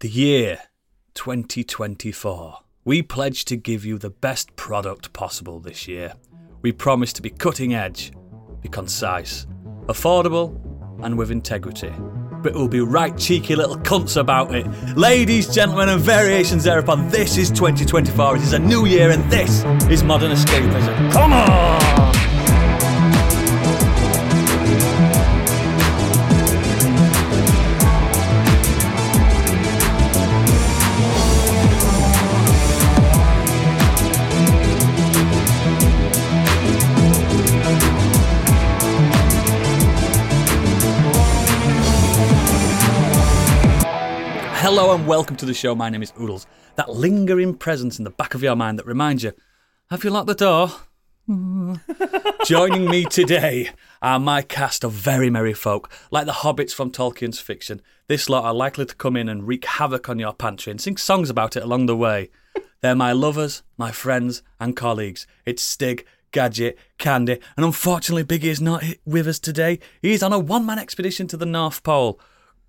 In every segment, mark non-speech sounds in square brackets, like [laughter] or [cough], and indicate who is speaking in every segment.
Speaker 1: The year 2024. We pledge to give you the best product possible this year. We promise to be cutting edge, be concise, affordable, and with integrity. But we'll be right cheeky little cunts about it. Ladies, gentlemen, and variations thereupon, this is 2024. It is a new year, and this is modern escapism. Come on! Hello and welcome to the show. My name is Oodles. That lingering presence in the back of your mind that reminds you, have you locked the door? [laughs] Joining me today are my cast of very merry folk, like the hobbits from Tolkien's fiction. This lot are likely to come in and wreak havoc on your pantry and sing songs about it along the way. They're my lovers, my friends, and colleagues. It's Stig, Gadget, Candy, and unfortunately, Biggie is not hi- with us today. He's on a one man expedition to the North Pole.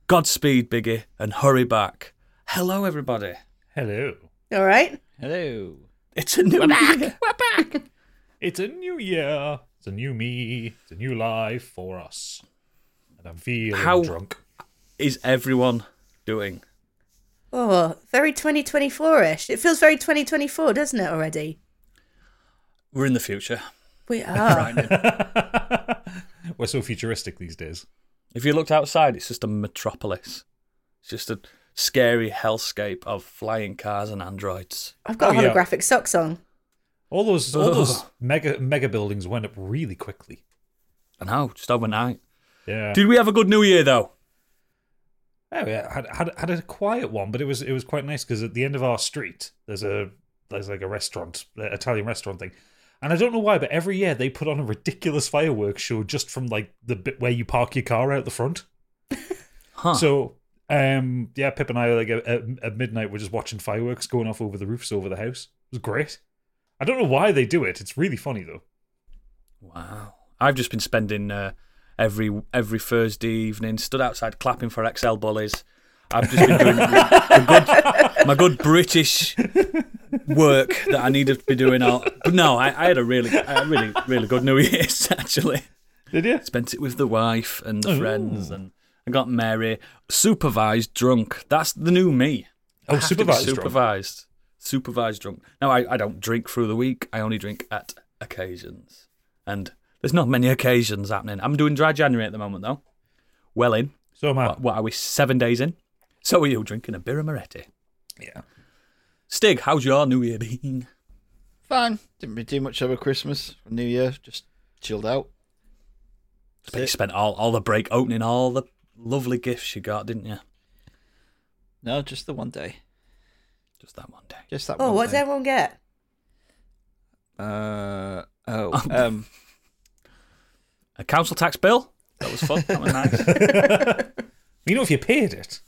Speaker 1: Godspeed, Biggie, and hurry back. Hello, everybody.
Speaker 2: Hello.
Speaker 3: All right.
Speaker 4: Hello.
Speaker 1: It's a new year.
Speaker 2: It's a new year. It's a new me. It's a new life for us. And I'm feeling
Speaker 1: How-
Speaker 2: drunk. [laughs]
Speaker 1: Is everyone doing?
Speaker 3: Oh, very 2024-ish. It feels very 2024, doesn't it already?
Speaker 1: We're in the future. [laughs]
Speaker 3: We are.
Speaker 2: We're so futuristic these days.
Speaker 1: If you looked outside, it's just a metropolis. It's just a scary hellscape of flying cars and androids.
Speaker 3: I've got
Speaker 2: Oh, yeah.
Speaker 3: holographic socks on.
Speaker 2: All those all those
Speaker 1: Ugh.
Speaker 2: mega mega buildings went up really quickly.
Speaker 1: I know, just overnight.
Speaker 2: Yeah.
Speaker 1: Did we have a good New Year though?
Speaker 2: Oh yeah. Had, had had a quiet one, but it was it was quite nice because at the end of our street there's a there's like a restaurant, uh, Italian restaurant thing. And I don't know why, but every year they put on a ridiculous fireworks show just from like the bit where you park your car out the front.
Speaker 1: Huh.
Speaker 2: So, um, yeah, Pip and I like at, at, at midnight we're just watching fireworks going off over the roofs over the house. It was great. I don't know why they do it. It's really funny though.
Speaker 1: wow. I've just been spending uh, every every Thursday evening stood outside clapping for XL bullies. I've just been doing my good, my good British work that I needed to be doing. All, but no, I, I had a really, I had a really, really good New Year's [laughs] actually.
Speaker 2: Did you?
Speaker 1: spent it with the wife and the friends and I got merry. Supervised drunk. That's the new me. I
Speaker 2: Oh,
Speaker 1: have to be
Speaker 2: supervised. drunk.
Speaker 1: supervised. Supervised drunk. Now I, I don't drink through the week. I only drink at occasions. And there's not many occasions happening. I'm doing dry January at the moment though. Well in.
Speaker 2: So am I.
Speaker 1: What, what are we? Seven days in. So are you drinking a birra moretti?
Speaker 2: Yeah.
Speaker 1: Stig, how's your New Year been?
Speaker 4: Fine. Didn't really do much over Christmas or New Year. Just chilled out.
Speaker 1: I bet you spent all, all the break opening all the lovely gifts you got, didn't you?
Speaker 4: No, just the one day.
Speaker 1: Just that one day.
Speaker 4: Just that one.
Speaker 3: Oh, what did
Speaker 4: day.
Speaker 3: everyone get?
Speaker 4: Uh,
Speaker 3: [laughs]
Speaker 4: oh. Um,
Speaker 1: A council tax bill? That was fun. That was
Speaker 2: [laughs]
Speaker 1: nice. Oh,
Speaker 2: You know, if you paid it,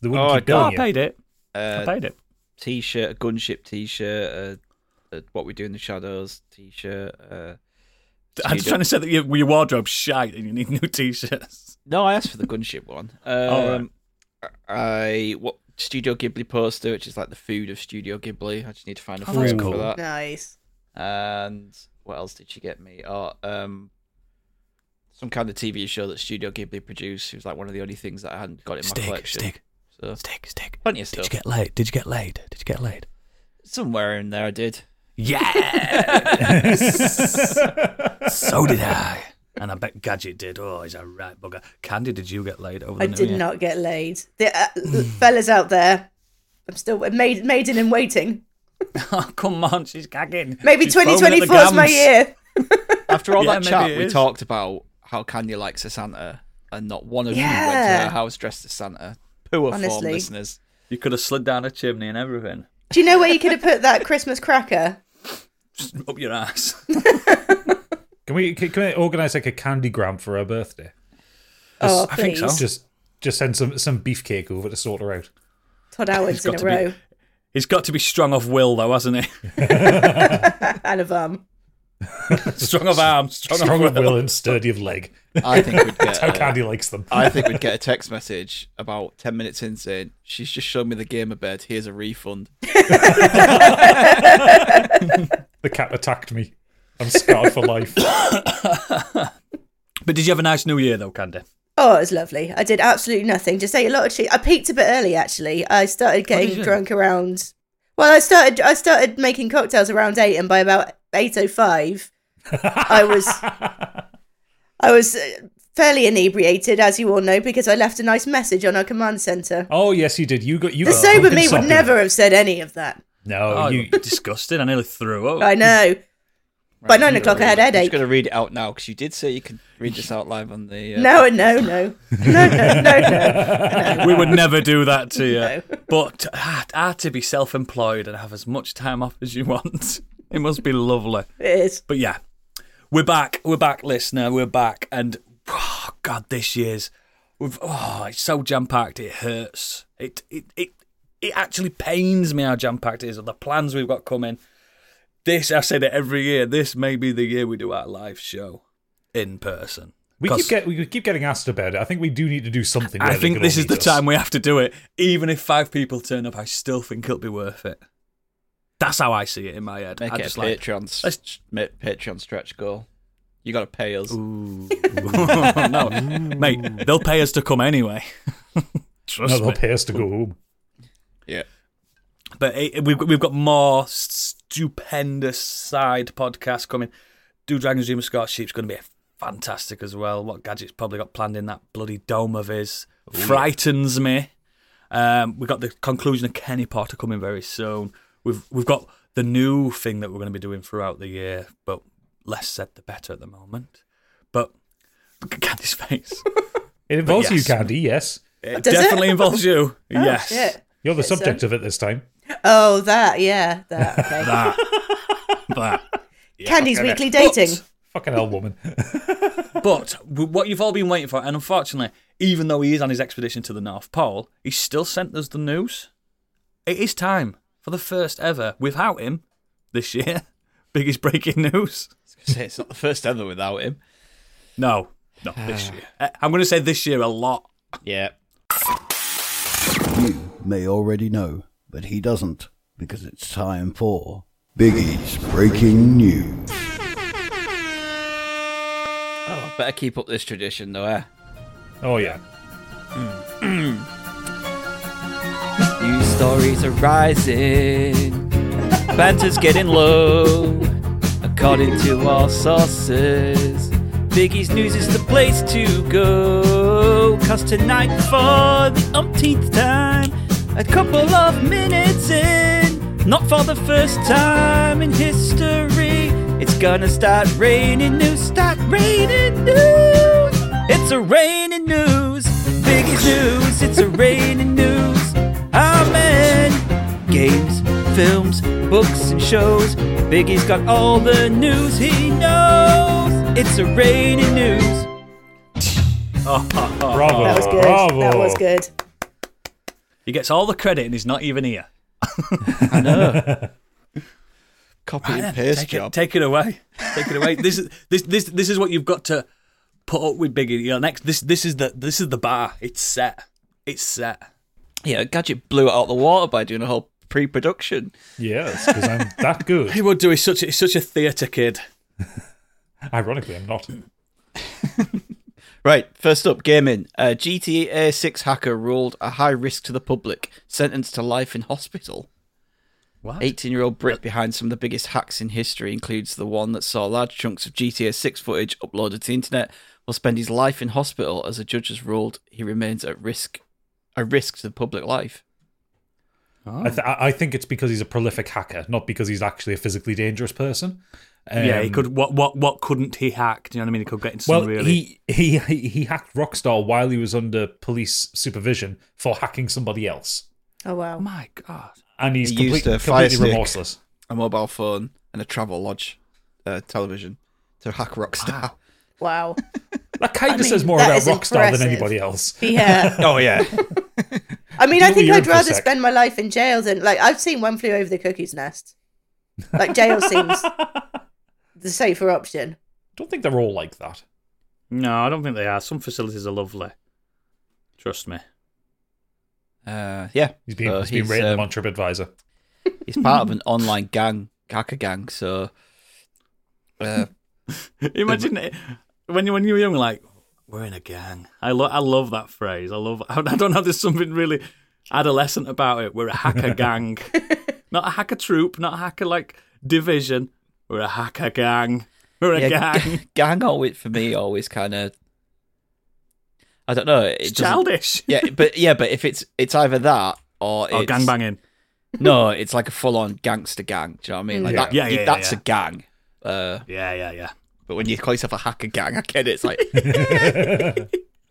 Speaker 2: they wouldn't
Speaker 4: Oh, I
Speaker 2: keep billing
Speaker 1: Oh, I
Speaker 2: you.
Speaker 1: paid it. I
Speaker 4: uh,
Speaker 1: paid it.
Speaker 4: t-shirt, a gunship t-shirt, uh, uh, what we do in the shadows t-shirt. Uh,
Speaker 1: I'm just trying to say that your, your wardrobe's shite and you need new t-shirts.
Speaker 4: no, I asked for the gunship [laughs] one.
Speaker 1: right.
Speaker 4: Um, I what Studio Ghibli poster, which is like the food of Studio Ghibli. I just need to find a
Speaker 3: Oh,
Speaker 4: photo
Speaker 3: that's
Speaker 2: cool.
Speaker 4: for that.
Speaker 3: Nice.
Speaker 4: And what else did she get me? Oh, um, some kind of TV show that Studio Ghibli produced. It was like one of the only things that I hadn't got in my
Speaker 1: Stick,
Speaker 4: collection.
Speaker 1: stick,
Speaker 4: So
Speaker 1: stick, stick.
Speaker 4: plenty of
Speaker 1: Did
Speaker 4: stuff.
Speaker 1: you get laid? Did you get laid? Did you get laid?
Speaker 4: Somewhere in there, I did.
Speaker 1: Yes! [laughs] so did I. And I bet Gadget did. Oh, he's a right bugger. Candy, did you get laid over the
Speaker 3: I
Speaker 1: New
Speaker 3: did
Speaker 1: Year?
Speaker 3: not get laid. The
Speaker 1: [laughs]
Speaker 3: uh, fellas out there, I'm still maid, maiden in waiting.
Speaker 1: Oh, [laughs] come on, she's gagging.
Speaker 3: Maybe
Speaker 1: She's foaming at the
Speaker 3: 2024 is my
Speaker 1: gums.
Speaker 3: year.
Speaker 1: [laughs]
Speaker 4: After all
Speaker 1: Yeah,
Speaker 4: that
Speaker 1: maybe it
Speaker 4: chat, we
Speaker 1: is.
Speaker 4: talked about how Kanye likes a Santa, and not one of you went to
Speaker 3: Yeah.
Speaker 4: her house dressed as Santa. Poor form,
Speaker 3: Honestly.
Speaker 4: listeners.
Speaker 1: You could have slid down a chimney and everything.
Speaker 3: Do you know where you could have put that Christmas cracker?
Speaker 1: Just up your [laughs] ass.
Speaker 2: Can we can, can we organise like a candy gram for her birthday?
Speaker 3: Oh,
Speaker 1: [laughs] I
Speaker 3: please.
Speaker 1: think so.
Speaker 2: Just just send some some beefcake over to sort her out.
Speaker 3: Todd Howard's in
Speaker 1: got
Speaker 3: a
Speaker 1: to be-
Speaker 3: row
Speaker 1: He's got to be strong off will, though, hasn't he?
Speaker 3: and a bum.
Speaker 1: [laughs] Strong of arm, strong,
Speaker 2: Strong
Speaker 1: of
Speaker 2: of
Speaker 1: will. [laughs]
Speaker 2: will and sturdy of leg.
Speaker 5: I think we'd
Speaker 2: That's
Speaker 5: get.
Speaker 2: how
Speaker 5: uh,
Speaker 2: Candy likes them.
Speaker 5: I think we'd get a text message about ten minutes in saying she's just shown me the gamer bed. Here's a refund.
Speaker 2: the cat attacked me. I'm scarred for
Speaker 1: [laughs]
Speaker 2: life.
Speaker 1: But did you have a nice New Year though, Candy?
Speaker 3: Oh, it was lovely. I did absolutely nothing. Just ate a lot of cheese. I peaked a bit early actually. I
Speaker 1: did
Speaker 3: started getting
Speaker 1: you?
Speaker 3: drunk around. Well, I started. I started making cocktails around eight, and by about eight oh five, I
Speaker 1: [laughs]
Speaker 3: was. I was uh, fairly inebriated, as you all know, because I left a nice message on our command center.
Speaker 2: Oh yes, you did. You got you.
Speaker 3: The
Speaker 2: got
Speaker 3: sober
Speaker 2: pumpkin
Speaker 3: me
Speaker 2: sop
Speaker 3: would
Speaker 2: in
Speaker 3: never
Speaker 2: it.
Speaker 3: have said any of that.
Speaker 2: No,
Speaker 1: Oh,
Speaker 2: you.
Speaker 1: disgusting! I nearly threw [laughs] up.
Speaker 3: I know. By nine o'clock, I had a
Speaker 5: I'm just
Speaker 3: headache.
Speaker 5: gonna read it out now because you did say you can read this out live on the. Uh,
Speaker 3: No, no, no, no, no, no, no.
Speaker 1: we would never do that to you.
Speaker 3: No.
Speaker 1: But ah, ah, to be self-employed and have as much time off as you want, [laughs] it must be lovely.
Speaker 3: It is.
Speaker 1: But yeah, we're back. We're back, listener. We're back, and oh, God, this year's we've oh, it's so jam packed. It hurts. It it it it actually pains me how jam packed it is. and The plans we've got coming. This I say that every year. This may be the year we do our live show in person.
Speaker 2: We
Speaker 1: 'Cause-
Speaker 2: keep, get, we keep getting asked about it. I think we do need to do something. where
Speaker 1: I
Speaker 2: they
Speaker 1: think
Speaker 2: can
Speaker 1: this
Speaker 2: all
Speaker 1: is the
Speaker 2: meet us.
Speaker 1: time we have to do it. Even if five people turn up, I still think it'll be worth it. That's how I see it in my head.
Speaker 5: Make
Speaker 1: I
Speaker 5: it
Speaker 1: just
Speaker 5: a
Speaker 1: like, [laughs]
Speaker 5: Patreon. s-
Speaker 1: let's-
Speaker 5: make Patreon stretch goal. You gotta pay us.
Speaker 1: ooh, Oh, no, mate, they'll pay us to come anyway. Trust
Speaker 2: No, they'll
Speaker 1: me.
Speaker 2: pay us to go home.
Speaker 5: Yeah.
Speaker 1: But it, we've we've got more stupendous side podcasts coming. Do Dragons Dream of Scott Sheep's going to be fantastic as well. What gadgets probably got planned in that bloody dome of his frightens me. Um, we've got the conclusion of Kenny Potter coming very soon. We've we've got the new thing that we're going to be doing throughout the year, but less said the better at the moment. But [laughs] look at Candy's
Speaker 3: [laughs]
Speaker 1: face.
Speaker 2: It involves
Speaker 1: yes.
Speaker 2: you, Candy. Yes,
Speaker 1: It
Speaker 3: Does it? Oh,
Speaker 1: definitely involves you. yes. [laughs]
Speaker 3: Shit.
Speaker 2: you're the
Speaker 3: It's, um,
Speaker 2: subject of it this time.
Speaker 3: Oh, that. Yeah,
Speaker 1: [laughs]
Speaker 3: that. Okay.
Speaker 1: That. that.
Speaker 3: Candy's weekly
Speaker 1: But-
Speaker 3: dating.
Speaker 2: Fucking hell, woman. [laughs]
Speaker 1: But w- what you've all been waiting for, and unfortunately, even though he is on his expedition to the North Pole, he still sent us the news. It is time for the first ever without him this year. [laughs] Biggest breaking news.
Speaker 5: Say [laughs] it's not the first ever without him.
Speaker 1: No, not this year. Uh, I'm going to say this year a lot.
Speaker 5: Yeah.
Speaker 6: You may already know, but he doesn't, because it's time for Biggie's Breaking News.
Speaker 5: Oh, better keep up this tradition though, eh?
Speaker 2: Oh yeah.
Speaker 5: News stories are rising. Banter's getting low. According to our sources, Biggie's News is the place to go. Cause tonight, for the umpteenth time, a couple of minutes in, not for the first time in history, it's gonna start raining news. Start raining news. It's a raining news. Biggie's News. It's a raining news. Amen. Games, films, books, and shows. Biggie's got all the news he knows. It's a rainy news.
Speaker 2: Bravo.
Speaker 3: Oh, That was good.
Speaker 2: Oh, Bravo.
Speaker 3: That was good.
Speaker 1: He gets all the credit and he's not even here.
Speaker 5: Copy and
Speaker 1: take It, take it away. [laughs] Take it away. this is this this this is what you've got to put up with, Biggie. You know, next this this is the this is the bar. It's set. It's set.
Speaker 5: Yeah, Gadget blew it out the water by doing a whole pre-production.
Speaker 2: Yes, because I'm
Speaker 1: [laughs]
Speaker 2: that good.
Speaker 1: He would do. He's such a, he's such a theatre kid.
Speaker 2: Ironically, I'm not.
Speaker 5: Right, first up, gaming. A GTA 6 hacker ruled a high risk to the public, sentenced to life in hospital.
Speaker 1: What?
Speaker 5: 18 year old Brit behind some of the biggest hacks in history includes the one that saw large chunks of GTA 6 footage uploaded to the internet will spend his life in hospital as a judge has ruled he remains at risk a risk to the public life.
Speaker 2: I, th- I I think it's because he's a prolific hacker, not because he's actually a physically dangerous person. Um,
Speaker 1: yeah, he could. What what what couldn't he hack? Do you know what I mean? He could get into some
Speaker 2: Well,
Speaker 1: really.
Speaker 2: he, he he he hacked Rockstar while he was under police supervision for hacking somebody else,
Speaker 3: Oh
Speaker 1: Oh
Speaker 3: wow.
Speaker 1: my god!
Speaker 2: and he's
Speaker 5: He
Speaker 2: complete,
Speaker 5: used a fire
Speaker 2: completely
Speaker 5: stick.
Speaker 2: remorseless.
Speaker 5: A mobile phone and a travel lodge uh, television to hack Rockstar.
Speaker 3: Wow.
Speaker 2: That kind of
Speaker 3: mean,
Speaker 2: says more
Speaker 3: that
Speaker 2: about
Speaker 3: is
Speaker 2: Rockstar
Speaker 3: impressive.
Speaker 2: than anybody
Speaker 3: [laughs]
Speaker 2: else. [laughs]
Speaker 3: Yeah.
Speaker 5: Oh yeah.
Speaker 3: I mean, I
Speaker 2: You're-
Speaker 3: think
Speaker 2: you're
Speaker 3: I'd
Speaker 2: in for a
Speaker 3: rather
Speaker 2: sec.
Speaker 3: spend my life
Speaker 2: [laughs]
Speaker 3: in jail than like I've seen one flew over the cuckoo's nest. Like jail seems the safer option.
Speaker 2: don't think they're all like that.
Speaker 1: No, I don't think they are. Some facilities are lovely. Trust me.
Speaker 5: Uh, yeah.
Speaker 2: He's being,
Speaker 5: So
Speaker 2: he's being rated
Speaker 5: um,
Speaker 2: them on TripAdvisor.
Speaker 1: [laughs]
Speaker 5: he's part of an online gang, Kaka gang. So, uh,
Speaker 1: [laughs] Imagine it, when you when you were young, like we're in a gang. I lo- I love that phrase. I love. [laughs] I don't know. There's something really adolescent about it. We're a [laughs] hacker gang, not a hacker troop, not a hacker like division. We're a hacker gang. We're [laughs] a [laughs]
Speaker 5: yeah,
Speaker 1: gang.
Speaker 5: g- gang always for me always kind of. I don't know. It
Speaker 1: It's [laughs]
Speaker 5: doesn't-
Speaker 1: childish. Oh,
Speaker 5: Yeah, but yeah, but if it's it's either that or
Speaker 1: Or
Speaker 5: it's,
Speaker 1: gang banging.
Speaker 5: No, it's like a full on gangster gang. Do you know what I mean? Like
Speaker 2: Yeah.
Speaker 5: that.
Speaker 1: Yeah,
Speaker 5: you-
Speaker 1: yeah,
Speaker 5: that's
Speaker 1: yeah.
Speaker 5: a gang. Uh,
Speaker 1: Yeah, yeah, yeah.
Speaker 5: but when you call yourself a hacker gang, I get it. It's like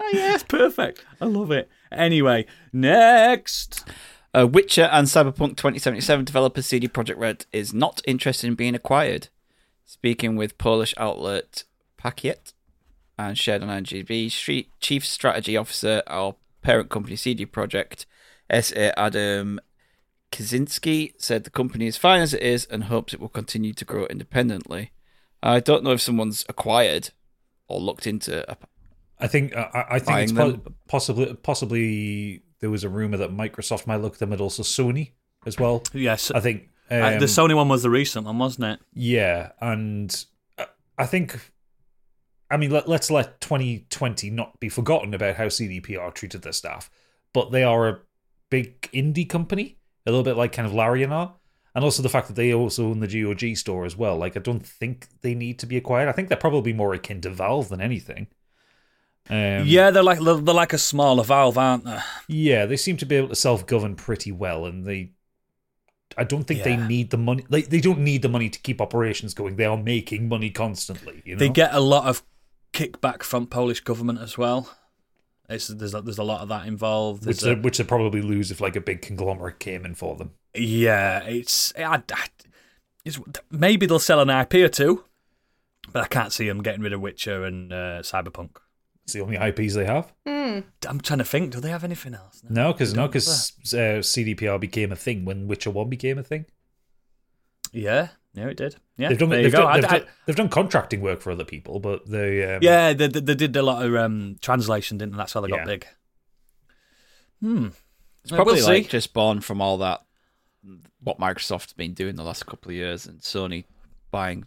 Speaker 1: Oh, yeah, it's perfect. I love it. Anyway, next.
Speaker 5: Uh, Witcher and Cyberpunk 2077 developer CD Projekt Red is not interested in being acquired. Speaking with Polish outlet Pakiet and shared on IGB, Street Chief Strategy Officer, our parent company CD Projekt, S.A. Adam Kaczynski, said the company is fine as it is and hopes it will continue to grow independently. I don't know if someone's acquired or looked into. A...
Speaker 2: I think I, I- I think
Speaker 5: Buying
Speaker 2: it's po-
Speaker 5: them.
Speaker 2: possibly possibly there was a rumor that Microsoft might look at them and also Sony as well.
Speaker 1: Yes,
Speaker 2: I think um,
Speaker 1: uh, the Sony one was the recent one, wasn't it?
Speaker 2: Yeah, and I- I think, I mean, let, let's let 2020 not be forgotten about how CDPR treated their staff, but they are a big indie company, a little bit like kind of Larian are, and also the fact that they also own the GOG store as well. Like, I don't think they need to be acquired. I think they're probably more akin to Valve than anything. Um,
Speaker 1: yeah, they're like they're like a smaller Valve, aren't they?
Speaker 2: yeah, they seem to be able to self-govern pretty well, and they. I don't think they
Speaker 1: Yeah.
Speaker 2: need the money. They, they don't need the money to keep operations going. They are making money constantly. You know?
Speaker 1: They get a lot of kickback from Polish government as well. It's, there's a, there's a lot of that involved.
Speaker 2: which
Speaker 1: There's
Speaker 2: they,
Speaker 1: a,
Speaker 2: which they probably lose if like a big conglomerate came in for them.
Speaker 1: yeah, it's I, I, it's maybe they'll sell an IP or two, but I can't see them getting rid of Witcher and uh, Cyberpunk.
Speaker 2: It's the only IPs they have.
Speaker 1: I'm trying to think. Do they have anything else?
Speaker 2: No, because no, because uh, CDPR became a thing when Witcher One became a thing.
Speaker 1: Yeah, yeah, it did. Yeah,
Speaker 2: They've done
Speaker 1: there you
Speaker 2: they've
Speaker 1: go.
Speaker 2: done,
Speaker 1: I-
Speaker 2: they've,
Speaker 1: I-
Speaker 2: done, they've done contracting work for other people, but they um,
Speaker 1: yeah, they, they, they did a lot of um, translation, didn't they? That's how they got
Speaker 2: Yeah.
Speaker 1: big. Hmm.
Speaker 5: It's probably
Speaker 1: we'll
Speaker 5: like
Speaker 1: see.
Speaker 5: just born from all that what Microsoft's been doing the last couple of years and Sony buying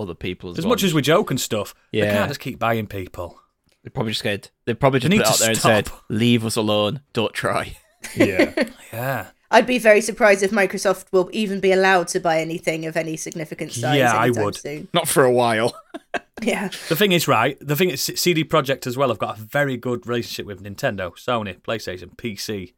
Speaker 5: other people as,
Speaker 1: as
Speaker 5: well.
Speaker 1: much as we joke and stuff, they
Speaker 5: Yeah.
Speaker 1: can't just keep buying people.
Speaker 5: They probably just said they probably just
Speaker 1: They
Speaker 5: put
Speaker 1: need
Speaker 5: it out
Speaker 1: to
Speaker 5: there and said,
Speaker 1: stop.
Speaker 5: "Leave us alone. Don't try." [laughs]
Speaker 1: [laughs]
Speaker 2: yeah.
Speaker 1: Yeah.
Speaker 3: I'd be very surprised if Microsoft will even be allowed to buy anything of any significant size.
Speaker 1: Yeah, I
Speaker 3: anytime
Speaker 1: would.
Speaker 3: Soon.
Speaker 5: Not for a while.
Speaker 3: Yeah.
Speaker 1: The thing is, right? The thing is, CD Projekt as well have got a very good relationship with Nintendo, Sony, PlayStation, PC.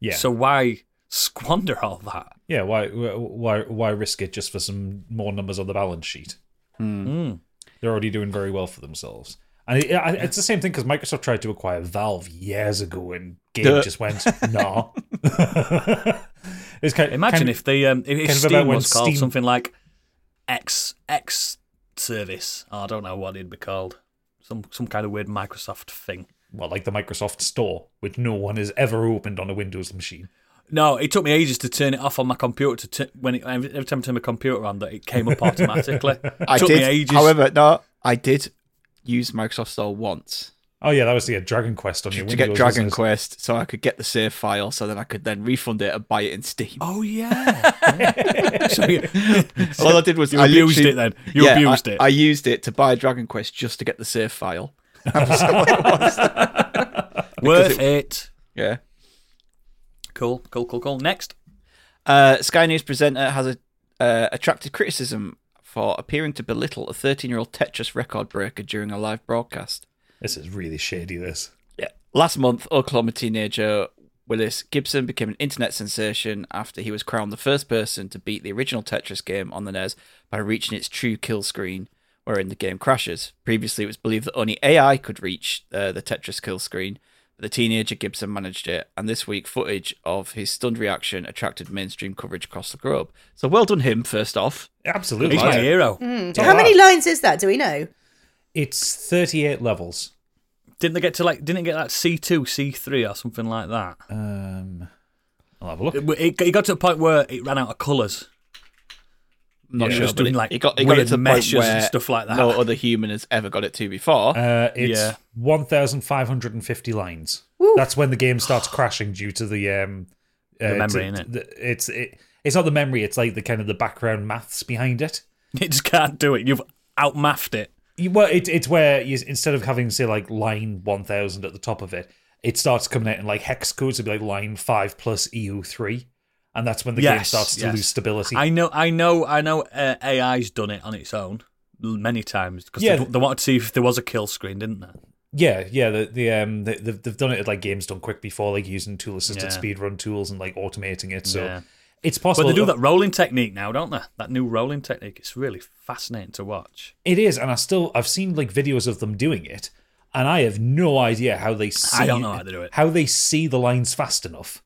Speaker 2: yeah,
Speaker 1: So why squander all that?
Speaker 2: yeah. Why why why risk it just for some more numbers on the balance sheet? Hmm.
Speaker 1: Mm.
Speaker 2: They're already doing very well for themselves. And it, I it's the same thing because Microsoft tried to acquire Valve years ago, and Gabe
Speaker 5: Duh.
Speaker 2: just went,
Speaker 5: [laughs]
Speaker 2: "Nah." it's kind,
Speaker 1: Imagine
Speaker 2: kind of-
Speaker 1: if they, um, if, if
Speaker 2: kind of about
Speaker 1: Steam
Speaker 2: when
Speaker 1: was called
Speaker 2: Steam-
Speaker 1: something like X X Service. I don't know what it'd be called. Some some kind of weird Microsoft thing.
Speaker 2: well, like the Microsoft Store, which no one has ever opened on a Windows machine.
Speaker 1: No, it took me ages to turn it off on my computer. To t- when it, every every time I turned my computer on, that it came
Speaker 5: [laughs]
Speaker 1: up automatically.
Speaker 5: I
Speaker 1: took
Speaker 5: did.
Speaker 1: me ages.
Speaker 5: However, no, I did use Microsoft Store once
Speaker 2: Oh yeah, that was the yeah, Dragon Quest on
Speaker 5: to,
Speaker 2: your
Speaker 5: to
Speaker 2: Windows.
Speaker 5: get Dragon
Speaker 2: wasn't it?
Speaker 5: Quest, so I could get the save file, so then I could then refund it and buy it in Steam.
Speaker 1: oh
Speaker 5: [laughs]
Speaker 1: yeah. so you,
Speaker 5: All I did was
Speaker 1: You
Speaker 5: I
Speaker 1: abused
Speaker 5: literally-
Speaker 1: it then. You
Speaker 5: Yeah, I-
Speaker 1: abused it.
Speaker 5: I used it to buy Dragon Quest just to get the save file. That was all it was.
Speaker 1: Worth it.
Speaker 5: Yeah.
Speaker 1: Cool, cool, cool, cool. Next.
Speaker 5: Uh, Sky News presenter has a, uh, attracted criticism for appearing to belittle a 13-year-old Tetris record breaker during a live broadcast.
Speaker 2: This is really shady. This.
Speaker 5: Yeah. Last month, Oklahoma teenager Willis Gibson became an internet sensation after he was crowned the first person to beat the original Tetris game on the NES by reaching its true kill screen, wherein the game crashes. Previously, it was believed that only AI could reach uh, the Tetris kill screen, but the teenager Gibson managed it. And this week, footage of his stunned reaction attracted mainstream coverage across the globe. So, well done him, first off.
Speaker 2: Absolutely.
Speaker 1: He's my
Speaker 2: yeah.
Speaker 1: hero.
Speaker 2: Oh,
Speaker 3: How many
Speaker 2: wow.
Speaker 3: lines is that? Do we know?
Speaker 2: It's thirty-eight levels.
Speaker 1: Didn't they get to like? Didn't it get that C two, C three, or something like that?
Speaker 5: Uh.
Speaker 2: Um, I'll have a look.
Speaker 1: It, it, it got to a point where it ran out of colours.
Speaker 5: I'm not
Speaker 1: Yeah,
Speaker 5: sure.
Speaker 1: just
Speaker 5: but
Speaker 1: doing,
Speaker 5: it,
Speaker 1: like,
Speaker 5: it got, it got it
Speaker 1: weird
Speaker 5: to the point
Speaker 1: meshes and
Speaker 5: where
Speaker 1: stuff like that.
Speaker 5: No other human has ever got it to before.
Speaker 2: Uh, it's
Speaker 1: Yeah.
Speaker 2: 1,550 lines.
Speaker 3: Woo.
Speaker 2: That's when the game starts crashing due to the um, uh,
Speaker 1: The memory
Speaker 2: to-
Speaker 1: in it.
Speaker 2: the- it's it, it's not the memory. It's like the kind of the background maths behind it.
Speaker 1: [laughs] It just can't do it. You've outmaffed it.
Speaker 2: You- well, it, it's where you, instead of having say like line 1,000 at the top of it, it starts coming out in like hex codes. It'll be like line five plus EU three, and that's when the game
Speaker 1: Yes,
Speaker 2: starts to
Speaker 1: yes.
Speaker 2: lose stability.
Speaker 1: I know, I know, I know. Uh, AI's done it on its own l- many times because
Speaker 2: Yeah.
Speaker 1: they, they wanted to see if there was a kill screen, didn't they?
Speaker 2: Yeah, yeah. The, the um they, they've they've done it at like games done quick before, like using tool assisted
Speaker 1: Yeah.
Speaker 2: speedrun tools and like automating it. So
Speaker 1: Yeah.
Speaker 2: it's
Speaker 1: But
Speaker 2: possible.
Speaker 1: they do that rolling technique now, don't they? That new rolling technique. It's really fascinating to watch.
Speaker 2: It is, and I still I've seen like videos of them doing it, and I have no idea how they see.
Speaker 1: don't know how they do it.
Speaker 2: How they see the lines fast enough,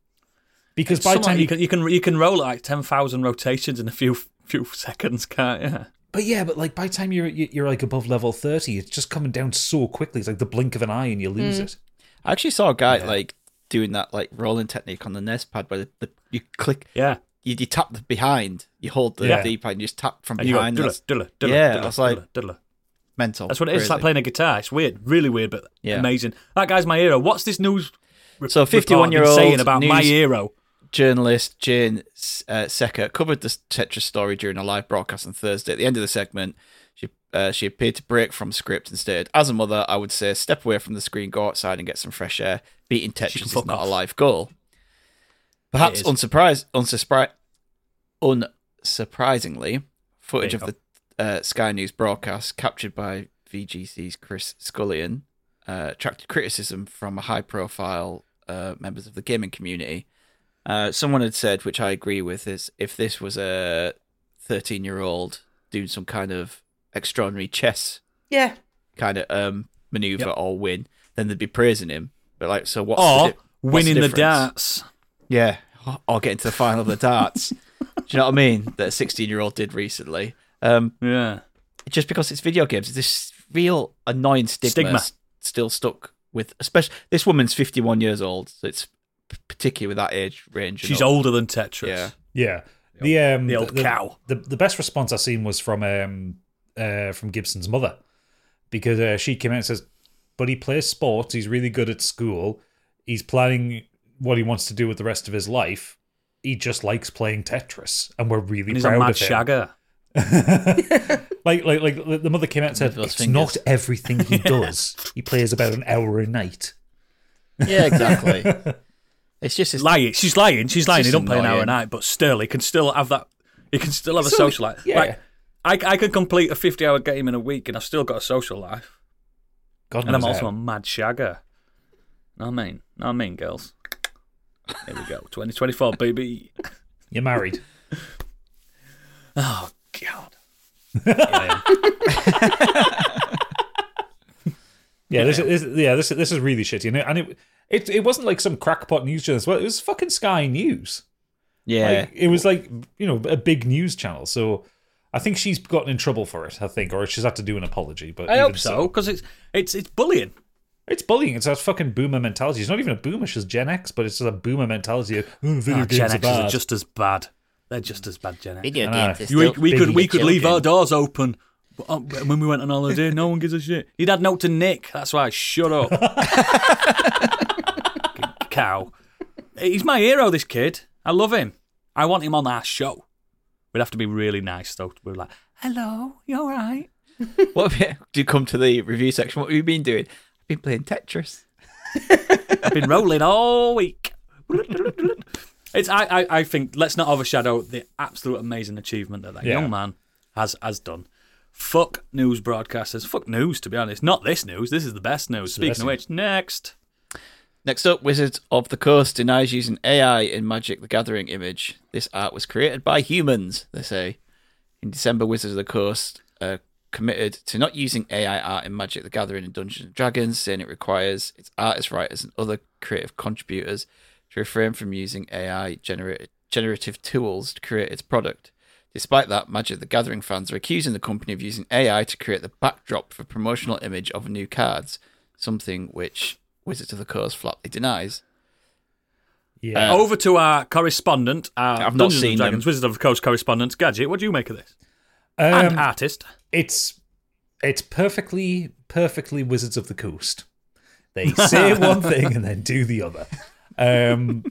Speaker 2: because by the
Speaker 1: Something
Speaker 2: time
Speaker 1: like
Speaker 2: you
Speaker 1: you can you can you can roll like ten thousand rotations in a few few seconds, can't you?
Speaker 2: But yeah, but like by the time you're you- you're like above level thirty, it's just coming down so quickly. It's like the blink of an eye, and you lose it.
Speaker 5: I actually saw a guy like doing that like rolling technique on the NES pad where the, the, you click,
Speaker 1: Yeah.
Speaker 5: you, you tap the behind, you hold the
Speaker 2: Yeah.
Speaker 5: D-pad and you just tap from
Speaker 1: And you go
Speaker 5: behind.
Speaker 1: diddler,
Speaker 5: that's
Speaker 1: diddler, diddler,
Speaker 5: Yeah,
Speaker 1: diddler,
Speaker 5: that's like-
Speaker 1: diddler, diddler.
Speaker 5: mental.
Speaker 1: That's what it is. It's like
Speaker 5: Crazy.
Speaker 1: playing a guitar. It's weird, really weird, but
Speaker 5: Yeah.
Speaker 1: amazing. That guy's my hero. What's this news? re-
Speaker 5: So
Speaker 1: report
Speaker 5: 51-year-old
Speaker 1: saying about my
Speaker 5: news-
Speaker 1: hero.
Speaker 5: journalist Jane uh, Secker covered the Tetris story during a live broadcast on Thursday. At the end of the segment, she uh, she appeared to break from script and stated, "As a mother, I would say step away from the screen, go outside and get some fresh air. Beating Tetris
Speaker 1: can
Speaker 5: is
Speaker 1: fuck
Speaker 5: not a
Speaker 1: off."
Speaker 5: life goal." Perhaps
Speaker 1: is.
Speaker 5: unsurprised, unsurpri- unsurprisingly, footage of
Speaker 1: There you
Speaker 5: the uh, Sky News broadcast captured by VGC's Chris Scullion uh, attracted criticism from high-profile uh, members of the gaming community. Uh, someone had said, which I agree with, is if this was a 13-year-old doing some kind of extraordinary chess
Speaker 3: Yeah.
Speaker 5: kind of um, maneuver
Speaker 1: Yep.
Speaker 5: or win, then they'd be praising him. But like, so what's
Speaker 1: Or
Speaker 5: the di- what's
Speaker 1: winning the
Speaker 5: difference?
Speaker 1: darts.
Speaker 5: Yeah, or- or getting to the final of the
Speaker 1: [laughs]
Speaker 5: darts. Do you know what I mean? That a 16-year-old did recently. Um,
Speaker 1: Yeah.
Speaker 5: just because it's video games, there's this real annoying stigma,
Speaker 1: Stigma.
Speaker 5: s- still stuck with. Especially this woman's 51 years old, so it's p- particularly with that age range. and
Speaker 1: She's
Speaker 5: all-
Speaker 1: older than Tetris.
Speaker 5: Yeah.
Speaker 2: Yeah, the um
Speaker 1: the old cow.
Speaker 2: The, the best response I seen was from um uh from Gibson's mother, because uh, she came out and says, "But he plays sports. He's really good at school. He's planning what he wants to do with the rest of his life. He just likes playing Tetris, and we're really
Speaker 1: And he's a
Speaker 2: proud
Speaker 1: mad
Speaker 2: of him."
Speaker 1: shagger.
Speaker 2: Like, like, like the mother came out and said,
Speaker 5: With those
Speaker 2: "It's
Speaker 5: fingers."
Speaker 2: not everything
Speaker 5: [laughs]
Speaker 2: he does. He plays about an hour a night."
Speaker 5: [laughs]
Speaker 1: [laughs]
Speaker 5: yeah, exactly. it's just it's,
Speaker 1: lying. She's lying. She's lying. He
Speaker 5: just
Speaker 1: don't play an hour a
Speaker 5: annoying.
Speaker 1: night, but still, he can still have that. He can still have a
Speaker 2: So-
Speaker 1: social life.
Speaker 2: yeah.
Speaker 1: Like, I, I can complete a 50 hour game in a week and I've still got a social life.
Speaker 2: God
Speaker 1: And I'm
Speaker 2: knows
Speaker 1: also
Speaker 2: how.
Speaker 1: a mad shagger. Know what I mean? Know what I mean, girls? Here we go. 2024, baby.
Speaker 2: You're married.
Speaker 1: Oh, God.
Speaker 2: Yeah, this, this yeah this this is really shitty, and it, and it it it wasn't like some crackpot news channel. as Well, it was fucking Sky News.
Speaker 5: yeah.
Speaker 2: Like, it was like you know a big news channel. So I think she's gotten in trouble for it. I think, or she's had to do an apology. But
Speaker 1: I
Speaker 2: even
Speaker 1: hope so, because it's, it's, it's bullying.
Speaker 2: It's bullying. It's that fucking boomer mentality. It's not even a boomer. She's Gen X, but it's just a boomer mentality. Of, oh, video
Speaker 1: Oh,
Speaker 2: games
Speaker 1: Gen
Speaker 2: are
Speaker 1: X's are
Speaker 2: bad.
Speaker 1: just as bad. They're just as bad, Gen X.
Speaker 5: Video
Speaker 2: I know.
Speaker 5: games.
Speaker 1: You- we, we
Speaker 2: big
Speaker 1: could we
Speaker 2: eating
Speaker 1: could leave
Speaker 5: children.
Speaker 1: our doors open. But, uh, when we went on holiday, no one gives a shit. He'd had note to Nick. That's why. Shut up, Fucking cow. He's my hero. This kid. I love him. I want him on our show. We'd have to be really nice though. We're like, hello, you all right?
Speaker 5: [laughs] What have you, do you come to the review section? What have you been doing? I've been playing Tetris.
Speaker 1: I've been rolling all week. It's I, I, I think let's not overshadow the absolute amazing achievement that that
Speaker 2: Yeah.
Speaker 1: young man has has done. Fuck news broadcasters. Fuck news. To be honest, not this news. This is the best news. Speaking
Speaker 2: best
Speaker 1: of which, next.
Speaker 5: Next up, Wizards of the Coast denies using AI in Magic the Gathering image. This art was created by humans, they say. In December, Wizards of the Coast uh, committed to not using AI art in Magic the Gathering and Dungeons and Dragons, saying it requires its artists, writers, and other creative contributors to refrain from using AI genera- generative tools to create its product. Despite that, Magic the Gathering fans are accusing the company of using AI to create the backdrop for promotional image of new cards, something which Wizards of the Coast flatly denies.
Speaker 2: yeah.
Speaker 5: Uh,
Speaker 1: Over to our correspondent, our
Speaker 5: I've not
Speaker 1: Dungeons
Speaker 5: seen
Speaker 1: and Dragons
Speaker 5: them.
Speaker 1: Wizard of the Coast correspondent, Gadget. What do you make of this? and
Speaker 2: Um,
Speaker 1: artist.
Speaker 2: it's it's perfectly perfectly Wizards of the Coast.
Speaker 1: [laughs]
Speaker 2: They say one thing and then do the other. Um,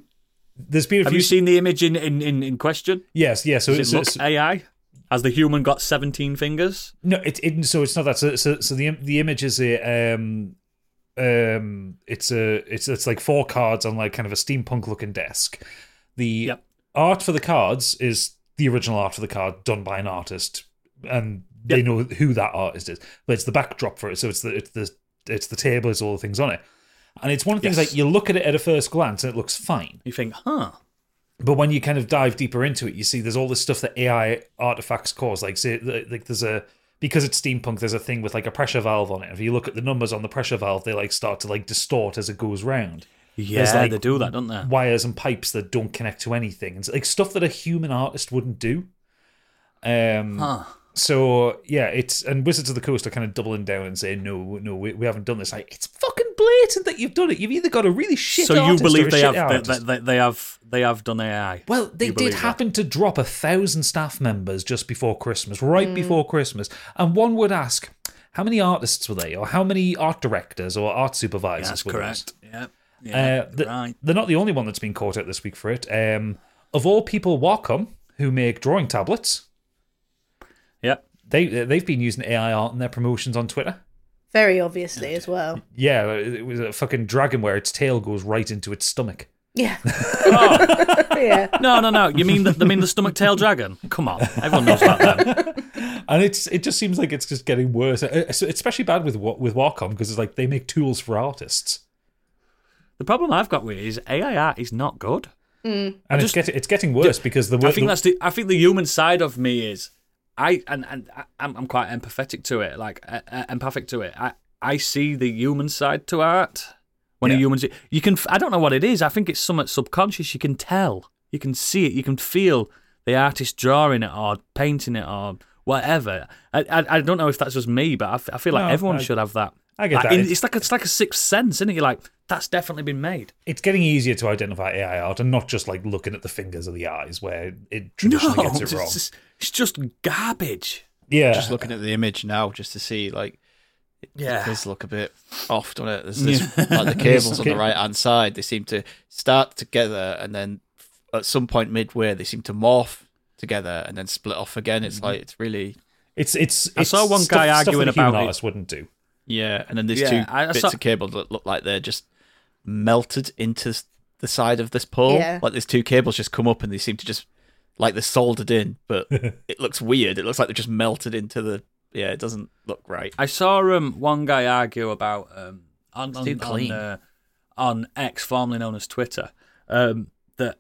Speaker 2: there's been a
Speaker 1: Have
Speaker 2: few.
Speaker 1: you seen the image in, in, in, in question?
Speaker 2: yes, yes. So
Speaker 1: Does
Speaker 2: it's,
Speaker 1: it look
Speaker 2: it's-
Speaker 1: AI? Has the human got 17 fingers?
Speaker 2: no, it, it so it's not that. So so, so the im- the image is a um um it's a it's it's like four cards on like kind of a steampunk looking desk. The
Speaker 1: Yep.
Speaker 2: art for the cards is the original art for the card done by an artist, and they
Speaker 1: Yep.
Speaker 2: know who that artist is. But it's the backdrop for it, so it's the it's the it's the table, it's all the things on it, and it's one of the
Speaker 1: Yes.
Speaker 2: things like you look at it at a first glance and it looks fine.
Speaker 1: You think, huh?
Speaker 2: But when you kind of dive deeper into it, you see there's all this stuff that AI artifacts cause. Like, say, th- like there's a because it's steampunk, there's a thing with like a pressure valve on it. If you look at the numbers on the pressure valve, they like start to like distort as it goes round.
Speaker 1: Yeah,
Speaker 2: like-
Speaker 1: they do that, don't they?
Speaker 2: Wires and pipes that don't connect to anything, and like stuff that a human artist wouldn't do. Um,
Speaker 1: Huh.
Speaker 2: so yeah, it's and Wizards of the Coast are kind of doubling down and saying no, no, we, we haven't done this. Like it's fucking blatant that you've done it. You've either got a really shit.
Speaker 1: So you
Speaker 2: artist or a
Speaker 1: believe they have
Speaker 2: shit
Speaker 1: they,
Speaker 2: artist.
Speaker 1: they, they, they have they have done AI?
Speaker 2: Well, they
Speaker 1: You
Speaker 2: did
Speaker 1: believe that?
Speaker 2: happen to drop a thousand staff members just before Christmas, right before Christmas. And one would ask, how many artists were they, or how many art directors or art supervisors
Speaker 1: That's
Speaker 2: were there?
Speaker 1: correct. Yeah.
Speaker 2: Uh,
Speaker 1: Yeah,
Speaker 2: th-
Speaker 1: right.
Speaker 2: They're not the only one that's been caught out this week for it. Um, of all people, Wacom, who make drawing tablets,
Speaker 1: Yeah.
Speaker 2: they they've been using AI art in their promotions on Twitter.
Speaker 3: Very obviously
Speaker 2: [laughs]
Speaker 3: as well.
Speaker 2: Yeah, it was a fucking dragon where its tail goes right into its stomach.
Speaker 3: Yeah. [laughs]
Speaker 1: Oh,
Speaker 3: yeah.
Speaker 1: no, no, no. You mean the, you mean the stomach tail dragon? Come on, everyone knows that.
Speaker 2: [laughs]
Speaker 1: Then.
Speaker 2: and it's it just seems like it's just getting worse. Uh, It's especially bad with Wa- with Wacom because it's like they make tools for artists,
Speaker 1: The problem I've got with it is AI art is not good.
Speaker 2: and
Speaker 1: just-
Speaker 2: it's getting it's getting worse because the,
Speaker 1: I think
Speaker 2: the
Speaker 1: that's the I think the human side of me is I and and I- I'm, I'm quite empathetic to it, like uh, uh, empathic to it. I I see the human side to art when a
Speaker 2: Yeah.
Speaker 1: human's you can f- I don't know what it is. I think it's somewhat subconscious. You can tell, you can see it, you can feel the artist drawing it or painting it or whatever. I I, I don't know if that's just me, but I, f- I feel like
Speaker 2: No,
Speaker 1: everyone
Speaker 2: I-
Speaker 1: should have that.
Speaker 2: I get
Speaker 1: Like,
Speaker 2: that.
Speaker 1: in-
Speaker 2: It's-
Speaker 1: it's like it's like a sixth sense, isn't it? You're like that's definitely been made.
Speaker 2: it's getting easier to identify AI art and not just like looking at the fingers or the eyes where it traditionally
Speaker 1: no,
Speaker 2: gets
Speaker 1: it's,
Speaker 2: it wrong.
Speaker 1: just- it's just garbage.
Speaker 2: yeah,
Speaker 5: Just looking at the image now, just to see like it does look a bit off, doesn't it? There's this, like [laughs] the cables on the right hand side, they seem to start together and then at some point midway they seem to morph together and then split off again. It's like it's really
Speaker 2: it's it's.
Speaker 1: I
Speaker 2: it's
Speaker 1: saw one
Speaker 2: stuff-
Speaker 1: guy
Speaker 2: stuff that
Speaker 1: arguing
Speaker 2: a human
Speaker 1: about it.
Speaker 2: artist wouldn't do.
Speaker 5: yeah. And then there's
Speaker 1: Yeah,
Speaker 5: two
Speaker 1: I- I
Speaker 5: bits
Speaker 1: saw-
Speaker 5: of cable that look like they're just melted into s- the side of this pole.
Speaker 3: Yeah.
Speaker 5: Like there's two cables just come up and they seem to just like they're soldered in, [laughs] but it looks weird. It looks like they're just melted into the yeah. It doesn't look right.
Speaker 1: I saw um, one guy argue about um, on
Speaker 5: too
Speaker 1: on,
Speaker 5: clean.
Speaker 1: on, uh, on X, formerly known as Twitter, um, that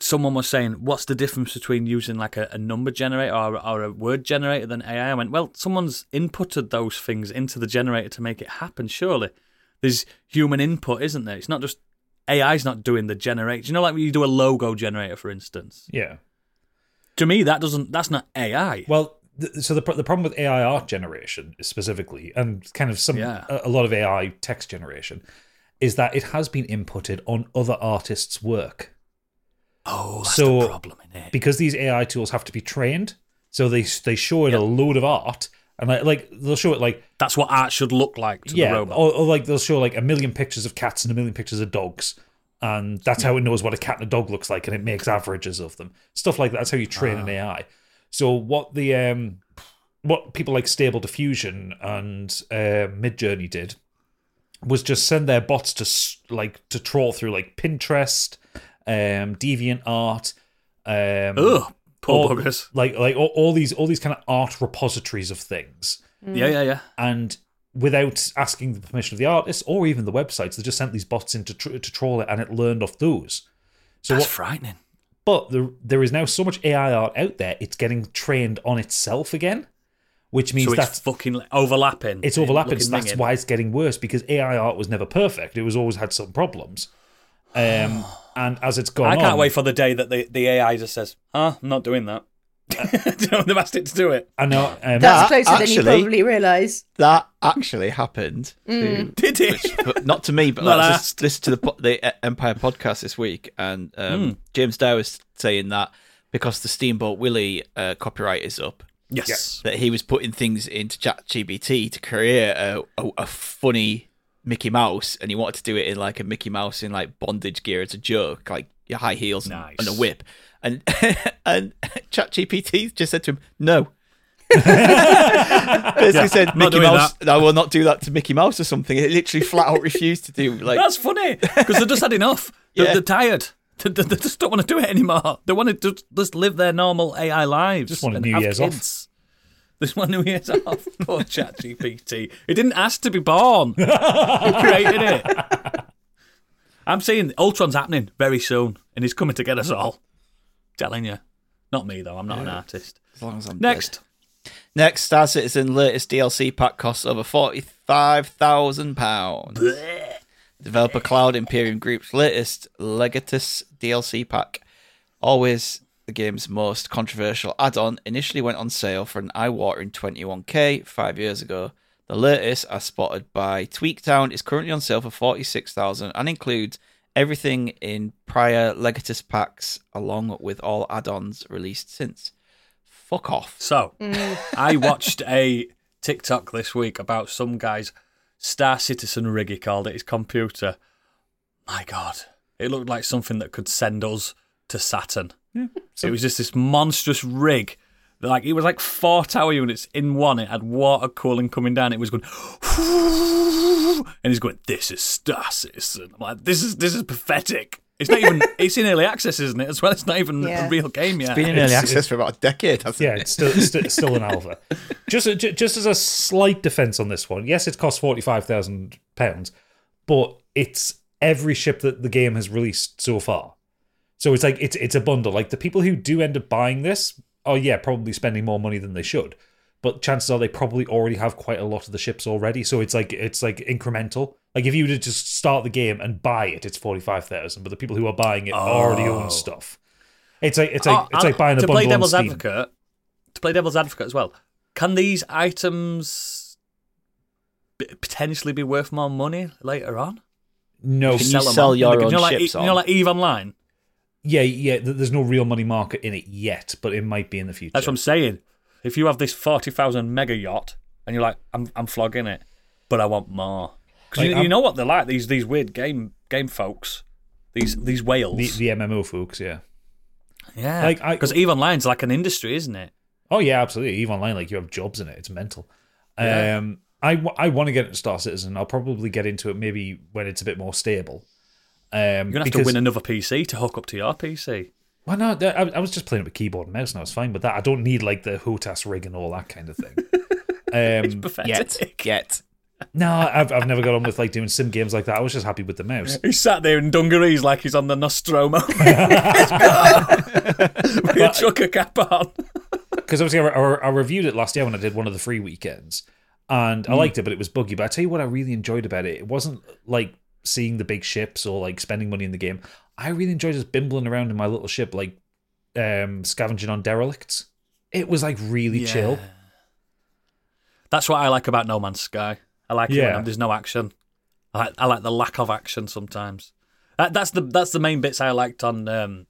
Speaker 1: someone was saying, "What's the difference between using like a, a number generator or, or a word generator than AI?" I went, "Well, someone's inputted those things into the generator to make it happen. Surely, there's human input, isn't there? It's not just AI's not doing the generate. You know, like when you do a logo generator, for instance.
Speaker 2: Yeah.
Speaker 1: To me, that doesn't. That's not AI.
Speaker 2: Well, th- so the pro- the problem with AI art generation specifically, and kind of some
Speaker 1: Yeah.
Speaker 2: a, a lot of AI text generation, is that it has been inputted on other artists' work
Speaker 1: oh, that's
Speaker 2: so-
Speaker 1: the problem in it.
Speaker 2: because these AI tools have to be trained. So they they show it a load of art, and like, like they'll show it like
Speaker 1: That's what art should look like to the
Speaker 2: yeah,
Speaker 1: robot.
Speaker 2: or, or like they'll show like a million pictures of cats and a million pictures of dogs, and that's how it knows what a cat and a dog looks like, and it makes averages of them. Stuff like that. That's how you train
Speaker 1: Ah.
Speaker 2: an AI. So what the um, what people like Stable Diffusion and uh, Midjourney did was just send their bots to s- like to trawl through like Pinterest, um, Deviant Art, um,
Speaker 1: Ugh, poor
Speaker 2: all-
Speaker 1: buggers.
Speaker 2: like like all, all these all these kind of art repositories of things
Speaker 1: Yeah, yeah, yeah.
Speaker 2: and without asking the permission of the artist or even the websites, they just sent these bots in to, tr- to troll it, and it learned off those. So,
Speaker 1: That's
Speaker 2: what,
Speaker 1: frightening.
Speaker 2: but there, there is now so much AI art out there; it's getting trained on itself again, which means
Speaker 1: So
Speaker 2: that's
Speaker 1: it's fucking like, overlapping.
Speaker 2: it's overlapping.
Speaker 1: Looking
Speaker 2: So that's
Speaker 1: thing in.
Speaker 2: why it's getting worse because AI art was never perfect; it was always had some problems.
Speaker 1: [sighs]
Speaker 2: Um, and as it's gone,
Speaker 1: I can't
Speaker 2: on-
Speaker 1: wait for the day that the, the AI just says, huh, I'm not doing that. [laughs] They've asked it to do it. [laughs]
Speaker 2: I know. Um,
Speaker 3: That's
Speaker 5: That
Speaker 3: closer than you
Speaker 5: actually-
Speaker 3: probably realise.
Speaker 5: that actually happened to-
Speaker 1: Did it?
Speaker 5: which, but not to me but
Speaker 1: Not
Speaker 5: like, I
Speaker 1: asked.
Speaker 5: just listened to the, po- the uh, empire podcast this week and um, james dow was saying that because the steamboat willie uh, copyright is up
Speaker 1: Yes.
Speaker 5: that he was putting things into ChatGPT to create a, a, a funny Mickey Mouse, and he wanted to do it in like a Mickey Mouse in like bondage gear as a joke, like your high heels and-
Speaker 1: Nice.
Speaker 5: and a whip. And [laughs] and ChatGPT just said to him,
Speaker 1: [laughs]
Speaker 5: "No." Basically said,
Speaker 1: not
Speaker 5: "Mickey
Speaker 1: doing
Speaker 5: Mouse, I will not do that to Mickey Mouse or something." It literally flat
Speaker 1: [laughs]
Speaker 5: out refused to do like
Speaker 1: That's funny because they've just had
Speaker 2: [laughs]
Speaker 1: enough. They're,
Speaker 5: Yeah.
Speaker 1: they're tired. [laughs] They, they- they just don't want to do it anymore. They want to just, just live their normal AI lives.
Speaker 2: Just want a
Speaker 1: and
Speaker 2: New
Speaker 1: have
Speaker 2: Year's off.
Speaker 1: kids. This one New Year's [laughs] off. Poor ChatGPT. It didn't ask to be
Speaker 2: [laughs]
Speaker 1: born. He created it. I'm saying Ultron's happening very soon, and he's coming to get us all. Telling you, not me though. I'm not an artist.
Speaker 5: as long as I'm dead.
Speaker 1: Next,
Speaker 5: Next, Star Citizen latest DLC pack costs over £45,000. Developer Cloud Imperium Group's latest Legatus DLC pack, always the game's most controversial add on, initially went on sale for an eye watering 21k five years ago. The latest, as spotted by Tweaktown, is currently on sale for 46000 and includes everything in prior Legatus packs, along with all add ons released since. Fuck off.
Speaker 1: So, I watched a TikTok this week about some guy's Star Citizen rig, he called it, his computer. My God, it looked like something that could send us to Saturn. it was just this monstrous rig. Like it was like four tower units in one. It had water cooling coming down. It was going, and he's going, "This is Star Citizen." I'm like, "This is this is pathetic." It's not even. it's in early access, isn't it? As well, it's not even
Speaker 3: Yeah.
Speaker 1: a real game yet.
Speaker 5: been in
Speaker 2: It's-
Speaker 5: early access for about a decade, hasn't
Speaker 2: Yeah,
Speaker 5: it?
Speaker 2: it's still it's still, it's still
Speaker 1: [laughs]
Speaker 2: an alpha. Just ju- just as a slight defence on this one, yes, it costs forty five thousand pounds, but it's every ship that the game has released so far. So it's like it's it's a bundle. Like the people who do end up buying this are yeah probably spending more money than they should, but chances are they probably already have quite a lot of the ships already. So it's like it's like incremental. Like if you were to just start the game and buy it, it's forty five thousand. But the people who are buying it already own stuff. It's like it's like
Speaker 1: Oh,
Speaker 2: it's like
Speaker 1: uh,
Speaker 2: buying a
Speaker 1: to
Speaker 2: bundle
Speaker 1: play
Speaker 2: on
Speaker 1: devil's
Speaker 2: Steam.
Speaker 1: advocate. To play devil's advocate as well, can these items b- potentially be worth more money later on?
Speaker 2: No,
Speaker 5: Can
Speaker 2: s-
Speaker 5: Oh, you
Speaker 1: them
Speaker 5: sell
Speaker 1: on.
Speaker 5: your
Speaker 1: you
Speaker 5: own
Speaker 1: know, like,
Speaker 5: ships
Speaker 1: you know,
Speaker 5: on?
Speaker 1: like Eve Online.
Speaker 2: yeah, yeah. th- There's no real money market in it yet, but it might be in the future.
Speaker 1: That's what I'm saying. If you have this forty thousand mega yacht and you're like, I'm I'm flogging it, but I want more because
Speaker 2: Like,
Speaker 1: you,
Speaker 2: I'm-
Speaker 1: you know what they're like these these weird game game folks. These these whales,
Speaker 2: the, the MMO folks, yeah.
Speaker 1: yeah.
Speaker 2: like, I-
Speaker 1: Because Eve Online's like an industry, isn't it?
Speaker 2: Oh yeah, absolutely. Eve Online, like you have jobs in it. It's mental.
Speaker 1: Yeah.
Speaker 2: Um, I w- I want to get into Star Citizen. I'll probably get into it maybe when it's a bit more stable. Um,
Speaker 1: You're gonna have to win another PC to hook up to your PC.
Speaker 2: Why not? I, I was just playing with keyboard and mouse, and I was fine with that. I don't need like the Hotas rig and all that kind
Speaker 1: [laughs]
Speaker 2: of thing. Um,
Speaker 1: Pathetic.
Speaker 5: Get.
Speaker 2: no, I've, I've never got on with like doing sim games like that. I was just happy with the mouse.
Speaker 1: He sat there in dungarees like he's on the Nostromo. [laughs] Let's go. With a trucker cap on.
Speaker 2: because obviously I, I, I reviewed it last year when I did one of the free weekends, and
Speaker 1: Hmm.
Speaker 2: I liked it, but it was buggy. But I tell you what, I really enjoyed about it. It wasn't like seeing the big ships or like spending money in the game. I really enjoyed just bimbling around in my little ship, like um, scavenging on derelicts. It was like really chill.
Speaker 1: That's what I like about No Man's Sky. I like it
Speaker 2: Yeah.
Speaker 1: when there's no action. I like, I like the lack of action sometimes. That, that's the that's the main bits I liked on um,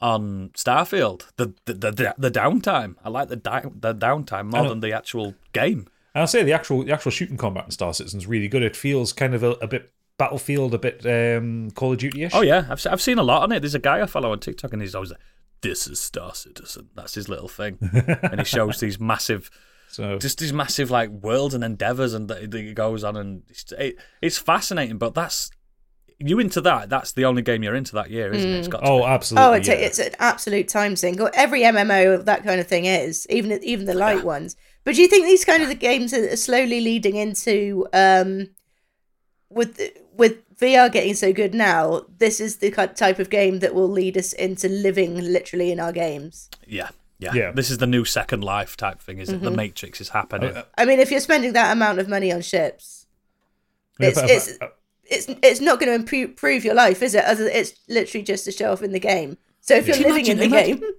Speaker 1: on Starfield. The the, the the the downtime. I like the di- the downtime
Speaker 2: I
Speaker 1: more
Speaker 2: know.
Speaker 1: than the actual game.
Speaker 2: And I'll say the actual the actual shooting combat in Star Citizen's really good. It feels kind of a, a bit battlefield, a bit um, Call of Duty ish.
Speaker 1: Oh yeah, I've se- I've seen a lot on it. There's a guy I follow on TikTok, and he's always like, "This is Star Citizen." That's his little thing, and he shows these massive,
Speaker 2: So
Speaker 1: just these massive like worlds and endeavors, and that that he goes on, and it's, it, it's fascinating. But that's you into that. That's the only game you're into that year, isn't it? It's got to
Speaker 2: oh,
Speaker 1: be.
Speaker 2: absolutely.
Speaker 3: Oh, it's,
Speaker 2: yeah.
Speaker 3: a, it's an absolute time sink. Or every MMO that kind of thing is, even even the light ones. But do you think these kind of the games are are slowly leading into um, with with VR getting so good now? This is the ki- type of game that will lead us into living literally in our games.
Speaker 1: yeah, yeah,
Speaker 2: Yeah.
Speaker 1: This is the new Second Life type thing, is it? The Matrix is happening.
Speaker 3: I mean, if you're spending that amount of money on ships,
Speaker 2: Yeah,
Speaker 3: it's-
Speaker 2: but-
Speaker 3: it's- it's it's not going to improve, improve your life, is it? Other it's literally just to show off in the game. So if
Speaker 1: Yeah.
Speaker 3: you're living
Speaker 1: Imagine-
Speaker 3: in the
Speaker 1: imagine-
Speaker 3: game,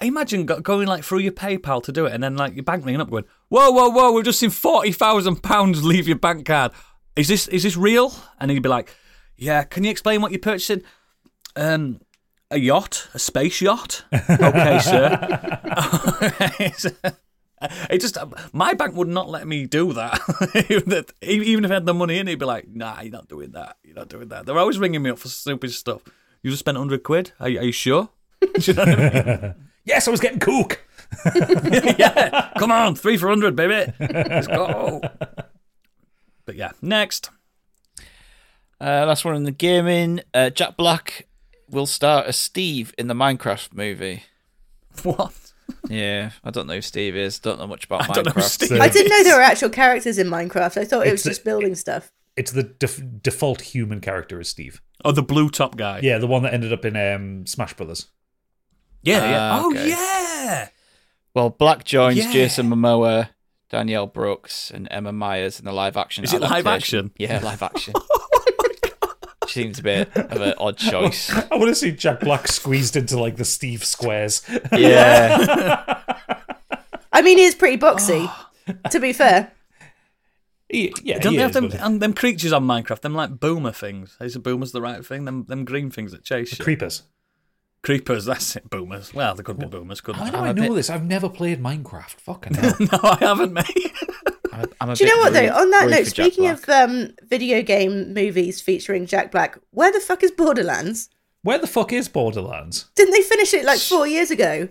Speaker 1: Imagine go- going like through your PayPal to do it, and then like your bank ringing up, going, "Whoa, whoa, whoa! We've just seen forty thousand pounds [laughs] leave your bank card. Is this is this real?" And he'd be like, "Yeah. Can you explain what you're purchasing?" Um, a yacht, a space yacht. Okay, sir. [laughs] it just my bank would not let me do that. [laughs] Even that- e, Even if I had the money in, it'd be like, nah, you're not doing that. You're not doing that. They're always ringing me up for stupid stuff. You just spent hundred quid. Are, you- are you sure? Do you know what I mean?
Speaker 2: Yes, I was getting cook.
Speaker 1: yeah, come on, three for hundred, baby. Let's go.
Speaker 5: [laughs]
Speaker 1: But yeah, next. [laughs]
Speaker 5: Uh, last one in the gaming. Uh, Jack Black will star as Steve in the Minecraft movie.
Speaker 1: What?
Speaker 5: Yeah, I don't know who Steve is. Don't know much about
Speaker 1: I
Speaker 5: Minecraft.
Speaker 1: don't know, Steve.
Speaker 2: So-
Speaker 3: I didn't know there were actual characters in Minecraft. I thought it was
Speaker 2: It's-
Speaker 3: just building stuff.
Speaker 2: It's the def- default human character is Steve.
Speaker 1: Oh, the blue top guy.
Speaker 2: Yeah, the one that ended up in um, Smash Brothers.
Speaker 1: yeah. yeah.
Speaker 5: Ah,
Speaker 1: oh,
Speaker 5: okay.
Speaker 1: yeah.
Speaker 5: Well, Black joins
Speaker 1: Yeah.
Speaker 5: Jason Momoa, Danielle Brooks, and Emma Myers in the live action.
Speaker 1: Is it live
Speaker 5: adaptation.
Speaker 1: action?
Speaker 5: Yeah, live action. Seems a bit of an odd choice.
Speaker 2: I want to see Jack Black squeezed into like the Steve squares.
Speaker 5: yeah,
Speaker 3: I mean, it's pretty boxy, to be fair.
Speaker 2: [laughs] He- yeah,
Speaker 1: Don't
Speaker 2: he
Speaker 1: they have
Speaker 2: is,
Speaker 1: them,
Speaker 2: but-
Speaker 1: and them creatures on Minecraft? Them like boomer things. Is a boomer's the right thing? Them them green things that chase you.
Speaker 2: creepers?
Speaker 1: Creepers. That's it. Boomers. Well, they could be boomers, couldn't they?
Speaker 2: How do I
Speaker 5: I'm a
Speaker 2: know
Speaker 5: bit-
Speaker 2: this? I've never played Minecraft. Fucking
Speaker 5: [laughs]
Speaker 2: hell.
Speaker 1: [laughs] no, I haven't, mate.
Speaker 5: I'm a, I'm a
Speaker 3: Do you
Speaker 5: bit
Speaker 3: know what, though?
Speaker 5: worried-
Speaker 3: On that
Speaker 5: worried
Speaker 3: note,
Speaker 5: for Jack
Speaker 3: speaking of
Speaker 5: Black.
Speaker 3: um, video game movies featuring Jack Black, where the fuck is Borderlands?
Speaker 2: Where the fuck is Borderlands?
Speaker 3: Didn't they finish it like four years ago?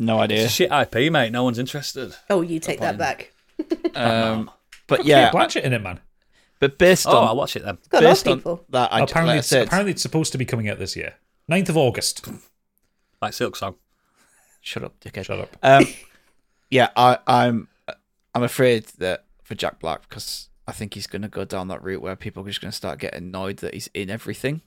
Speaker 5: no idea,
Speaker 1: Shit IP, mate. No one's interested.
Speaker 3: Oh, you take that back.
Speaker 5: um, but yeah,
Speaker 2: Blanchett in it, man.
Speaker 5: but based
Speaker 1: Oh, I'll
Speaker 5: on
Speaker 1: watch it then.
Speaker 3: Got a lot of
Speaker 5: based on
Speaker 3: people.
Speaker 5: that, I
Speaker 2: apparently,
Speaker 5: like I
Speaker 2: it's,
Speaker 5: said,
Speaker 2: apparently, it's supposed to be coming out this year, 9th of August.
Speaker 1: Like Silk Song.
Speaker 5: shut up, dickhead.
Speaker 2: Shut up.
Speaker 5: Um, yeah, I, I'm. I'm afraid that for Jack Black because I think he's going to go down that route where people are just going to start getting annoyed that he's in everything.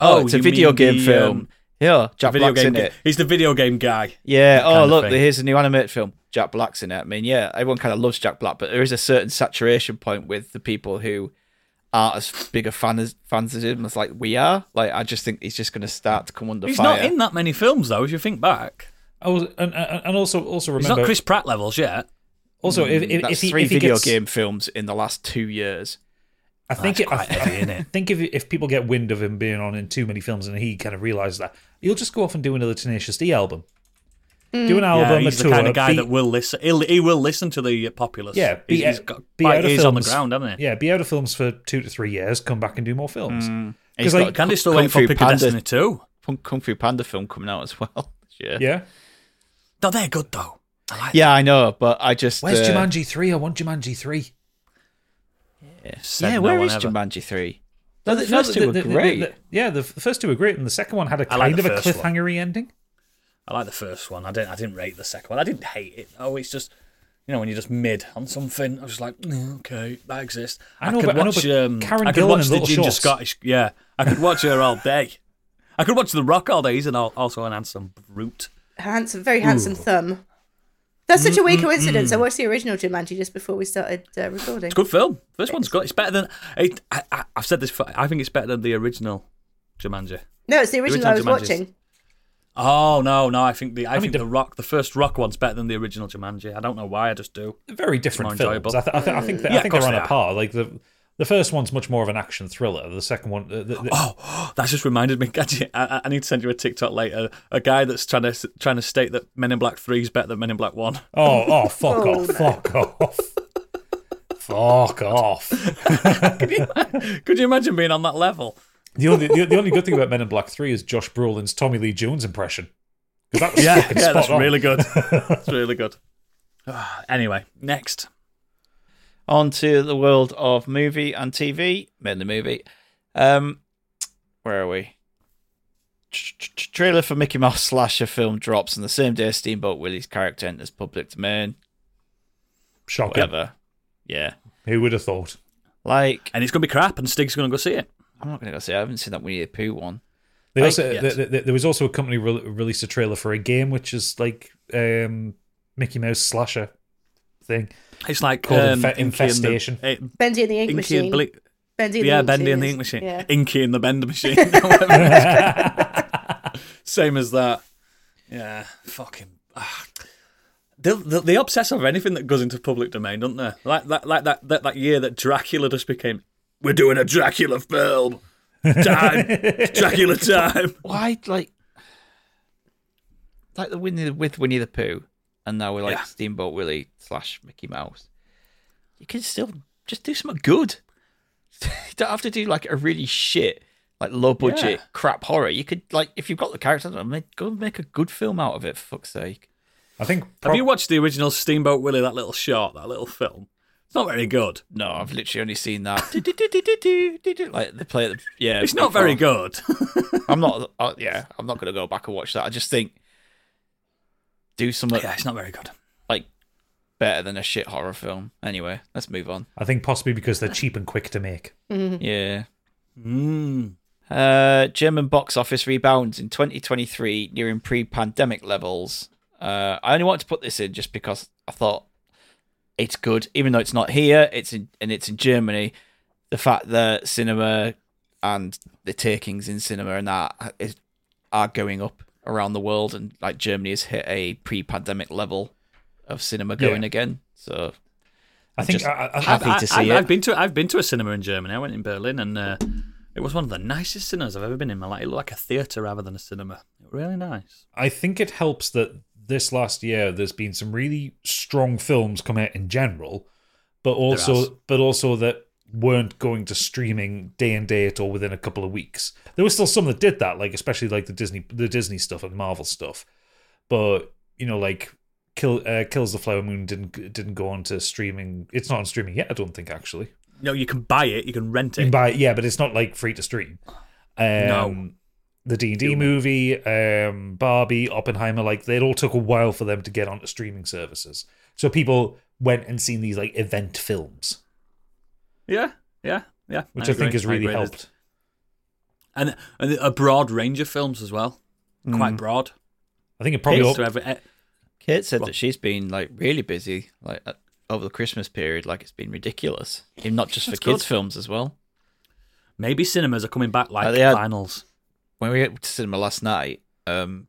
Speaker 5: Oh, it's a
Speaker 1: you
Speaker 5: video
Speaker 1: mean
Speaker 5: game
Speaker 1: the,
Speaker 5: film.
Speaker 1: um,
Speaker 5: yeah, Jack
Speaker 1: video
Speaker 5: Black's
Speaker 1: game.
Speaker 5: in
Speaker 1: gu-
Speaker 5: it.
Speaker 1: He's the video game guy.
Speaker 5: Yeah.
Speaker 1: kind
Speaker 5: Oh,
Speaker 1: of
Speaker 5: look,
Speaker 1: thing.
Speaker 5: here's a new animated film. Jack Black's in it. I mean, yeah, everyone kind of loves Jack Black, but there is a certain saturation point with the people who aren't as big a fan as fans of him as like we are. Like, I just think he's just going to start to come under
Speaker 1: He's
Speaker 5: fire.
Speaker 1: not in that many films though. If you think back,
Speaker 2: Oh, and, and, and also, also
Speaker 1: he's
Speaker 2: remember,
Speaker 1: not Chris Pratt levels yet.
Speaker 2: also if, if,
Speaker 5: That's
Speaker 2: if he,
Speaker 5: three
Speaker 2: if he
Speaker 5: video
Speaker 2: gets,
Speaker 5: game films in the last two years.
Speaker 2: I think
Speaker 1: Oh, That's quite
Speaker 2: it, I,
Speaker 1: heavy,
Speaker 2: I
Speaker 1: innit?
Speaker 2: think if if people get wind of him being on in too many films and he kind of realizes that, he'll just go off and do another Tenacious D album, do an
Speaker 1: Mm. Yeah,
Speaker 2: album,
Speaker 1: he's the
Speaker 2: a tour,
Speaker 1: kind of guy
Speaker 2: be-
Speaker 1: that will listen. He'll, he will listen to the populace.
Speaker 2: yeah, be,
Speaker 1: he's, he's
Speaker 2: out-
Speaker 1: got
Speaker 2: be
Speaker 1: quite
Speaker 2: out of
Speaker 1: ears
Speaker 2: films,
Speaker 1: on the ground, haven't he?
Speaker 2: Yeah, be out of films for two to three years, come back and do more films.
Speaker 5: He's
Speaker 1: Mm.
Speaker 2: Because like,
Speaker 5: got
Speaker 1: Candy's still
Speaker 5: Kung
Speaker 1: waiting for
Speaker 5: Fu
Speaker 1: Pick
Speaker 5: Panda.
Speaker 1: of Destiny too.
Speaker 5: Kung, Kung Fu Panda film coming out as well. [laughs] yeah. yeah,
Speaker 2: yeah,
Speaker 1: No, they're good though. I like
Speaker 5: I know, but I just
Speaker 2: where's
Speaker 5: uh,
Speaker 2: Jumanji three? I want Jumanji three.
Speaker 1: them. Said
Speaker 5: Yeah,
Speaker 1: no
Speaker 5: where
Speaker 1: one
Speaker 5: is
Speaker 1: ever.
Speaker 5: Jumanji three? No, the
Speaker 2: The
Speaker 5: first two
Speaker 2: the-
Speaker 5: were
Speaker 2: the- the-
Speaker 5: great.
Speaker 2: the- yeah, the f- first two were great, and the second one had a
Speaker 1: I
Speaker 2: kind
Speaker 1: like
Speaker 2: of
Speaker 1: the
Speaker 2: a
Speaker 1: first one.
Speaker 2: cliffhangery ending.
Speaker 1: I like the first one. I didn't. I didn't rate the second one. I didn't hate it. Oh, it's just you know when you're just mid on something. I was just like, "Mm, okay, that exists.
Speaker 2: I know,
Speaker 1: could
Speaker 2: but- I know,
Speaker 1: watch.
Speaker 2: but
Speaker 1: um,
Speaker 2: Karen
Speaker 1: I could
Speaker 2: Gillan
Speaker 1: watch
Speaker 2: and
Speaker 1: the
Speaker 2: Little
Speaker 1: Ginger
Speaker 2: Shorts.
Speaker 1: Scottish. Yeah, I could watch her all day. I could watch The Rock all day. He's an, al- also an handsome brute.
Speaker 3: Handsome, very handsome thumb. That's such a weird coincidence. I watched the original Jumanji just before we started uh, recording.
Speaker 1: It's a good film. First one's good. It's better than. It, I, I, I've said this. For, I think it's better than the original Jumanji.
Speaker 3: No, it's the original,
Speaker 1: original
Speaker 3: I was
Speaker 1: Jumanji's-
Speaker 3: watching.
Speaker 1: Oh no, no! I think the I,
Speaker 2: mean,
Speaker 1: think
Speaker 2: the-
Speaker 1: the Rock, the first Rock one's better than the original Jumanji. I don't know why. I just do.
Speaker 2: Very different
Speaker 1: more
Speaker 2: films.
Speaker 1: enjoyable.
Speaker 2: I, th- I, th- I think they,
Speaker 1: Yeah,
Speaker 2: I
Speaker 1: of
Speaker 2: think
Speaker 1: course
Speaker 2: they're
Speaker 1: they
Speaker 2: on a
Speaker 1: are.
Speaker 2: par. Like the the first one's much more of an action thriller. The second one, the, the, the-
Speaker 1: Oh, [gasps] that just reminded me. [laughs] Gadget, I, I- I need to send you a TikTok later. A guy that's trying to trying to state that Men in Black Three is better than Men in Black One.
Speaker 2: Oh, oh, fuck
Speaker 3: Oh,
Speaker 2: off, fuck off. Fuck off.
Speaker 1: [laughs] Could you imagine being on that level?
Speaker 2: The only, the, the only good thing about Men in Black 3 is Josh Brolin's Tommy Lee Jones impression. 'Cause That was
Speaker 1: [laughs]
Speaker 2: fucking
Speaker 1: yeah,
Speaker 2: spot
Speaker 1: that's
Speaker 2: on.
Speaker 1: really
Speaker 2: [laughs]
Speaker 1: good. That's really good. [sighs] Ah, anyway, next.
Speaker 5: on to the world of movie and TV, mainly movie. Um, where are we? Tr- tr- tr- Trailer for Mickey Mouse slasher film drops on the same day Steamboat Willie's character enters public domain.
Speaker 2: Shocking.
Speaker 5: Whatever. Yeah.
Speaker 2: Who would have thought?
Speaker 5: Like,
Speaker 1: And it's gonna be crap, and Stig's gonna go see it.
Speaker 5: I'm not going to go say I haven't seen that Winnie the Pooh one.
Speaker 2: They
Speaker 1: Right,
Speaker 2: also,
Speaker 1: yes.
Speaker 2: th- th- th- there was also a company re- released a trailer for a game which is like um, Mickey Mouse slasher thing.
Speaker 1: It's like
Speaker 2: Called
Speaker 1: um,
Speaker 2: Infe-
Speaker 1: Inky and the-
Speaker 2: Infestation.
Speaker 1: eh,
Speaker 3: Bendy and the Ink
Speaker 1: Inky
Speaker 3: Machine.
Speaker 1: and Blink.
Speaker 3: Bendy and
Speaker 1: yeah,
Speaker 3: the Ink
Speaker 1: Bendy and the
Speaker 3: Machine
Speaker 1: Ink
Speaker 3: is-
Speaker 1: Machine.
Speaker 3: Yeah. [laughs]
Speaker 1: Inky and the Bender [laughs] Machine. Whatever it's called. Same as that. Yeah, fucking. ah. They, they, they obsess over anything that goes into public domain, don't they? Like that, like that, that, that year that Dracula just became. We're doing a Dracula film. [laughs] Time. Dracula time.
Speaker 5: Why, like, like the Winnie with Winnie the Pooh, and now we're like
Speaker 1: Yeah.
Speaker 5: Steamboat Willie slash Mickey Mouse. You can still just do something good. [laughs] you don't have to do like a really shit, like low budget
Speaker 1: Yeah.
Speaker 5: crap horror. You could like if you've got the characters, I mean, go make a good film out of it. For fuck's sake.
Speaker 2: I think.
Speaker 1: Have you watched the original Steamboat Willie, that little short, that little film? It's not very good.
Speaker 5: No, I've literally only
Speaker 1: [laughs]
Speaker 5: seen that. Do-do-do-do-do-do-do. like they play at the yeah.
Speaker 1: It's not very
Speaker 5: before.
Speaker 1: good. [laughs]
Speaker 5: I'm not. Uh, yeah, I'm not gonna go back and watch that. I just think do something
Speaker 1: yeah, it's not very good.
Speaker 5: like better than a shit horror film. Anyway, let's move on.
Speaker 2: I think possibly because they're cheap and quick to make.
Speaker 5: Yeah.
Speaker 1: Mm.
Speaker 5: Uh, German box office rebounds in 2023, nearing pre-pandemic levels. Uh, I only wanted to put this in just because I thought it's good, even though it's not here. It's in and it's in Germany. The fact that cinema and the takings in cinema and that is, are going up around the world, and like Germany has hit a pre-pandemic level of cinema going
Speaker 2: Yeah.
Speaker 5: again. So
Speaker 2: I think.
Speaker 5: just
Speaker 2: I, I,
Speaker 5: happy
Speaker 1: I,
Speaker 5: to
Speaker 1: I,
Speaker 5: see
Speaker 1: I've
Speaker 5: it.
Speaker 1: been to I've been to a cinema in Germany. I went in Berlin, and uh, it was one of the nicest cinemas I've ever been in. My life. It looked like a theatre rather than a cinema. Really nice.
Speaker 2: I think it helps that this last year there's been some really strong films come out in general, but
Speaker 1: has.
Speaker 2: also but also that weren't going to streaming day and date or within a couple of weeks. There was still some that did that, like especially like the Disney the Disney stuff and Marvel stuff, but you know like Kill uh, Kills the Flower Moon didn't didn't go on to streaming. It's not on streaming yet, I don't think actually.
Speaker 1: No, you can buy it. You can rent
Speaker 2: You can
Speaker 1: it.
Speaker 2: buy it, yeah, but it's not like free to stream. Um,
Speaker 1: No.
Speaker 2: The D and D movie, um, Barbie, Oppenheimer, like they all took a while for them to get onto streaming services. So people went and seen these like event films,
Speaker 1: Yeah, yeah, yeah.
Speaker 2: which I, think
Speaker 1: agree,
Speaker 2: has really
Speaker 1: agree.
Speaker 2: helped.
Speaker 1: and, and a broad range of films as well. Quite broad.
Speaker 2: I think it probably
Speaker 1: Caters to
Speaker 2: all-
Speaker 1: every- eh,
Speaker 5: Kate said that she's been like really busy, like uh, over the Christmas period. Like it's been ridiculous, even not just for
Speaker 1: That's
Speaker 5: kids'
Speaker 1: good.
Speaker 5: films as well.
Speaker 1: maybe cinemas are coming back like
Speaker 5: Uh, they had-
Speaker 1: finals.
Speaker 5: When we went to cinema last night, um,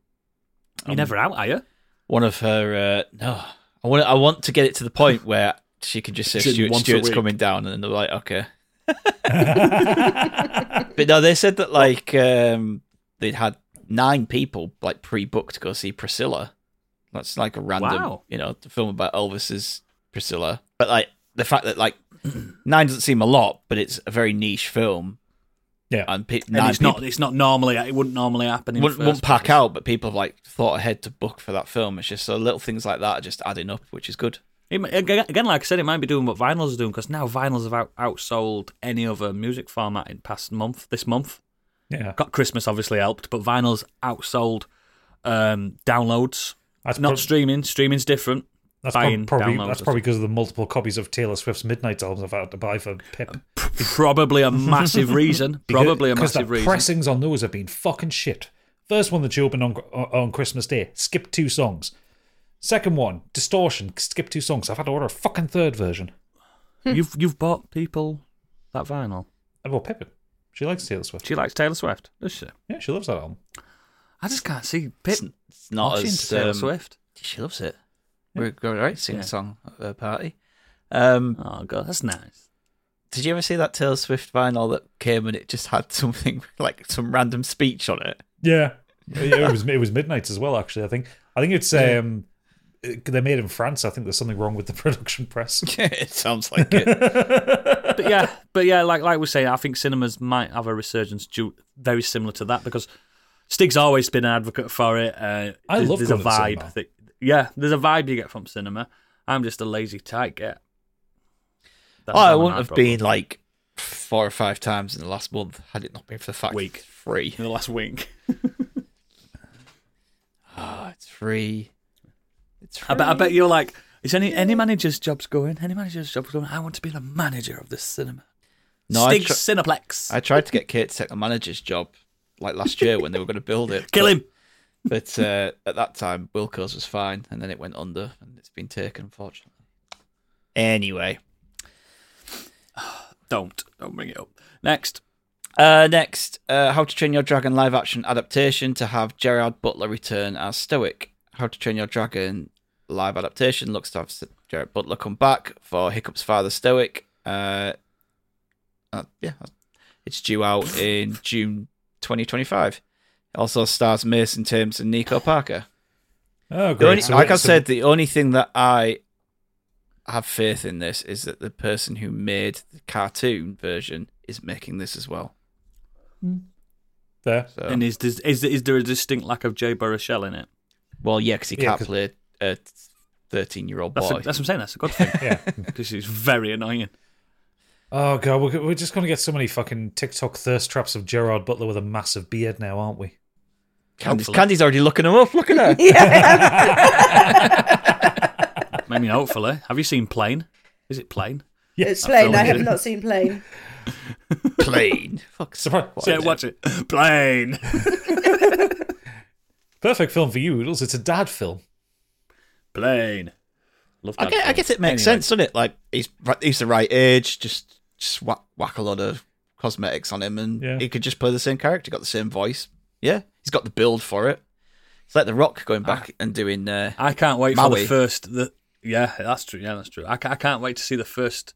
Speaker 1: You're never out, are you?
Speaker 5: one of her uh, no, I want I want to get it to
Speaker 1: [laughs]
Speaker 5: the point where she can just say
Speaker 1: It's in
Speaker 5: Stuart,
Speaker 1: once a
Speaker 5: Stuart's
Speaker 1: week."
Speaker 5: coming down, and then they're like,
Speaker 1: [laughs]
Speaker 5: okay. but no, they said that like um, they'd had nine people like pre-booked to go see Priscilla. That's like a random,
Speaker 1: Wow.
Speaker 5: you know, the film about Elvis's Priscilla. But like the fact that like [clears throat] nine doesn't seem a lot, but it's a very niche film,
Speaker 2: yeah.
Speaker 5: and, pe-
Speaker 1: And
Speaker 5: nine
Speaker 1: it's
Speaker 5: people
Speaker 1: not. It's not normally. It wouldn't normally happen. In
Speaker 5: wouldn't,
Speaker 1: the
Speaker 5: wouldn't
Speaker 1: first
Speaker 5: pack
Speaker 1: place.
Speaker 5: out, but people have like thought ahead to book for that film. It's just so little things like that are just adding up, which is good.
Speaker 1: It mi- aga- again, like I said, it might be doing what vinyls are doing because now vinyls have out, outsold any other music format in past month. This month,
Speaker 2: yeah.
Speaker 1: got Christmas obviously helped, but vinyls outsold um, downloads.
Speaker 2: That's
Speaker 1: Not
Speaker 2: prob-
Speaker 1: streaming. Streaming's different.
Speaker 2: that's
Speaker 1: buying
Speaker 2: prob- probably
Speaker 1: downloads
Speaker 2: that's
Speaker 1: or
Speaker 2: probably because of the multiple copies of Taylor Swift's Midnight albums I've had to buy for Pip.
Speaker 1: Probably a massive reason. Probably a
Speaker 2: Because
Speaker 1: massive
Speaker 2: the
Speaker 1: reason.
Speaker 2: pressings on those have been fucking shit. First one that she opened on uh, on Christmas Day, skipped two songs. Second one, distortion, skipped two songs. I've had to order a fucking third version.
Speaker 1: You've you've bought people that vinyl.
Speaker 2: Well, Pippin, she likes Taylor Swift.
Speaker 1: She likes Taylor Swift, does she?
Speaker 2: Yeah, she loves that album.
Speaker 1: I just can't see Pip
Speaker 5: It's not
Speaker 1: watching
Speaker 5: as
Speaker 1: Taylor
Speaker 5: um,
Speaker 1: Swift.
Speaker 5: She loves it. We're going right sing
Speaker 1: Yeah.
Speaker 5: a song at her party. Um,
Speaker 1: Oh god, that's nice.
Speaker 5: did you ever see that Taylor Swift vinyl that came and it just had [laughs] something like some random speech on it? [laughs]
Speaker 2: Yeah, it was it was Midnight's as well. Actually, I think I think it's um, it- they're made in France. I think there's something wrong with the [laughs] production press.
Speaker 5: it sounds like
Speaker 1: [laughs]
Speaker 5: it.
Speaker 1: But yeah, but yeah, like like we say, I think cinemas might have a resurgence due very similar to that because Stig's always been an advocate for it. Uh,
Speaker 2: I
Speaker 1: there's,
Speaker 2: love
Speaker 1: there's a
Speaker 2: going to the
Speaker 1: vibe.
Speaker 2: cinema.
Speaker 1: that- yeah, there's a vibe you get from cinema. I'm just a lazy tight get. That's
Speaker 5: Oh, I
Speaker 1: not
Speaker 5: wouldn't
Speaker 1: my
Speaker 5: have
Speaker 1: problem.
Speaker 5: been like four or five times in the last month had it not been for the fact
Speaker 1: Week.
Speaker 5: it's free. [sighs]
Speaker 1: in the last week.
Speaker 5: Ah, it's free. It's free.
Speaker 1: I bet I bet you're like, is any any manager's job's going? Any manager's job's going? I want to be the manager of this cinema.
Speaker 5: No, I
Speaker 1: Stig
Speaker 5: tr-
Speaker 1: Cineplex.
Speaker 5: I tried to get Kate to take the manager's job like last year when they were going to build it.
Speaker 1: [laughs] Kill
Speaker 5: but-
Speaker 1: him.
Speaker 5: But uh, at that time, Wilco's was fine, and then it went under, and it's been taken, unfortunately. Anyway,
Speaker 1: Don't don't bring it up. Next.
Speaker 5: uh, next, uh, How to Train Your Dragon live action adaptation to have Gerard Butler return as Stoic. How to Train Your Dragon live adaptation looks to have S- Gerard Butler come back for Hiccup's father, Stoic. Uh, uh, yeah, It's due out in June 2025. It also stars Mason Thames and Nico Parker.
Speaker 2: Oh,
Speaker 5: The
Speaker 2: great.
Speaker 5: only-
Speaker 2: So
Speaker 5: like I
Speaker 2: it's a-
Speaker 5: said, the only thing that I have faith in this is that the person who made the cartoon version is making this as well.
Speaker 2: there.
Speaker 5: So,
Speaker 1: And is, is is is there a distinct lack of Jay Baruchel in it?
Speaker 5: well, yeah, because he
Speaker 2: Yeah,
Speaker 5: can't
Speaker 2: 'cause-
Speaker 5: play a thirteen-year-old boy.
Speaker 1: That's, a, that's what I'm saying. That's a good
Speaker 5: [laughs]
Speaker 1: thing
Speaker 2: Yeah. [laughs]
Speaker 1: because it's very annoying.
Speaker 2: Oh god, we're, we're just gonna get so many fucking TikTok thirst traps of Gerard Butler with a massive beard now, aren't we?
Speaker 5: Candy's, Candy's already looking him up. Look at her.
Speaker 3: Yeah.
Speaker 1: I mean, hopefully. eh? Have you seen Plane? Is it Plane?
Speaker 3: it's plain. I
Speaker 1: Absolutely.
Speaker 3: have not seen plain.
Speaker 5: [laughs] Plain. Fuck.
Speaker 2: Surprise.
Speaker 1: yeah, watch it. [laughs] Plane.
Speaker 2: Perfect film for you, Oodles. It's a dad film.
Speaker 1: Plane. Love that.
Speaker 5: I guess, I
Speaker 1: film.
Speaker 5: guess it makes
Speaker 1: Anyway.
Speaker 5: sense, doesn't it? Like he's ri- he's the right age. Just just whack, whack a lot of cosmetics on him, and
Speaker 2: Yeah.
Speaker 5: he could just play the same character. Got the same voice. Yeah, he's got the build for it. It's like The Rock going back
Speaker 1: Ah.
Speaker 5: and doing. Uh,
Speaker 1: I can't wait for
Speaker 5: Maui.
Speaker 1: the first. The, yeah, that's true. Yeah, that's true. I, ca- I can't wait to see the first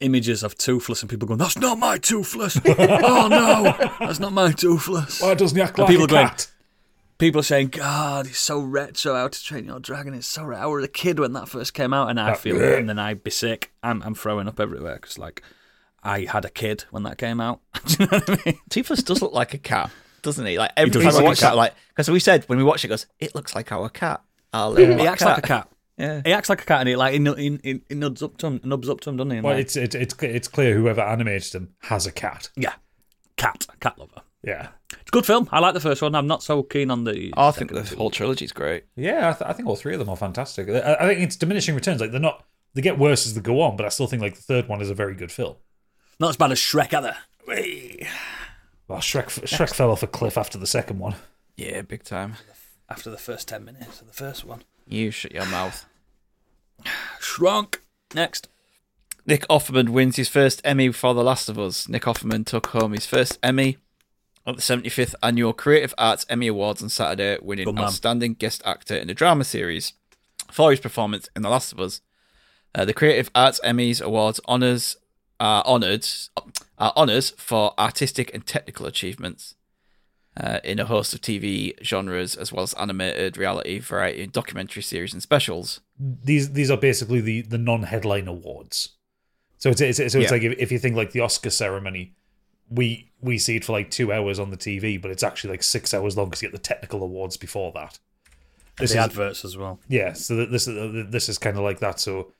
Speaker 1: images of Toothless and people going, "That's not my
Speaker 5: [laughs]
Speaker 1: Toothless! oh no, that's not my Toothless!"
Speaker 2: doesn't he act
Speaker 1: And like people a going- cat? People saying, "God, he's so retro. How to Train Your Dragon is so retro." I was a kid when that first came out, and I feel, and then I'd be sick. I'm, I'm throwing up everywhere because like. I had a kid when that came out. [laughs] Do you know what I mean?
Speaker 5: Toothless does look like a cat, doesn't he? Like every
Speaker 1: does
Speaker 5: time
Speaker 1: look
Speaker 5: I
Speaker 1: like a
Speaker 5: watch that,
Speaker 1: cat.
Speaker 5: like because we said when we watched it, it goes, it looks like our cat. Our little
Speaker 1: He acts like a cat.
Speaker 5: Yeah.
Speaker 1: He acts like a cat, and he like he, nu- he, he, he nubs up to him, nubs up to him, doesn't he? And,
Speaker 2: Well,
Speaker 1: like,
Speaker 2: it's it, it's it's clear whoever animated him has a cat.
Speaker 1: yeah, cat, cat lover.
Speaker 2: Yeah,
Speaker 1: It's a good film. I like the first one. I'm not so keen on the.
Speaker 5: Oh, I think the whole trilogy is great.
Speaker 2: yeah. I, th- I think all three of them are fantastic. I, I think it's diminishing returns. Like they're not they get worse as they go on, but I still think like the third one is a very good film.
Speaker 1: Not as bad as Shrek either. Whey.
Speaker 2: Well, Shrek Shrek fell off a cliff after the second one.
Speaker 5: Yeah, big time.
Speaker 1: After the first 10 minutes of the first one.
Speaker 5: You shut your mouth.
Speaker 1: Shrunk. Next.
Speaker 5: Nick Offerman wins his first Emmy for The Last of Us. Nick Offerman took home his first Emmy at the 75th Annual Creative Arts Emmy Awards on Saturday, winning
Speaker 1: Good man.
Speaker 5: Outstanding Guest Actor in a Drama Series for his performance in The Last of Us. Uh, the Creative Arts Emmys Awards honors are honored are honors for artistic and technical achievements uh, in a host of TV genres, as well as animated, reality, variety, documentary series, and specials.
Speaker 2: these these are basically the the non-headline awards. So it's, it's so it's
Speaker 5: Yeah.
Speaker 2: like if, if you think like the Oscar ceremony, we we see it for like two hours on the TV, but it's actually like six hours long because you get the technical awards before that. This
Speaker 1: the
Speaker 2: is
Speaker 1: adverts as well.
Speaker 2: yeah. So th- this is this is kind of like that. So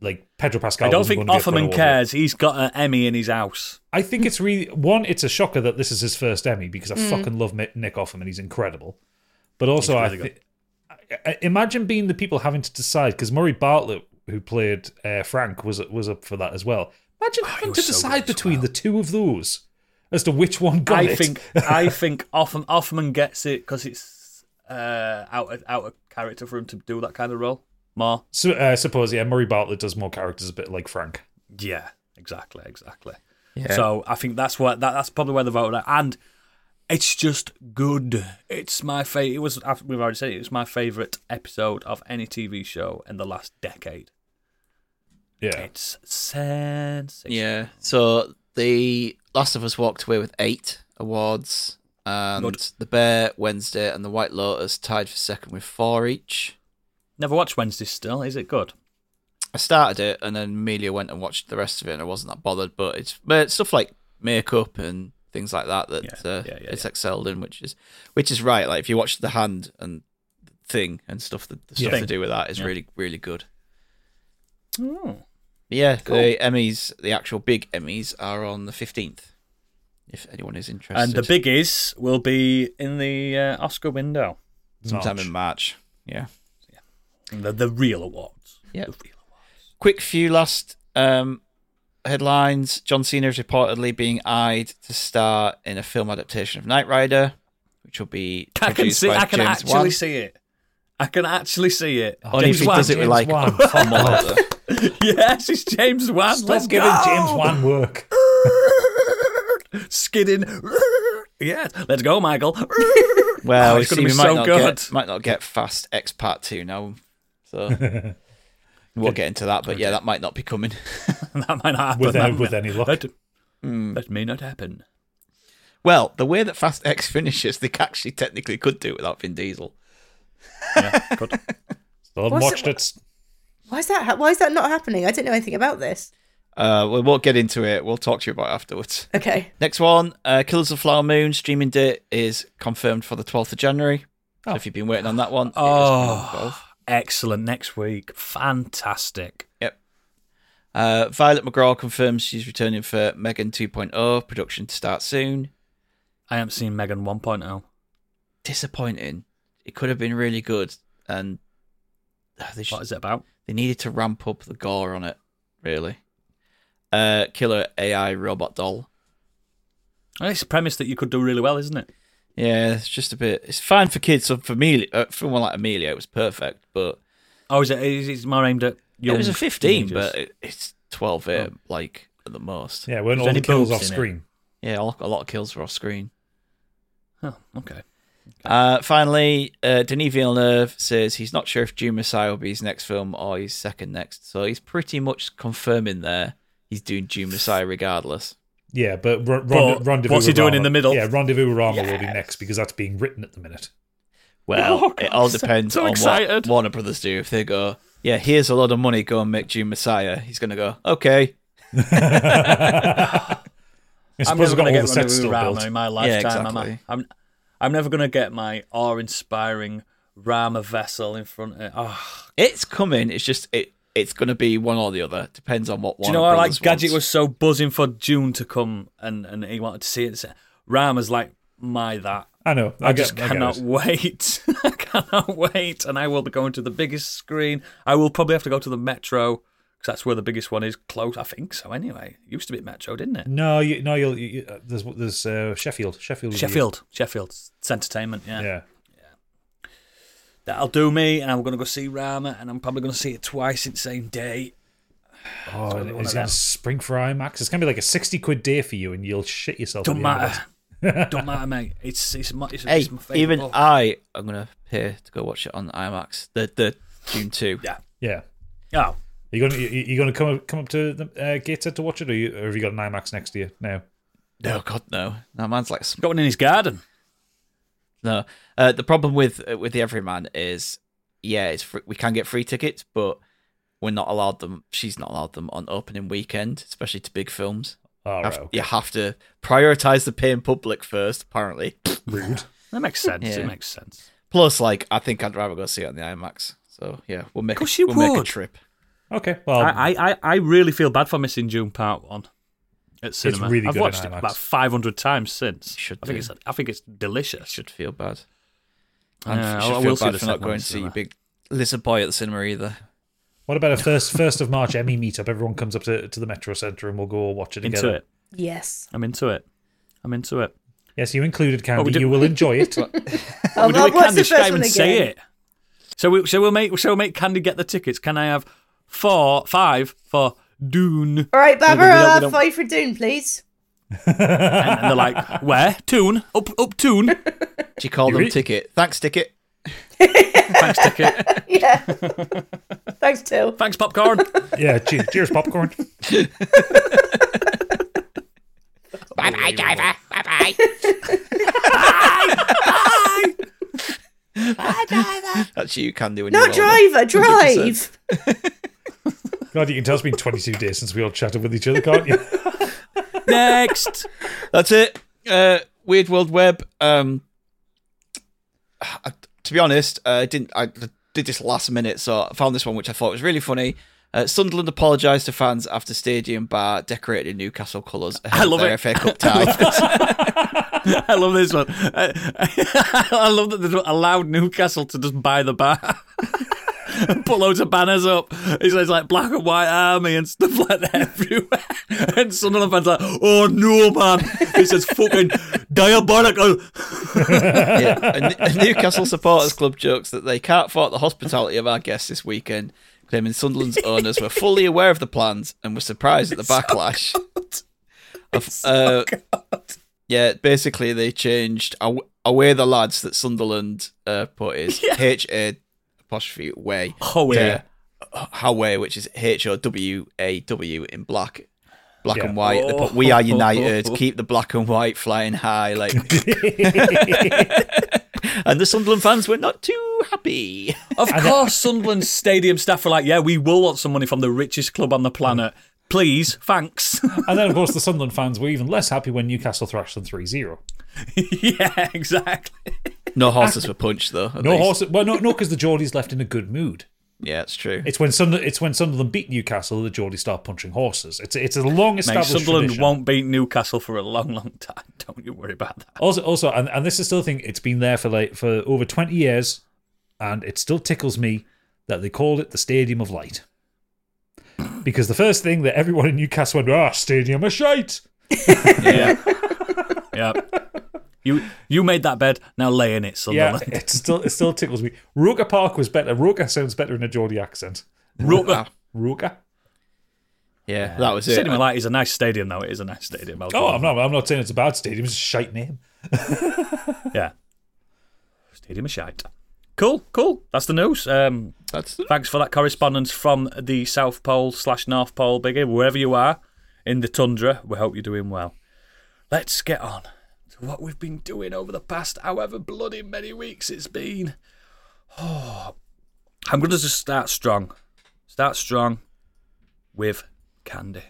Speaker 2: like Pedro Pascal.
Speaker 1: I don't
Speaker 2: wasn't
Speaker 1: think
Speaker 2: gonna get an
Speaker 1: Offerman
Speaker 2: award.
Speaker 1: cares. He's got an Emmy in his house.
Speaker 2: I think it's really one. It's a shocker that this is his first Emmy because I fucking love Mi- Nick Offerman. He's incredible. But also,
Speaker 1: He's
Speaker 2: I,
Speaker 1: really
Speaker 2: thi- I, I imagine being the people having to decide because Murray Bartlett, who played uh, Frank, was was up for that as well. Imagine having to
Speaker 1: Oh, was so good
Speaker 2: decide
Speaker 1: as
Speaker 2: between
Speaker 1: well.
Speaker 2: the two of those as to which one got
Speaker 1: I
Speaker 2: it.
Speaker 1: think I think Offerman, Offerman gets it because it's uh, out, of, out of character for him to do that kind of role. More.
Speaker 2: [laughs] So, uh, I suppose yeah, Murray Bartlett does more characters a bit like Frank.
Speaker 1: Yeah, exactly, exactly.
Speaker 5: Yeah.
Speaker 1: So I think that's what that, that's probably where the vote at. And it's just good. It's my favorite. It was I've- we've already said it, it was my favorite episode of any TV show in the last decade.
Speaker 2: Yeah,
Speaker 1: It's sensational.
Speaker 5: Yeah. So the Last of Us walked away with eight awards, and
Speaker 1: Good.
Speaker 5: the Bear, Wednesday, and the White Lotus tied for second with four each.
Speaker 1: Never watched Wednesday still. Is it good?
Speaker 5: I started it, and then Amelia went and watched the rest of it, and I wasn't that bothered. But it's but it's stuff like makeup and things like that that
Speaker 1: Yeah,
Speaker 5: uh,
Speaker 1: yeah, yeah,
Speaker 5: it's excelled in, which is which is right. Like if you watch the hand and thing and stuff, the, the stuff
Speaker 1: Yeah.
Speaker 5: to do with that is
Speaker 1: Yeah.
Speaker 5: really really good.
Speaker 1: Oh.
Speaker 5: Yeah, the Emmys, the actual big Emmys, are on the fifteenth. If anyone is interested,
Speaker 1: And the biggies will be in the uh, Oscar window.
Speaker 5: sometime
Speaker 2: March.
Speaker 5: in March. Yeah.
Speaker 1: The, the real awards.
Speaker 5: Yeah.
Speaker 1: The real awards.
Speaker 5: Quick few last um, headlines. John Cena is reportedly being eyed to star in a film adaptation of Knight Rider, which will be
Speaker 1: I can
Speaker 5: produced
Speaker 1: see.
Speaker 5: by
Speaker 1: I can
Speaker 5: James
Speaker 1: actually
Speaker 5: Wan.
Speaker 1: see it. I can actually see it.
Speaker 5: Only if he
Speaker 2: James
Speaker 5: does it
Speaker 2: Wan,
Speaker 5: with like
Speaker 2: James
Speaker 5: a
Speaker 2: Wan. [laughs]
Speaker 5: formula.
Speaker 1: [laughs] yes, it's James Wan. Let's
Speaker 2: Stop
Speaker 1: give
Speaker 2: giving
Speaker 1: it [laughs]
Speaker 2: James Wan work.
Speaker 1: skidding. [laughs] yes, let's go, Michael. [laughs]
Speaker 5: Well,
Speaker 1: Oh,
Speaker 5: we
Speaker 1: it's gonna
Speaker 5: see,
Speaker 1: be
Speaker 5: we might
Speaker 1: so
Speaker 5: not
Speaker 1: good.
Speaker 5: get might not get fast X Part Two now, so
Speaker 1: [laughs]
Speaker 5: we'll get into that. But yeah, that might not be coming. [laughs]
Speaker 1: that might not happen.
Speaker 2: Without-
Speaker 1: That-
Speaker 2: with any luck.
Speaker 1: that- That may not happen.
Speaker 5: Well, the way that Fast X finishes, they actually technically could do it without Vin Diesel.
Speaker 1: Yeah, [laughs] good.
Speaker 2: Still haven't
Speaker 3: What's
Speaker 2: watched
Speaker 3: it-
Speaker 2: it.
Speaker 3: Why is that? Ha- why is that not happening? I don't know anything about this.
Speaker 5: Uh, we won't get into it. We'll talk to you about it afterwards.
Speaker 3: Okay.
Speaker 5: Next one, uh, Killers of the Flower Moon streaming date is confirmed for the 12th of January. So if you've been waiting on that one, it is
Speaker 1: Oh.
Speaker 5: coming on the 12th.
Speaker 1: Excellent. Next week. Fantastic.
Speaker 5: Yep. Uh, Violet McGraw confirms she's returning for Megan 2.0. Production to start soon.
Speaker 1: I haven't seen Megan oh. 1.0.
Speaker 5: Disappointing. It could have been really good, and uh, they, should,
Speaker 1: What is it about?
Speaker 5: they needed to ramp up the gore on it. Really. Uh, killer AI robot doll.
Speaker 1: And It's a premise that you could do really well, isn't it?
Speaker 5: Yeah, it's just a bit. It's fine for kids. So for Amelia, uh, for one like Amelia, it was perfect. But
Speaker 1: Oh, is it? Is it's more aimed at young
Speaker 5: it was a fifteen,
Speaker 1: teenagers.
Speaker 5: but it, it's twelve here, like at the most. Yeah,
Speaker 2: Yeah, when
Speaker 1: There's
Speaker 2: all
Speaker 1: any
Speaker 2: the kills
Speaker 1: boobs
Speaker 2: off
Speaker 1: in it.
Speaker 2: screen.
Speaker 5: a lot a lot of kills were off screen.
Speaker 1: Oh, okay.
Speaker 5: Uh, finally, uh, Denis Villeneuve says he's not sure if Dune Messiah will be his next film or his second next. So he's pretty much confirming there he's doing Dune Messiah regardless.
Speaker 2: Yeah, but, r-
Speaker 1: But
Speaker 2: rendezvous.
Speaker 1: what's he
Speaker 2: with
Speaker 1: doing
Speaker 2: Rama-
Speaker 1: in the middle?
Speaker 2: Yeah, rendezvous with Rama will be next because that's being written at the minute.
Speaker 5: Well,
Speaker 1: Oh,
Speaker 5: [laughs] it all
Speaker 1: God, so-
Speaker 5: depends
Speaker 1: so
Speaker 5: on
Speaker 1: excited.
Speaker 5: what Warner Brothers do. If they go, yeah, here's a lot of money, go and make Dune Messiah, he's going to go, okay.
Speaker 2: I
Speaker 1: I'm
Speaker 2: suppose
Speaker 1: never
Speaker 2: I've got
Speaker 1: going to
Speaker 2: all
Speaker 1: get
Speaker 2: the sets
Speaker 1: Rendezvous
Speaker 2: still
Speaker 1: Rama
Speaker 2: built.
Speaker 1: in my lifetime.
Speaker 5: exactly.
Speaker 1: am I? I'm, I'm never going to get my awe-inspiring Rama vessel in front of... Oh,
Speaker 5: It's coming. It's just, it. it's going to be one or the other. Depends on what
Speaker 1: Do you
Speaker 5: Warner
Speaker 1: know what? Like
Speaker 5: Brothers
Speaker 1: Gadget
Speaker 5: wants.
Speaker 1: was so buzzing for June to come, and and he wanted to see it. Rama's like my that.
Speaker 2: I know.
Speaker 1: I,
Speaker 2: I, get-
Speaker 1: just
Speaker 2: I get
Speaker 1: cannot
Speaker 2: it.
Speaker 1: wait. [laughs] I cannot wait, and I will be going to the biggest screen. I will probably have to go to the Metro because that's where the biggest one is. Close, I think so. Anyway, it used to be at Metro, didn't it?
Speaker 2: No, you, no, you'll. You, you- uh, there's there's uh, Sheffield. Sheffield. will be-
Speaker 1: Sheffield, Sheffield it's entertainment. Yeah.
Speaker 2: Yeah.
Speaker 1: that'll do me. And I'm going to go see Rama, and I'm probably going to see it twice in the same day.
Speaker 2: Oh,
Speaker 1: gonna be
Speaker 2: and
Speaker 1: one
Speaker 2: it's
Speaker 1: of
Speaker 2: going
Speaker 1: them.
Speaker 2: to spring for IMAX. It's going to be like a sixty quid day for you, and you'll shit yourself.
Speaker 1: Don't
Speaker 2: at the end of
Speaker 1: matter.
Speaker 2: it.
Speaker 1: Don't
Speaker 2: [laughs]
Speaker 1: matter, mate. It's it's my, it's,
Speaker 5: Hey,
Speaker 1: it's my favorite.
Speaker 5: even
Speaker 1: book.
Speaker 5: I am gonna pay to go watch it on IMAX. The the June two.
Speaker 1: Yeah.
Speaker 2: Yeah.
Speaker 1: oh.
Speaker 2: Are you going to you going to come up, come up to the uh, Gateshead to watch it, or, you, or have you got an IMAX next to you now?
Speaker 5: No, God, no. No, man's like sm-
Speaker 1: Got one in his garden.
Speaker 5: no. Uh, the problem with uh, with the Everyman is, yeah, it's free, we can get free tickets, but we're not allowed them. She's not allowed them on opening weekend, especially to big films.
Speaker 1: Oh,
Speaker 2: All Oh, right.
Speaker 5: Have-
Speaker 2: okay.
Speaker 5: You have to prioritize the paying public first, apparently.
Speaker 2: Rude.
Speaker 1: That makes sense.
Speaker 5: Yeah.
Speaker 1: It makes sense.
Speaker 5: Plus, like, I think I'd rather go see it on the IMAX. So yeah, we'll make
Speaker 1: course
Speaker 5: a,
Speaker 1: you
Speaker 5: we'll make a
Speaker 1: would.
Speaker 5: trip.
Speaker 2: Okay. Well,
Speaker 1: I, I- I, I really feel bad for missing June Part One at cinema.
Speaker 2: really
Speaker 1: I've
Speaker 2: good in
Speaker 1: watched it
Speaker 2: IMAX.
Speaker 1: about five hundred times since.
Speaker 5: should
Speaker 1: I think
Speaker 5: do.
Speaker 1: it's I think it's delicious.
Speaker 5: Should feel bad. And
Speaker 1: Yeah, I-
Speaker 5: you
Speaker 1: I
Speaker 5: should
Speaker 1: will
Speaker 5: feel
Speaker 1: see
Speaker 5: bad
Speaker 1: the
Speaker 5: for not
Speaker 1: second one
Speaker 5: going
Speaker 1: in
Speaker 5: to see
Speaker 1: cinema.
Speaker 5: your big lizard boy at the cinema either.
Speaker 2: what about a first first of March Emmy meetup? Everyone comes up to, to the Metro Centre and we'll go watch it
Speaker 1: Into
Speaker 2: together.
Speaker 1: it.
Speaker 3: Yes.
Speaker 1: I'm into it. I'm into it.
Speaker 2: Yes, you included
Speaker 1: Well,
Speaker 2: Candy.
Speaker 1: Oh, we did-
Speaker 2: you will enjoy it.
Speaker 3: Oh,
Speaker 1: [laughs] Well,
Speaker 3: well,
Speaker 1: we
Speaker 3: what's
Speaker 1: can
Speaker 3: the
Speaker 1: just can't
Speaker 3: first one
Speaker 1: even
Speaker 3: again?
Speaker 1: say it. So we so we'll make so we'll make Candy get the tickets. Can I have four five for Dune? [laughs]
Speaker 3: All right, Barbara,
Speaker 1: We don't- we
Speaker 3: I'll have
Speaker 1: don't-
Speaker 3: five for Dune, please. [laughs]
Speaker 1: And, and they're like, where Tune up up Tune?
Speaker 5: Do you call them
Speaker 2: really-
Speaker 5: ticket? Thanks, ticket.
Speaker 1: Thanks ticket. [laughs]
Speaker 3: Yeah. Thanks, Till.
Speaker 1: Thanks popcorn.
Speaker 2: [laughs] yeah. Cheers, cheers popcorn.
Speaker 5: Bye bye, driver. Bye bye.
Speaker 3: [laughs]
Speaker 5: That's you, Candy. When
Speaker 3: No,
Speaker 5: you're older.
Speaker 3: driver, drive.
Speaker 2: God, you can tell it's been 22 days since we all chatted with each other, can't you? [laughs]
Speaker 1: Next.
Speaker 5: That's it. Uh, Weird World Web. Um, I, [sighs] to be honest, uh, I didn't. I did this last minute, so I found this one which I thought was really funny. Uh, Sunderland apologised to fans after stadium bar decorated in Newcastle colours. ahead
Speaker 1: I
Speaker 5: of
Speaker 1: love
Speaker 5: their
Speaker 1: it.
Speaker 5: FA [laughs] Cup tie.
Speaker 1: [laughs] I love this one. I, I love that they allowed Newcastle to just buy the bar. [laughs] and Put loads of banners up. It says like black and white army and stuff like that [laughs] everywhere. And Sunderland fans are like, oh no, man. It says fucking Oh. diabolical.
Speaker 5: yeah. [laughs] A N- a Newcastle supporters club jokes that they can't fault the hospitality of our guests this weekend, claiming Sunderland's owners were fully aware of the plans and were surprised at the backlash. Of, uh, yeah, basically they changed aw- away the lads that Sunderland uh, put is H A apostrophe way
Speaker 1: Oh, yeah.
Speaker 5: to Howay, which is H O W A W in black. black
Speaker 2: Yeah.
Speaker 5: and white. They put, we are united. Keep the black and white flying high. Like, [laughs] and the Sunderland fans were not too happy.
Speaker 1: Of course, Sunderland Stadium staff were like, "Yeah, we will want some money from the richest club on the planet. Please, thanks." [laughs]
Speaker 2: and then, of course, the Sunderland fans were even less happy when Newcastle thrashed them 3 0.
Speaker 1: yeah, exactly.
Speaker 5: No horses were punched though. at
Speaker 2: No
Speaker 5: least.
Speaker 2: horse. Well, no, no, because the Geordies left in a good mood.
Speaker 5: Yeah, it's true.
Speaker 2: It's when Sunder- it's when Sunderland beat Newcastle that the Geordies start punching horses. It's it's a long
Speaker 1: Mate,
Speaker 2: established
Speaker 1: Sunderland
Speaker 2: tradition.
Speaker 1: won't beat Newcastle for a long, long time. Don't you worry about that.
Speaker 2: Also, also, and, and this is still a thing. It's been there for like for over twenty years, and it still tickles me that they called it the Stadium of Light, because the first thing that everyone in Newcastle went, "Ah, Stadium of Shite."
Speaker 1: Yeah, [laughs] yeah. You you made that bed. Now lay in it,
Speaker 2: Yeah,
Speaker 1: Sunderland.
Speaker 2: [laughs] it still it still tickles me. Roker Park was better. Roker sounds better in a Geordie accent.
Speaker 1: Rugby.
Speaker 2: Roker.
Speaker 5: yeah, that was it.
Speaker 1: Stadium of Light is a nice stadium, though. It is a nice stadium. I'll
Speaker 2: Oh,
Speaker 1: give
Speaker 2: I'm not. I'm not saying it's a bad stadium. It's a shite name.
Speaker 1: it. Yeah. Stadium of shite. Cool, cool. That's the news. Um,
Speaker 5: That's
Speaker 1: Thanks for that correspondence from the South Pole slash North Pole, Biggie, wherever you are in the tundra. We hope you're doing well. Let's get on to what we've been doing over the past however bloody many weeks it's been. Oh, I'm going to just start strong. Start strong with candy.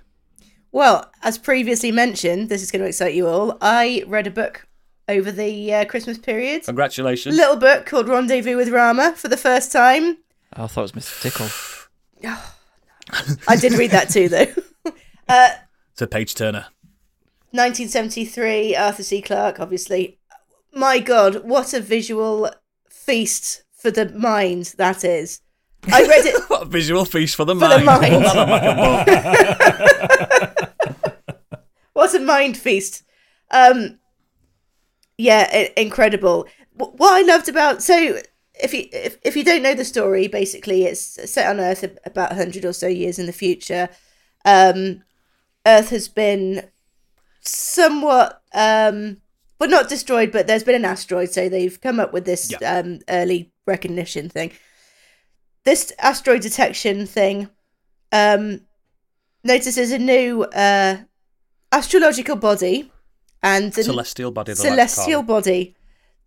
Speaker 3: Well, as previously mentioned, this is going to excite you all. I read a book over the uh, Christmas period.
Speaker 1: Um, Congratulations.
Speaker 3: little book called Rendezvous with Rama for the first time.
Speaker 5: I thought it was Mr. Tickle.
Speaker 3: I did read that too, though. [laughs]
Speaker 1: It's a page turner.
Speaker 3: 1973, Arthur C. Clarke, obviously. My God, what a visual feast for the mind that is. I
Speaker 1: [laughs]
Speaker 3: read it
Speaker 1: What a visual feast for the
Speaker 3: for the
Speaker 1: mind. [laughs]
Speaker 3: mind. what a mind feast. Um, yeah, i- incredible. Wh- What I loved about so if you if, if you don't know the story, basically it's set on Earth ab- about hundred or so years in the future. Um, Earth has been somewhat, um, well, not destroyed, but there's been an asteroid, so they've come up with this
Speaker 1: Yeah.
Speaker 3: um, early recognition thing. This asteroid detection thing um, notices a new uh, astrological body, and the
Speaker 1: Celestial body. they like to call
Speaker 3: celestial
Speaker 1: it.
Speaker 3: body.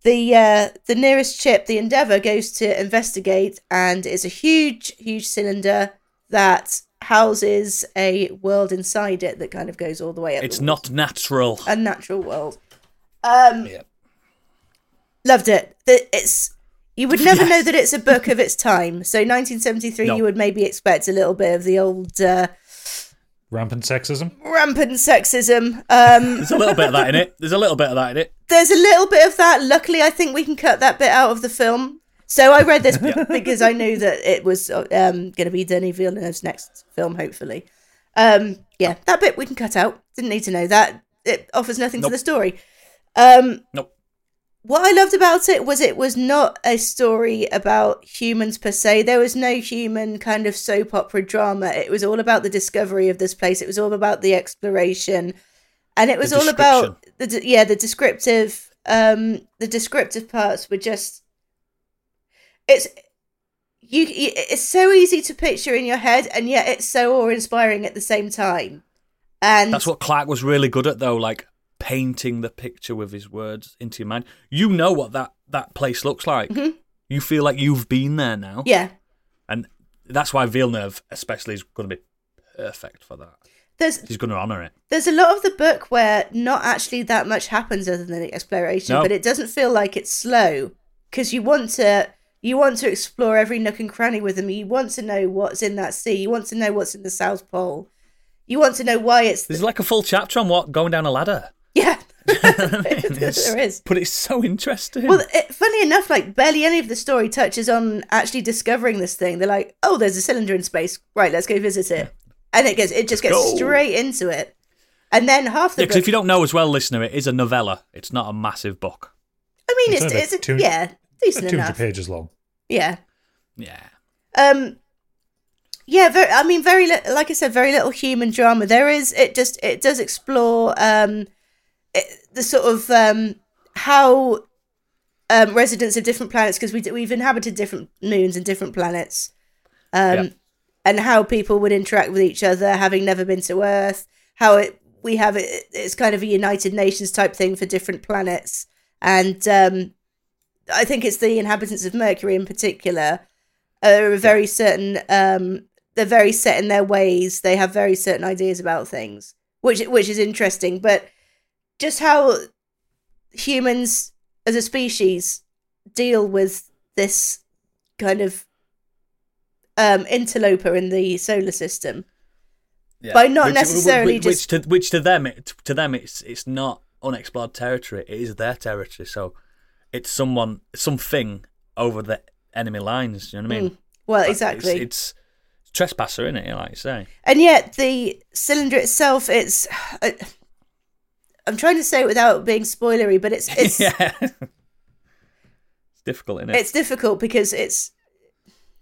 Speaker 3: The uh, the nearest ship, the Endeavour, goes to investigate, and it's a huge, huge cylinder that houses a world inside it that kind of goes all the way up.
Speaker 1: It's
Speaker 3: the-
Speaker 1: not natural.
Speaker 3: a natural world. Um, loved it. The- It's you would never know that it's a book of its
Speaker 1: [laughs]
Speaker 3: time. So 1973,
Speaker 1: No.
Speaker 3: you would maybe expect a little bit of the old uh,
Speaker 2: Rampant sexism.
Speaker 3: rampant sexism.
Speaker 1: [laughs]
Speaker 3: Um,
Speaker 1: There's a little bit of that in it. There's a little bit of that in it.
Speaker 3: there's a little bit of that. Luckily, I think we can cut that bit out of the film. So I read this because I knew that it was um, going to be Denis Villeneuve's next film, hopefully. Um, yeah, that bit we can cut out. Didn't need to know that. It offers nothing
Speaker 1: Nope.
Speaker 3: to the story. Um,
Speaker 1: Nope.
Speaker 3: What I loved about it was it was not a story about humans per se. There was no human kind of soap opera drama. It was all about the discovery of this place. It was all about the exploration, and it was all about the de- yeah the descriptive um the descriptive parts were just it's you, you it's so easy to picture in your head, and yet it's so awe inspiring at the same time. And
Speaker 1: That's what Clark was really good at, though, like painting the picture with his words into your mind. You know what that that place looks like. You feel like you've been there now,
Speaker 3: Mm-hmm. yeah,
Speaker 1: and that's why Villeneuve, especially, is going to be perfect for that.
Speaker 3: there's
Speaker 1: He's going to honour it.
Speaker 3: There's a lot of the book where not actually that much happens other than exploration,
Speaker 1: No.
Speaker 3: but it doesn't feel like it's slow because you want to you want to explore every nook and cranny with them. You want to know what's in that sea. You want to know what's in the South Pole. You want to know why it's
Speaker 1: There's like a full chapter on what going down a ladder.
Speaker 3: [laughs]
Speaker 1: [laughs]
Speaker 3: yeah. [laughs]
Speaker 1: It's-
Speaker 3: there is.
Speaker 1: but it's so interesting.
Speaker 3: Well, it, funny enough, like barely any of the story touches on actually discovering this thing. They're like, oh, there's a cylinder in space. Right, let's go visit it. And it gets it just
Speaker 1: Let's
Speaker 3: gets
Speaker 1: go.
Speaker 3: straight into it. And then half the
Speaker 1: yeah,
Speaker 3: book,
Speaker 1: because if you don't know as well, listener, it is a novella. It's not a massive book.
Speaker 3: I mean,
Speaker 2: It's
Speaker 3: it's,
Speaker 2: only
Speaker 3: it's,
Speaker 2: about two-
Speaker 3: yeah, decent
Speaker 2: Two hundred
Speaker 3: enough.
Speaker 2: pages long.
Speaker 3: Yeah.
Speaker 1: Yeah.
Speaker 3: Um. Yeah. Very, I mean, very li- like I said, very little human drama. There is. It just it does explore um, it, the sort of um how um residents of different planets because we d- we've inhabited different moons and different planets, um,
Speaker 1: Yeah.
Speaker 3: and how people would interact with each other, having never been to Earth. how it we have it. It's kind of a United Nations type thing for different planets, and um, I think it's the inhabitants of Mercury in particular are very certain. Um, they're very set in their ways. They have very certain ideas about things, which which is interesting. But just how humans as a species deal with this kind of um, interloper in the solar system
Speaker 1: Yeah.
Speaker 3: by not
Speaker 1: Which-
Speaker 3: necessarily
Speaker 1: which,
Speaker 3: just
Speaker 1: which to, which to them it, to them it's it's not unexplored territory. It is their territory, so it's someone something over the enemy lines. You know what I mean?
Speaker 3: Mm, well
Speaker 1: But
Speaker 3: exactly
Speaker 1: It's, it's trespasser, isn't it? Like you say.
Speaker 3: and yet the cylinder itself it's [sighs] I, i'm trying to say it without being spoilery
Speaker 1: [laughs]
Speaker 3: but it's it's
Speaker 1: yeah. It's difficult, isn't it?
Speaker 3: it's difficult because it's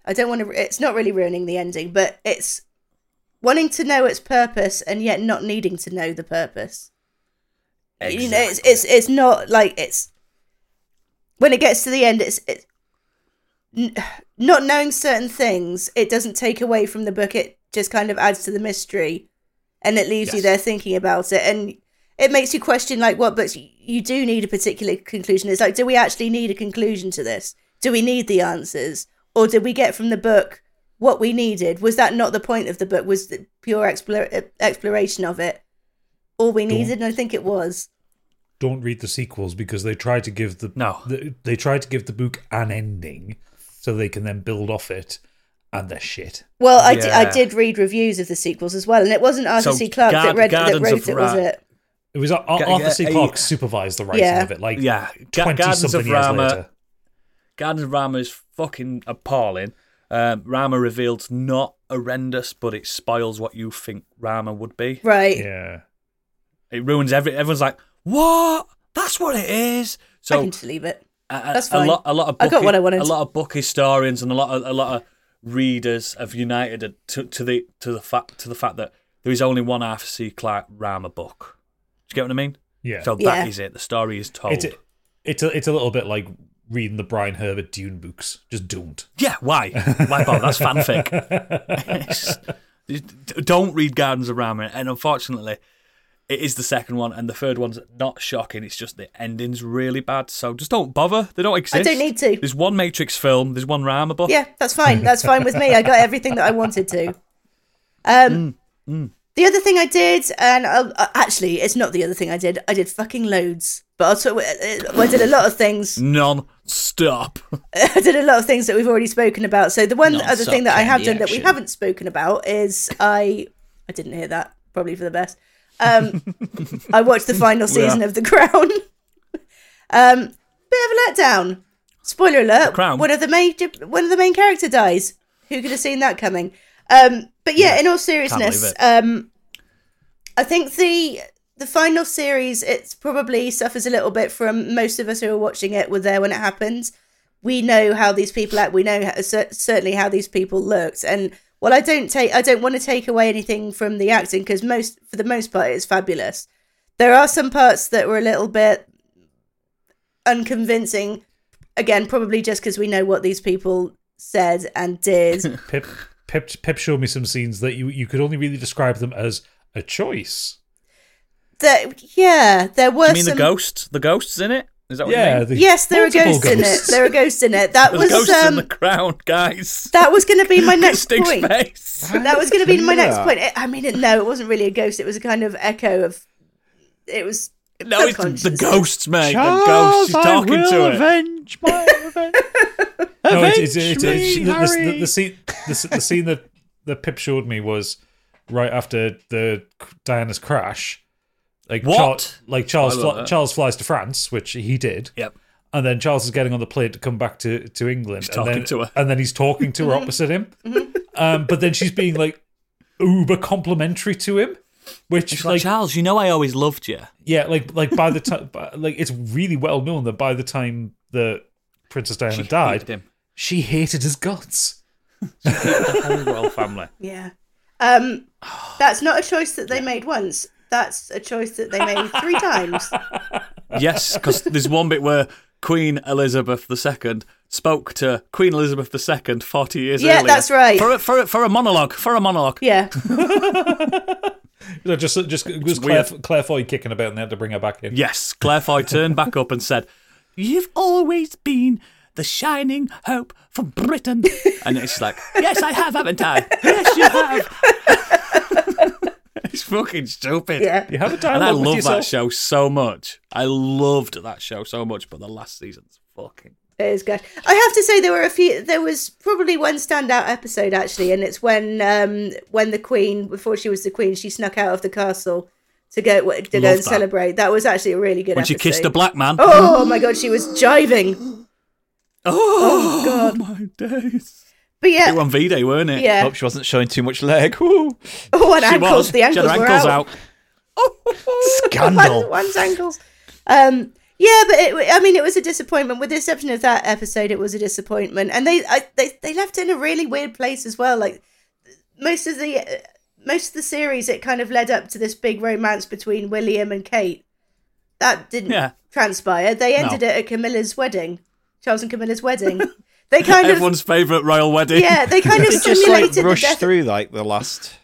Speaker 3: i don't want to it's not really ruining the ending but it's wanting to know its purpose and yet not needing to know the purpose you know it's, it's it's not like it's when it gets to the end it's it, n- not knowing certain things it doesn't take away from the book it just kind of adds to the mystery and it leaves you
Speaker 2: Yes.
Speaker 3: there thinking about it and it makes you question like what books y- you do need a particular conclusion it's like do we actually need a conclusion to this do we need the answers or did we get from the book what we needed was that not the point of the book was the pure explore, e, exploration of it all we needed and i think it was
Speaker 2: Don't read the sequels because they try to give the
Speaker 1: No.
Speaker 2: the- they try to give the book an ending so they can then build off it, and they're shit.
Speaker 3: Well, I, di- I
Speaker 1: Yeah.
Speaker 3: did read reviews of the sequels as well, and it wasn't Arthur
Speaker 1: So,
Speaker 3: C. Clarke that,
Speaker 1: Gard-
Speaker 3: read, that
Speaker 1: Gardens
Speaker 3: wrote
Speaker 1: of
Speaker 3: it, was
Speaker 1: Ra-
Speaker 3: it?
Speaker 2: It was Ar- Ar-
Speaker 1: Ga-
Speaker 2: Arthur
Speaker 1: ga-
Speaker 2: C.
Speaker 1: are you-
Speaker 2: Clarke supervised the writing
Speaker 3: Yeah.
Speaker 2: of it, like
Speaker 1: yeah. Ga-
Speaker 2: twenty
Speaker 1: Gardens of
Speaker 2: something years
Speaker 1: Rama.
Speaker 2: later.
Speaker 1: Gardens of Rama is fucking appalling. Um, Rama revealed not horrendous, but it spoils what you think Rama would be.
Speaker 3: Right.
Speaker 2: Yeah,
Speaker 1: It ruins every. Everyone's like, "What? That's what it is." So
Speaker 3: I can just leave it.
Speaker 1: a,
Speaker 3: That's
Speaker 1: a
Speaker 3: fine.
Speaker 1: lot, a lot of book,
Speaker 3: I got what I wanted.
Speaker 1: A lot of book historians and a lot of a lot of readers have united to, to the to the fact to the fact that there is only one Arthur C. Clarke Rama book. Do you get what I mean?
Speaker 2: yeah.
Speaker 1: So
Speaker 3: Yeah.
Speaker 1: that is it. The story is told.
Speaker 2: it's a, it's a, it's a little bit like reading the Brian Herbert Dune books. Just don't.
Speaker 1: yeah. Why? Why bother? That's [laughs] fanfic. It's- don't read Gardens of Rama. And unfortunately, it is the second one, and the third one's not shocking. It's just the ending's really bad. So just don't bother. They don't exist.
Speaker 3: need to.
Speaker 1: There's one Matrix film. There's one Rama book.
Speaker 3: [laughs] Yeah, that's fine. That's fine with me. I got everything that I wanted to. Um, The other thing I did, and I'll, uh, actually, it's not the other thing I did. I did fucking loads, but I'll talk, uh, I did a lot of things.
Speaker 1: Non-stop.
Speaker 3: I [laughs] did a lot of things that we've already spoken about. So the one other
Speaker 5: Non-stop
Speaker 3: thing that I have
Speaker 5: candy
Speaker 3: done that we
Speaker 5: action.
Speaker 3: haven't spoken about is I I didn't hear that probably for the best. Um, I watched the final season of The Crown. [laughs] um, bit of a letdown. Spoiler alert:
Speaker 1: Crown?
Speaker 3: one of the major one of the main character dies. Who could have seen that coming? Um, but yeah, in all seriousness, um, I think the the final series it's probably suffers a little bit from most of us who are watching it were there when it happened we know how these people act. We know how, cer- certainly how these people looked. And while I don't take, I don't want to take away anything from the acting because most, for the most part, it's fabulous. There are some parts that were a little bit unconvincing. Again, probably just because we know what these people said and did.
Speaker 2: Pip Pip Pip showed me some scenes that you you could only really describe them as a choice.
Speaker 3: that yeah, there were
Speaker 1: You mean
Speaker 3: some.
Speaker 1: the ghosts? The ghosts in it? Is that what you
Speaker 2: Yeah,
Speaker 1: mean?
Speaker 2: the
Speaker 3: Yes, there are
Speaker 2: multiple
Speaker 3: ghosts, in it.
Speaker 2: ghosts.
Speaker 3: There are ghosts in it. That
Speaker 1: There's
Speaker 3: was
Speaker 1: ghosts in
Speaker 3: um,
Speaker 1: the crown, guys.
Speaker 3: that was going to be my next
Speaker 1: Distinct
Speaker 3: point.
Speaker 1: space.
Speaker 3: that was going to be my next
Speaker 6: Yeah.
Speaker 3: point. It- I mean, it, no, it wasn't really a ghost. It was a kind of echo of. It was.
Speaker 1: No, it's the
Speaker 3: subconscious.
Speaker 1: ghosts, mate.
Speaker 4: Charles,
Speaker 1: the ghosts. She's talking
Speaker 4: I will
Speaker 1: to it.
Speaker 4: avenge my revenge.
Speaker 2: No,
Speaker 4: avenge
Speaker 2: it's, it's, it's, it's,
Speaker 4: me,
Speaker 2: the, the,
Speaker 4: Harry.
Speaker 2: the, the scene the, s- the scene that that Pip showed me was right after the Diana's crash. Like
Speaker 1: What?
Speaker 2: Charles, like Charles,
Speaker 1: Spoiler
Speaker 2: fl-
Speaker 1: alert.
Speaker 2: Charles flies to France, which he did.
Speaker 1: Yep.
Speaker 2: and then Charles is getting on the plane to come back to, to England. and
Speaker 1: talking
Speaker 2: then,
Speaker 1: to her. Mm-hmm.
Speaker 2: And then he's talking to her opposite him. um, but then she's being like uber complimentary to him, which
Speaker 1: She's like,
Speaker 2: like,
Speaker 1: Charles, you know I always loved you.
Speaker 2: yeah, like like by the time like it's really well known that by the time the Princess Diana died,
Speaker 1: hated him.
Speaker 2: she hated his guts.
Speaker 1: The whole royal family.
Speaker 3: Yeah. Um, that's not a choice that they made once. That's a choice that they made three times.
Speaker 1: Yes, because there's one bit where Queen Elizabeth II spoke to Queen Elizabeth II 40 years
Speaker 3: Yeah,
Speaker 1: earlier.
Speaker 3: that's right.
Speaker 1: For a, for, a, for a monologue, for a monologue.
Speaker 3: Yeah.
Speaker 2: No, just just it was Claire,
Speaker 1: weird.
Speaker 2: Claire Foy kicking about and they had to bring her back in.
Speaker 1: Yes, Claire Foy turned back up and said, You've always been the shining hope for Britain. And it's like, Yes, I have, haven't I? Yes, you have. [laughs] it's fucking stupid.
Speaker 3: Yeah.
Speaker 2: You have a
Speaker 1: And I
Speaker 2: dialogue with
Speaker 1: love
Speaker 2: yourself.
Speaker 1: that show so much. I loved that show so much, but the last season's fucking.
Speaker 3: It is good. I have to say there were a few. There was probably one standout episode actually, and it's when um when the queen before she was the queen she snuck out of the castle to go to go
Speaker 1: Love
Speaker 3: and
Speaker 1: that.
Speaker 3: celebrate. That was actually a really good.
Speaker 1: When she
Speaker 3: episode.
Speaker 1: kissed a black man.
Speaker 3: Oh my god, she was jiving.
Speaker 1: Oh, my days.
Speaker 3: But
Speaker 1: It was
Speaker 3: yeah,
Speaker 1: on V Day, weren't it?
Speaker 3: yeah.
Speaker 5: Hope she wasn't showing too much leg. [laughs] Woo.
Speaker 3: [laughs] Oh, and
Speaker 1: She
Speaker 3: ankles.
Speaker 1: was.
Speaker 3: The ankles
Speaker 1: she had her
Speaker 3: were
Speaker 1: ankles
Speaker 3: out.
Speaker 1: out.
Speaker 5: Scandal.
Speaker 3: One- one's ankles. Um, yeah, but it, I mean, it was a disappointment. With the exception of that episode, it was a disappointment, and they I, they they left it in a really weird place as well. Like most of the uh, most of the series, it kind of led up to this big romance between William and Kate. That didn't
Speaker 1: Yeah.
Speaker 3: transpire. They ended it at Camilla's wedding, Charles and Camilla's wedding. They
Speaker 5: [laughs]
Speaker 3: kind of
Speaker 1: Everyone's favourite royal wedding.
Speaker 3: yeah, they kind of
Speaker 5: They [laughs] just like
Speaker 3: simulated the
Speaker 5: rushed
Speaker 3: death
Speaker 5: through like the last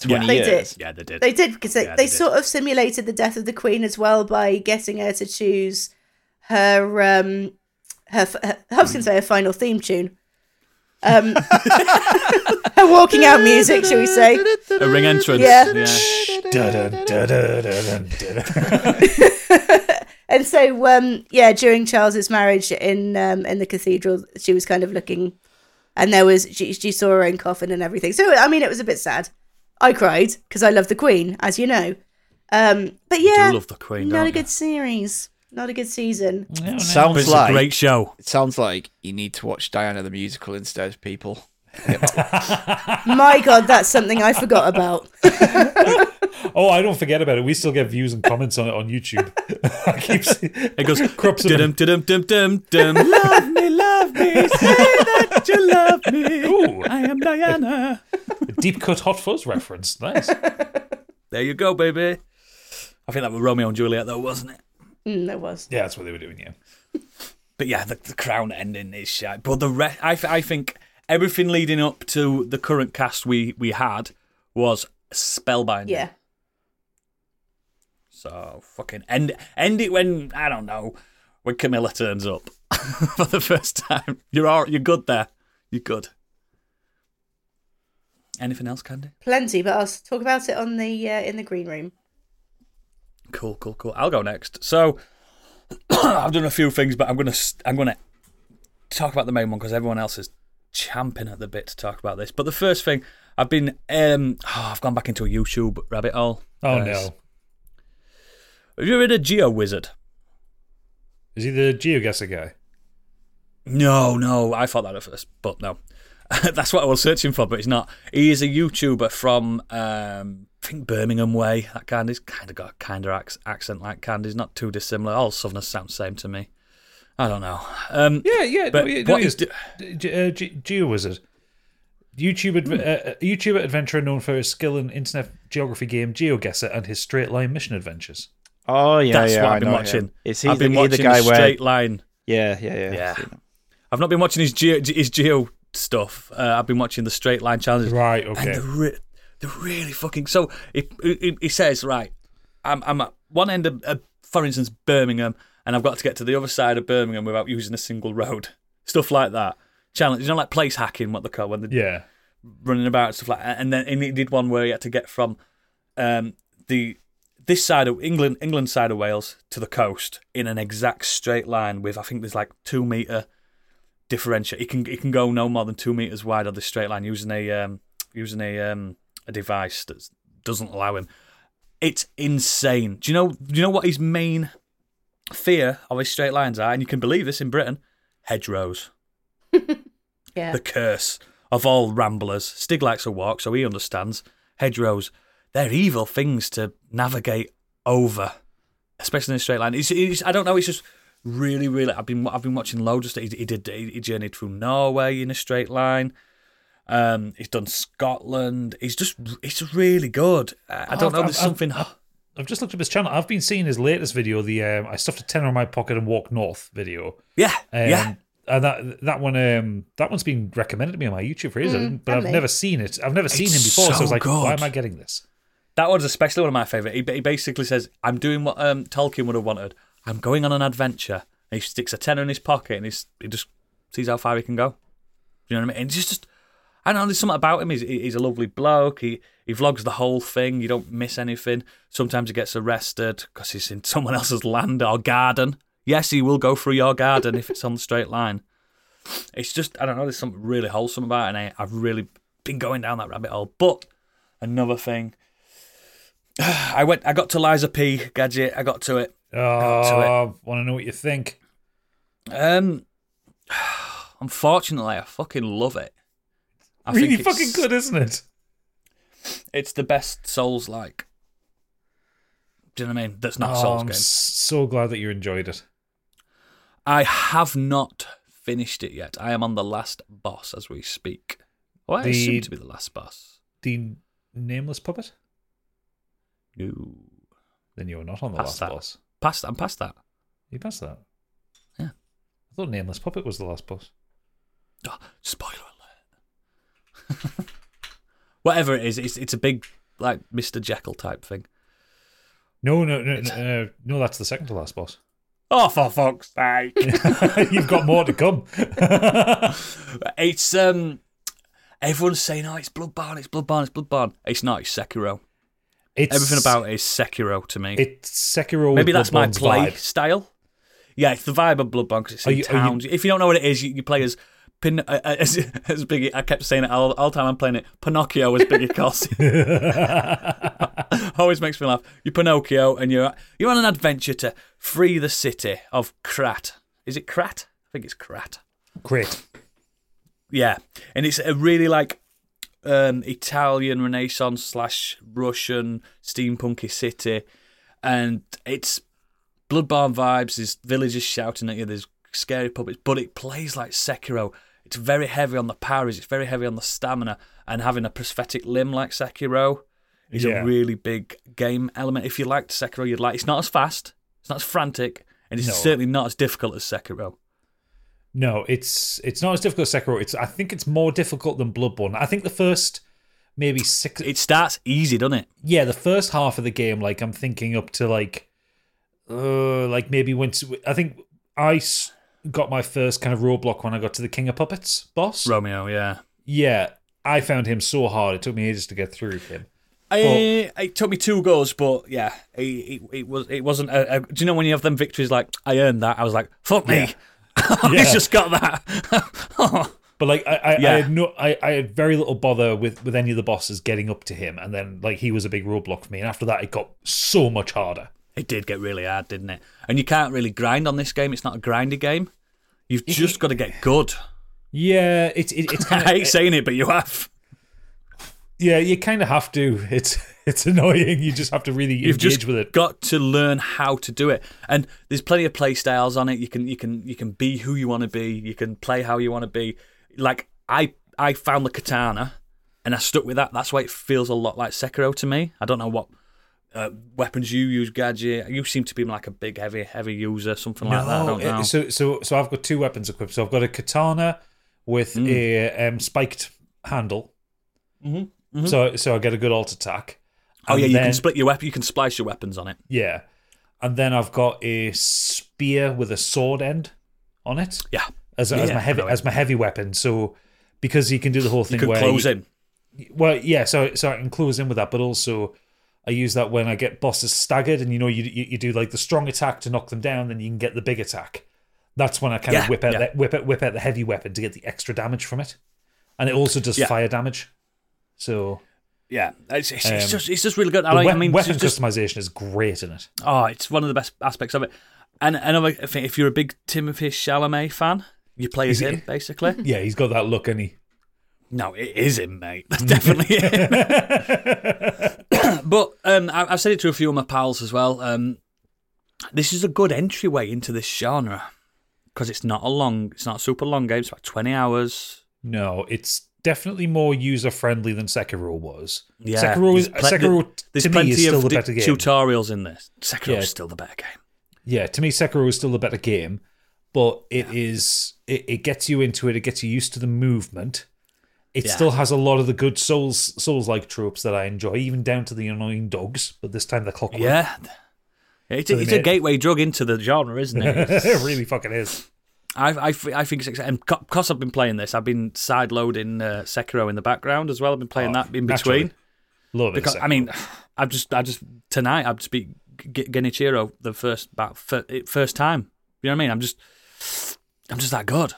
Speaker 5: twenty
Speaker 3: They did.
Speaker 5: years.
Speaker 1: Yeah, they did.
Speaker 3: They did because they,
Speaker 1: Yeah,
Speaker 3: they,
Speaker 1: they did.
Speaker 3: sort of simulated the death of the queen as well by getting her to choose her um her, f- her I was going to say her final theme tune, um [laughs] her walking out music, shall we say?
Speaker 1: a ring entrance.
Speaker 3: Yeah.
Speaker 2: Dun, dun, dun, dun, dun, dun.
Speaker 3: And so um yeah, during Charles's marriage in um in the cathedral, she was kind of looking, and there was she she saw her own coffin and everything. So I mean, it was a bit sad. I cried because I love the queen, as you know. Um, but yeah,
Speaker 1: love the Queen,
Speaker 3: Not
Speaker 1: don't
Speaker 3: a
Speaker 1: you?
Speaker 3: good series. Not a good season.
Speaker 2: Sound-
Speaker 1: But
Speaker 5: Sounds
Speaker 1: it's
Speaker 5: like
Speaker 1: a great show.
Speaker 5: it sounds like you need to watch Diana the musical instead, people.
Speaker 3: My God, that's something I forgot about.
Speaker 2: Oh, I don't forget about it. We still get views and comments on it on YouTube. [laughs] I keep seeing
Speaker 1: It [laughs] goes
Speaker 2: crops up.
Speaker 1: dum dum dum dum dum. [laughs] Love me, love me, say that you love me.
Speaker 2: Ooh.
Speaker 1: I am Diana.
Speaker 2: Deep cut hot fuzz reference. Nice.
Speaker 1: There you go, baby. I think that was Romeo and Juliet, though, wasn't it?
Speaker 3: Mm, there was.
Speaker 2: Yeah, that's what they were doing. Yeah.
Speaker 1: But yeah, the, the crown ending is shit. But the re- I, th- I think everything leading up to the current cast we we had was spellbinding.
Speaker 3: Yeah.
Speaker 1: So fucking end end it when I don't know when Camilla turns up [laughs] for the first time. You're all, you're good there. You're good. Anything else, Candy?
Speaker 3: Plenty, but I'll s- talk about it on the uh, in the green room.
Speaker 1: Cool, cool, cool. I'll go next. So [clears throat] I've done a few things, but I'm gonna st- I'm gonna talk about the main one because everyone else is champing at the bit to talk about this. But the first thing I've been um oh, I've gone back into a YouTube rabbit hole.
Speaker 2: Oh
Speaker 1: Uh,
Speaker 2: no.
Speaker 1: Have you read a Geo Wizard?
Speaker 2: Is he the geoguesser guy?
Speaker 1: No, no, I thought that at first, but no. [laughs] That's what I was searching for, but it's not. He is a YouTuber from, um, I think Birmingham way. That kind. He's kind of got a kind of ac- accent like Candy's, not too dissimilar. All Southerners sound the same to me. I don't know. Um,
Speaker 2: Yeah, yeah.
Speaker 1: But
Speaker 2: no, yeah, no,
Speaker 1: what
Speaker 2: he
Speaker 1: he's
Speaker 2: is. D- G- uh, G- GeoWizard. YouTube,
Speaker 1: Hmm.
Speaker 2: adv- uh, uh, YouTube adventurer known for his skill in internet geography game GeoGuessr and his straight line mission adventures.
Speaker 5: Oh yeah,
Speaker 1: that's
Speaker 5: yeah,
Speaker 1: what
Speaker 5: I
Speaker 1: I've been
Speaker 5: know
Speaker 1: watching.
Speaker 5: him. Is he
Speaker 1: I've
Speaker 5: the,
Speaker 1: been
Speaker 5: he
Speaker 1: watching
Speaker 5: the guy
Speaker 1: his
Speaker 5: where?
Speaker 1: Straight Line.
Speaker 5: Yeah, yeah, yeah.
Speaker 1: Yeah. I've not been watching his geo, his geo stuff. Uh, I've been watching the Straight Line challenges.
Speaker 2: Right.
Speaker 1: and
Speaker 2: Okay.
Speaker 1: they're, re- they're really fucking. So he, he, he says, right, I'm, I'm at one end of, of, for instance, Birmingham, and I've got to get to the other side of Birmingham without using a single road. [laughs] Stuff like that. Challenge, you know, like place hacking, what they call when they're
Speaker 2: Yeah.
Speaker 1: running about and stuff like that. And then and he did one where he had to get from um, the this side of England, England side of Wales to the coast in an exact straight line with I think there's like two meter differential. It can it can go no more than two meters wide on this straight line using a um, using a um, a device that doesn't allow him. It's insane. Do you know do you know what his main fear of his straight lines are? And you can believe this in Britain, hedgerows
Speaker 3: Yeah.
Speaker 1: the curse of all ramblers. Stig likes a walk, so he understands. Hedgerows, they're evil things to navigate over, especially in a straight line. It's, it's, I don't know. It's just really, really. I've been I've been watching loads of stuff. He, he did. He, he journeyed through Norway in a straight line. Um, he's done Scotland. He's just it's really good. Uh, I, I don't know.
Speaker 2: Oh, I've-
Speaker 1: There's
Speaker 2: I've-
Speaker 1: something.
Speaker 2: I've just looked up his channel. I've been seeing his latest video, the um, "I stuffed a tenner in my pocket and walked north" video.
Speaker 1: yeah,
Speaker 2: Um,
Speaker 1: yeah.
Speaker 2: and that that one um that one's been recommended to me on my YouTube for years, but I've
Speaker 3: lovely.
Speaker 2: never seen it. I've never seen
Speaker 1: Hmm, It's
Speaker 2: him before, so, I was
Speaker 1: so
Speaker 2: like, why
Speaker 1: good.
Speaker 2: am I getting this?
Speaker 1: That one's especially one of my favourite. He, ba- he basically says, I'm doing what um, Tolkien would have wanted. I'm going on an adventure. And he sticks a tenner in his pocket and he's, he just sees how far he can go. Do you know what I mean? And just, just I don't know, there's something about him. He's, he- he's a lovely bloke. He, he vlogs the whole thing. You don't miss anything. Sometimes he gets arrested because he's in [laughs] someone else's land or garden. Yes, he will go through your garden if it's on the straight line. It's just, I don't know, there's something really wholesome about it. And I, I've really been going down that rabbit hole. But another thing I went. I got to Liza P. Gadget. I got to it.
Speaker 2: Oh, want to know what you think?
Speaker 1: Um, [sighs] unfortunately, I fucking love it. I
Speaker 2: really
Speaker 1: it's-
Speaker 2: fucking good, isn't it?
Speaker 1: It's the best Souls like. Do you know what I mean? That's not
Speaker 2: Oh,
Speaker 1: Souls
Speaker 2: I'm
Speaker 1: game.
Speaker 2: so glad that you enjoyed it.
Speaker 1: I have not finished it yet. I am on the last boss as we speak. Oh, I
Speaker 2: The-
Speaker 1: assume to be the last boss.
Speaker 2: The nameless puppet?
Speaker 1: No,
Speaker 2: Then you're not on the
Speaker 1: Past
Speaker 2: last
Speaker 1: that.
Speaker 2: boss.
Speaker 1: past. I'm past that. [gasps]
Speaker 2: You passed that.
Speaker 1: Yeah.
Speaker 2: I thought nameless puppet was the last boss.
Speaker 1: Oh, spoiler alert. [laughs] Whatever it is, it's it's a big like Mr. Jekyll type thing.
Speaker 2: No, no, no, no, no, no, that's the second to last boss. [laughs]
Speaker 1: Oh, for fuck's sake! [laughs]
Speaker 2: You've got more to come. [laughs]
Speaker 1: It's um, everyone's saying, "Oh, it's Bloodborne, it's Bloodborne, it's Bloodborne." It's not. It's Sekiro.
Speaker 2: It's,
Speaker 1: Everything about it is Sekiro to me.
Speaker 2: it's Sekiro.
Speaker 1: Maybe that's my
Speaker 2: Bloodborne's
Speaker 1: play
Speaker 2: vibe.
Speaker 1: style. Yeah, it's the vibe of Bloodborne because it's
Speaker 2: Are
Speaker 1: in
Speaker 2: you- are you-
Speaker 1: towns. If you don't know what it is, you, you play as Pin uh, [laughs] as, as Biggie. I kept saying it all, all the time. I'm playing it. Pinocchio as Biggie Corsi.
Speaker 2: [laughs]
Speaker 1: [laughs] Always makes me laugh. You're Pinocchio, and you're you're on an adventure to free the city of Krat. Is it Krat? I think it's Krat.
Speaker 2: Great.
Speaker 1: Yeah, and it's a really like um, Italian Renaissance slash Russian steampunky city, and it's Bloodborne vibes. There's villagers shouting at you. There's scary puppets, but it plays like Sekiro. It's very heavy on the parries. It's very heavy on the stamina, and having a prosthetic limb like Sekiro is
Speaker 2: Yeah.
Speaker 1: a really big game element. If you liked Sekiro, you'd like. It's not as fast. It's not as frantic, and it's
Speaker 2: No.
Speaker 1: certainly not as difficult as Sekiro.
Speaker 2: No, it's it's not as difficult as Sekiro. It's I think it's more difficult than Bloodborne. I think the first maybe six.
Speaker 1: It starts easy, doesn't it?
Speaker 2: yeah, the first half of the game, like I'm thinking up to like, uh, like maybe when I think I s- got my first kind of roadblock when I got to the King of Puppets boss.
Speaker 1: Romeo, yeah.
Speaker 2: Yeah, I found him so hard. It took me ages to get
Speaker 1: [laughs]
Speaker 2: through him.
Speaker 1: I, it took me two goes, but yeah, it, it, it was it wasn't. A, a, do you know when you have them victories like I earned that? I was like, fuck me,
Speaker 2: Yeah.
Speaker 1: he's just got [laughs] Oh. that.
Speaker 2: But like I, I,
Speaker 1: Yeah.
Speaker 2: I had no, I, I had very little bother with with any of the bosses getting up to him, and then like he was a big roadblock for me. And after that, it got so much harder.
Speaker 1: it did get really hard, didn't it? And you can't really grind on this game. It's not a grindy game. You've just got to get good.
Speaker 2: Yeah, it's it, it's
Speaker 1: I [laughs]
Speaker 2: kind
Speaker 1: hate
Speaker 2: of
Speaker 1: saying it, but you have.
Speaker 2: yeah, you kind of have to. It's it's annoying. You just have to really
Speaker 1: You've
Speaker 2: engage
Speaker 1: just
Speaker 2: with it.
Speaker 1: got to learn how to do it. And there's plenty of play styles on it. You can you can you can be who you want to be. You can play how you want to be. Like I I found the katana, and I stuck with that. That's why it feels a lot like Sekiro to me. I don't know what uh, weapons you use, gadget. You seem to be like a big heavy heavy user, something like that. I don't
Speaker 2: it-
Speaker 1: know.
Speaker 2: so so so I've got two weapons equipped. So I've got a katana with
Speaker 1: Mm.
Speaker 2: a um, spiked handle. Mm-hmm, So so I get a good alt attack.
Speaker 1: oh yeah,
Speaker 2: And
Speaker 1: you
Speaker 2: then-
Speaker 1: can split your weapon. You can splice your weapons on it.
Speaker 2: Yeah, and then I've got a spear with a sword end on it
Speaker 1: Yeah,
Speaker 2: as, as
Speaker 1: Yeah,
Speaker 2: my heavy
Speaker 1: I know it.
Speaker 2: as my heavy weapon. So because you can do the whole thing
Speaker 1: you can
Speaker 2: where
Speaker 1: close
Speaker 2: you-
Speaker 1: in.
Speaker 2: Well, yeah, so so I can close in with that, but also I use that when I get bosses staggered, and you know, you you, you do like the strong attack to knock them down, then you can get the big attack. That's when I kind
Speaker 1: Yeah,
Speaker 2: of whip out
Speaker 1: yeah.
Speaker 2: that whip out, whip out the heavy weapon to get the extra damage from it, and it also does
Speaker 1: Yeah.
Speaker 2: fire damage. So
Speaker 1: Yeah, it's, it's, it's
Speaker 2: Um,
Speaker 1: just it's just really good. I,
Speaker 2: the
Speaker 1: like, I
Speaker 2: wep-
Speaker 1: mean,
Speaker 2: weapon
Speaker 1: just, just
Speaker 2: customization is great in
Speaker 1: [laughs]
Speaker 2: it.
Speaker 1: Oh, it's one of the best aspects of it. And another thing, if you're a big Timothy Chalamet fan, you play as
Speaker 2: Is it-
Speaker 1: him, basically.
Speaker 2: [laughs] Yeah, he's got that look, and he
Speaker 1: No, it is him, mate. That's definitely
Speaker 2: [laughs]
Speaker 1: him. but um, I, I've said it to a few of my pals as well. Um, this is a good entryway into this genre because it's not a long, it's not a super long game. It's about twenty hours.
Speaker 2: no, it's definitely more user friendly than Sekiro was.
Speaker 1: Yeah,
Speaker 2: Sekiro is
Speaker 1: There's ple-
Speaker 2: Sekiro t-
Speaker 1: there's
Speaker 2: to
Speaker 1: plenty
Speaker 2: me is still
Speaker 1: of
Speaker 2: the
Speaker 1: d-
Speaker 2: better game.
Speaker 1: tutorials in this. Sekiro's
Speaker 2: Yeah.
Speaker 1: is still the better game.
Speaker 2: Yeah, to me, Sekiro is still the better game, but it is it, it gets you into it. It gets you used to the movement. It
Speaker 1: Yeah.
Speaker 2: still has a lot of the good souls souls like tropes that I enjoy, even down to the annoying dogs. But this time the clockwork.
Speaker 1: Yeah. It's,
Speaker 2: So
Speaker 1: a,
Speaker 2: they
Speaker 1: it's a
Speaker 2: made-
Speaker 1: gateway drug into the genre, isn't it? [laughs]
Speaker 2: it [laughs] really fucking is.
Speaker 1: I, I, f- I think it's exciting. Because I've been playing this, I've been sideloading uh, Sekiro in the background as well. I've been playing
Speaker 2: Oh,
Speaker 1: that in
Speaker 2: naturally.
Speaker 1: between.
Speaker 2: Love it.
Speaker 1: Because I mean, [sighs] I've just, I just tonight I've just beat G- Genichiro the first bat fir- first time. You know what I mean? I'm just, I'm just that good.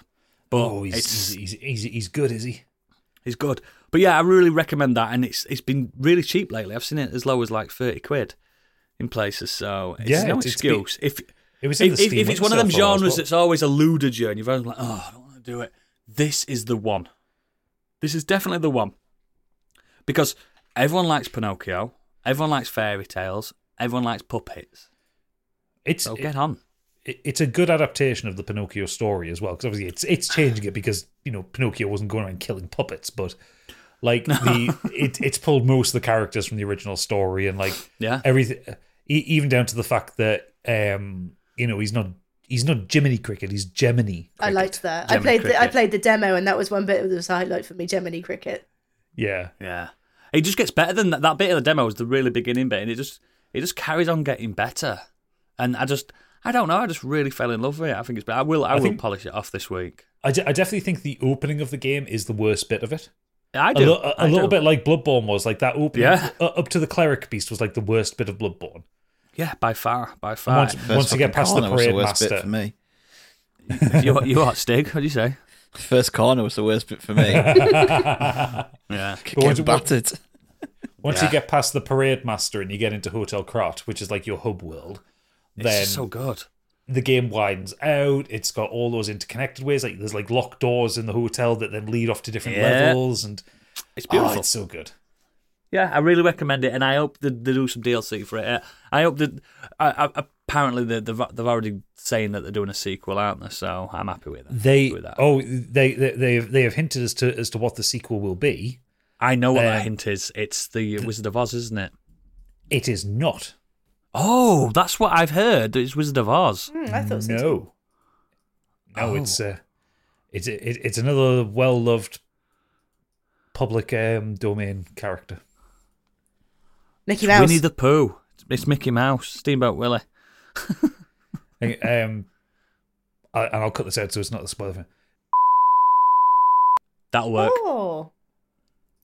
Speaker 1: But
Speaker 2: oh, he's,
Speaker 1: it's,
Speaker 2: he's, he's, he's, he's good, is he?
Speaker 1: it's good. But yeah, I really recommend that, and it's it's been really cheap lately. I've seen it as low as like thirty quid in places. So it's
Speaker 2: Yeah,
Speaker 1: no
Speaker 2: it's- it's been-
Speaker 1: excuse. if
Speaker 2: It was in
Speaker 1: if,
Speaker 2: the
Speaker 1: if,
Speaker 2: Steam
Speaker 1: if it's one of them
Speaker 2: itself, I was
Speaker 1: genres
Speaker 2: wa-
Speaker 1: that's always eluded you and you've always like, oh, I don't want to do it, this is the one. This is definitely the one. Because everyone likes Pinocchio, everyone likes fairy tales, everyone likes puppets.
Speaker 2: it's
Speaker 1: So
Speaker 2: it-
Speaker 1: get on.
Speaker 2: it- it's a good adaptation of the Pinocchio story as well, because obviously it's it's changing it because you know Pinocchio wasn't going around killing puppets, but
Speaker 1: [laughs]
Speaker 2: like the it, it's pulled most of the characters from the original story and like
Speaker 1: Yeah.
Speaker 2: everything, e- even down to the fact that um you know he's not he's not Jiminy Cricket, he's Gemini.
Speaker 3: I
Speaker 2: Cricket.
Speaker 3: liked that. I
Speaker 1: Gemini
Speaker 3: played the, I
Speaker 1: cricket.
Speaker 3: played the demo, and that was one bit that was a highlight for me. Gemini cricket.
Speaker 2: yeah.
Speaker 1: Yeah. It just gets better than that. That bit of the demo is the really beginning bit, and it just it just carries on getting better. And I just I don't know. I just really fell in love with it. I think it's. I will. I, will
Speaker 2: think-
Speaker 1: polish it off this week.
Speaker 2: I, de- I definitely think the opening of the game is the worst bit of it.
Speaker 1: I
Speaker 2: A
Speaker 1: do.
Speaker 2: lo- a- a
Speaker 1: I
Speaker 2: little
Speaker 1: do.
Speaker 2: bit like Bloodborne was, like that opening
Speaker 1: Yeah.
Speaker 2: u- up to the cleric beast was like the worst bit of Bloodborne.
Speaker 1: Yeah, by far, by
Speaker 2: And
Speaker 1: far.
Speaker 2: once once you get
Speaker 5: fucking
Speaker 2: past the
Speaker 5: corner was
Speaker 2: parade
Speaker 5: worst
Speaker 2: master,
Speaker 5: bit for me.
Speaker 1: you you what, Stig? What do you say?
Speaker 5: The first corner was the worst bit
Speaker 2: [laughs]
Speaker 5: for me. [laughs]
Speaker 1: Yeah.
Speaker 2: what-
Speaker 5: Get battered.
Speaker 2: Once you
Speaker 1: Yeah.
Speaker 2: get past the parade master and you get into Hotel Krat, which is like your hub world,
Speaker 1: It's
Speaker 2: then
Speaker 1: just so good.
Speaker 2: the game widens out. It's got all those interconnected ways. Like there's like locked doors in the hotel that then lead off to different
Speaker 1: Yeah.
Speaker 2: levels, and
Speaker 1: It's
Speaker 2: oh,
Speaker 1: beautiful.
Speaker 2: it's so good.
Speaker 1: yeah, I really recommend it, and I hope that they do some DLC for it. Uh, I hope that I, I, apparently they- they've they've already saying that they're doing a sequel, aren't they? So I'm happy with that.
Speaker 2: They
Speaker 1: with that.
Speaker 2: oh they they they have, they have hinted as to as to what the sequel will be.
Speaker 1: I know what
Speaker 2: Uh,
Speaker 1: that hint is. It's the Wizard of Oz, isn't it?
Speaker 2: It is not.
Speaker 1: Oh, that's what I've heard. It's Wizard of Oz.
Speaker 3: Hmm, I thought so. too.
Speaker 2: No, no,
Speaker 1: Oh.
Speaker 2: it's uh, it's it, it's another well loved public um, domain character.
Speaker 3: Mickey Mouse.
Speaker 1: Winnie the Pooh. It's Mickey Mouse. Steamboat Willie.
Speaker 2: Okay, um, I, and I'll cut this out so it's not a spoiler. For
Speaker 1: That'll work.
Speaker 3: oh,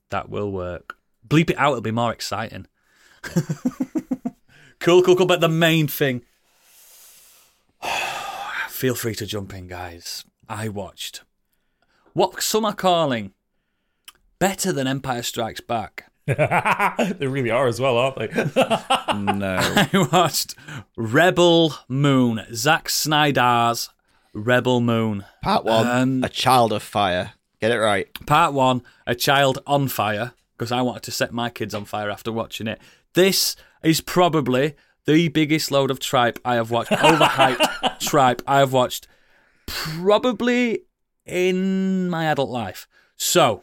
Speaker 1: That will work. Bleep it out. It'll be more exciting. [laughs] cool, cool, cool. But the main thing. [sighs] Feel free to jump in, guys. I watched what some are calling better than Empire Strikes Back.
Speaker 2: [laughs]
Speaker 1: [laughs]
Speaker 2: they really are as well, aren't they?
Speaker 5: No.
Speaker 2: [laughs]
Speaker 1: I watched Rebel Moon, Zack Snyder's Rebel Moon.
Speaker 5: Part one,
Speaker 1: Um,
Speaker 5: a child of fire. Get it right.
Speaker 1: Part one, a child on fire, because I wanted to set my kids on fire after watching it. This is probably the biggest load of tripe I have
Speaker 5: [laughs]
Speaker 1: watched, overhyped tripe I have watched, probably in my adult life. So,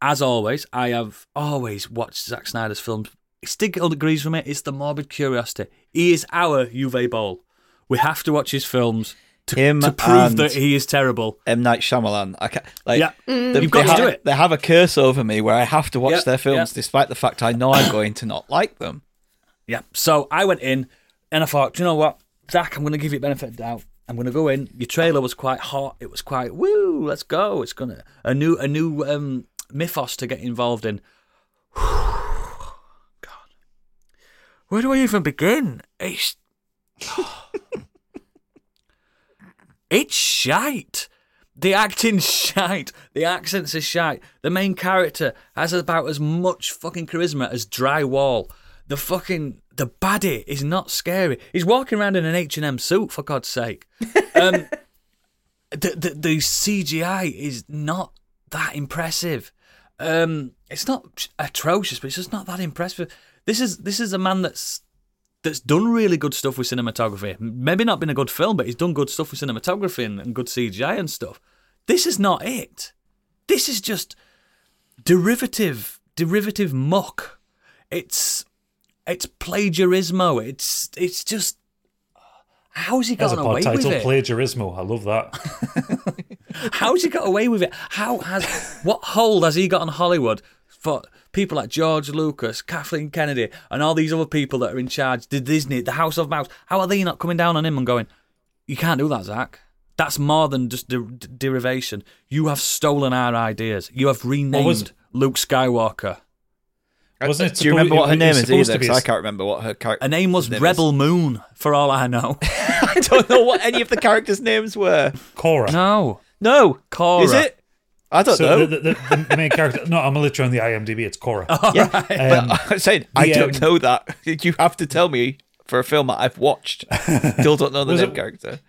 Speaker 1: as always, I have always watched Zack Snyder's films. Stig agrees with me, it's the morbid curiosity. He is our Uwe Boll. We have to watch his films to,
Speaker 5: Him
Speaker 1: to prove
Speaker 5: and-
Speaker 1: that he is terrible.
Speaker 5: M Night Shyamalan. I can't, like,
Speaker 1: Yeah.
Speaker 5: they,
Speaker 1: Mm. You've got
Speaker 5: they
Speaker 1: to
Speaker 5: ha-
Speaker 1: do it.
Speaker 5: They have a curse over me where I have to watch
Speaker 1: Yeah,
Speaker 5: their films,
Speaker 1: yeah.
Speaker 5: despite the fact I know I'm going to not
Speaker 2: [laughs]
Speaker 5: like them.
Speaker 1: Yeah. So I went in and I thought, do you know what, Zach, I'm going to give you benefit of the doubt. I'm going to go in. Your trailer was quite hot. It was quite woo. Let's go. It's gonna a new a new um, mythos to get involved in. [sighs] God, where do I even begin? It's [sighs] it's shite. The acting's [laughs] shite. The accents are shite. The main character has about as much fucking charisma as drywall. The fucking the baddie is not scary. He's walking around in an H and M suit for God's sake. Um, the, the the CGI is not that impressive. Um, it's not atrocious, but it's just not that impressive. This is this is a man that's that's done really good stuff with cinematography. Maybe not been a good film, but he's done good stuff with cinematography and, and good CGI and stuff. This is not it. This is just derivative, derivative muck. It's it's plagiarismo. It's it's just How's he
Speaker 2: There's a
Speaker 1: gotten away
Speaker 2: pod
Speaker 1: with
Speaker 2: title,
Speaker 1: it?
Speaker 2: Plagiarismo. I love that.
Speaker 1: How's he got away with it? How has what hold has he got on Hollywood for people like George Lucas, Kathleen Kennedy, and all these other people that are in charge? The Disney, the House of Mouse. How are they not coming down on him and going, "You can't do that, Zach. That's more than just der- d- derivation. You have stolen our ideas. You have renamed
Speaker 2: was-
Speaker 1: Luke Skywalker.
Speaker 2: Wasn't it
Speaker 5: Do you
Speaker 2: supposed-
Speaker 5: remember what
Speaker 2: it-
Speaker 5: her
Speaker 2: it
Speaker 5: name
Speaker 2: was
Speaker 5: is
Speaker 2: supposed to
Speaker 5: either?
Speaker 2: be
Speaker 5: 'Cause
Speaker 2: a-
Speaker 5: I can't remember what her character.
Speaker 1: Her name was
Speaker 5: [laughs]
Speaker 1: Rebel Moon, for all I know.
Speaker 5: I don't know what any of the characters' names were.
Speaker 2: Cora.
Speaker 1: no,
Speaker 5: No,
Speaker 1: Cora.
Speaker 5: is it? I don't
Speaker 2: so the,
Speaker 5: know.
Speaker 2: the, the, the main character. No, I'm literally on the IMDb. It's Cora.
Speaker 5: [laughs] yeah,
Speaker 2: Um,
Speaker 5: but I'm saying I
Speaker 2: the,
Speaker 5: don't
Speaker 2: um,
Speaker 5: know that. [laughs] You have to tell me for a film that I've [laughs] watched. Still don't know the
Speaker 2: Was
Speaker 5: name
Speaker 2: it-
Speaker 5: character.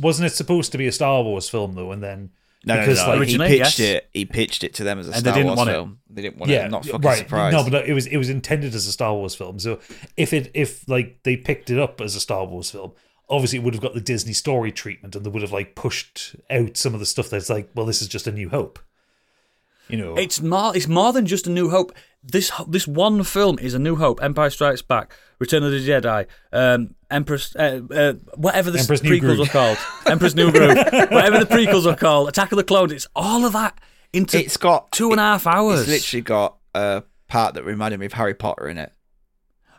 Speaker 2: Wasn't it supposed to be a Star Wars film though? And then
Speaker 5: No,
Speaker 2: because
Speaker 5: no, no.
Speaker 2: like
Speaker 5: he
Speaker 1: Originally,
Speaker 5: pitched
Speaker 1: yes.
Speaker 5: it. He pitched it to them as a
Speaker 1: And they
Speaker 5: Star
Speaker 1: didn't
Speaker 5: Wars
Speaker 1: want it.
Speaker 5: film. They didn't want it.
Speaker 2: yeah,
Speaker 5: I'm not fucking
Speaker 2: right.
Speaker 5: surprised.
Speaker 2: No, but no, it was it was intended as a Star Wars film. So if it if like they picked it up as a Star Wars film, obviously it would have got the Disney story treatment, and they would have like pushed out some of the stuff that's like, well, this is just a New Hope. You know,
Speaker 1: It's more. It's more than just a New Hope. This this one film is a New Hope. Empire Strikes Back, Return of the Jedi, um, Empress, uh, uh, whatever the
Speaker 2: Emperor's New
Speaker 1: prequels
Speaker 2: Groove.
Speaker 1: are called, Empress New
Speaker 2: [laughs]
Speaker 1: Groove, whatever the prequels are called, Attack of the Clones. It's all of that into
Speaker 5: it's got
Speaker 1: two and a half hours.
Speaker 5: It's literally got a part that reminded me of Harry Potter in it.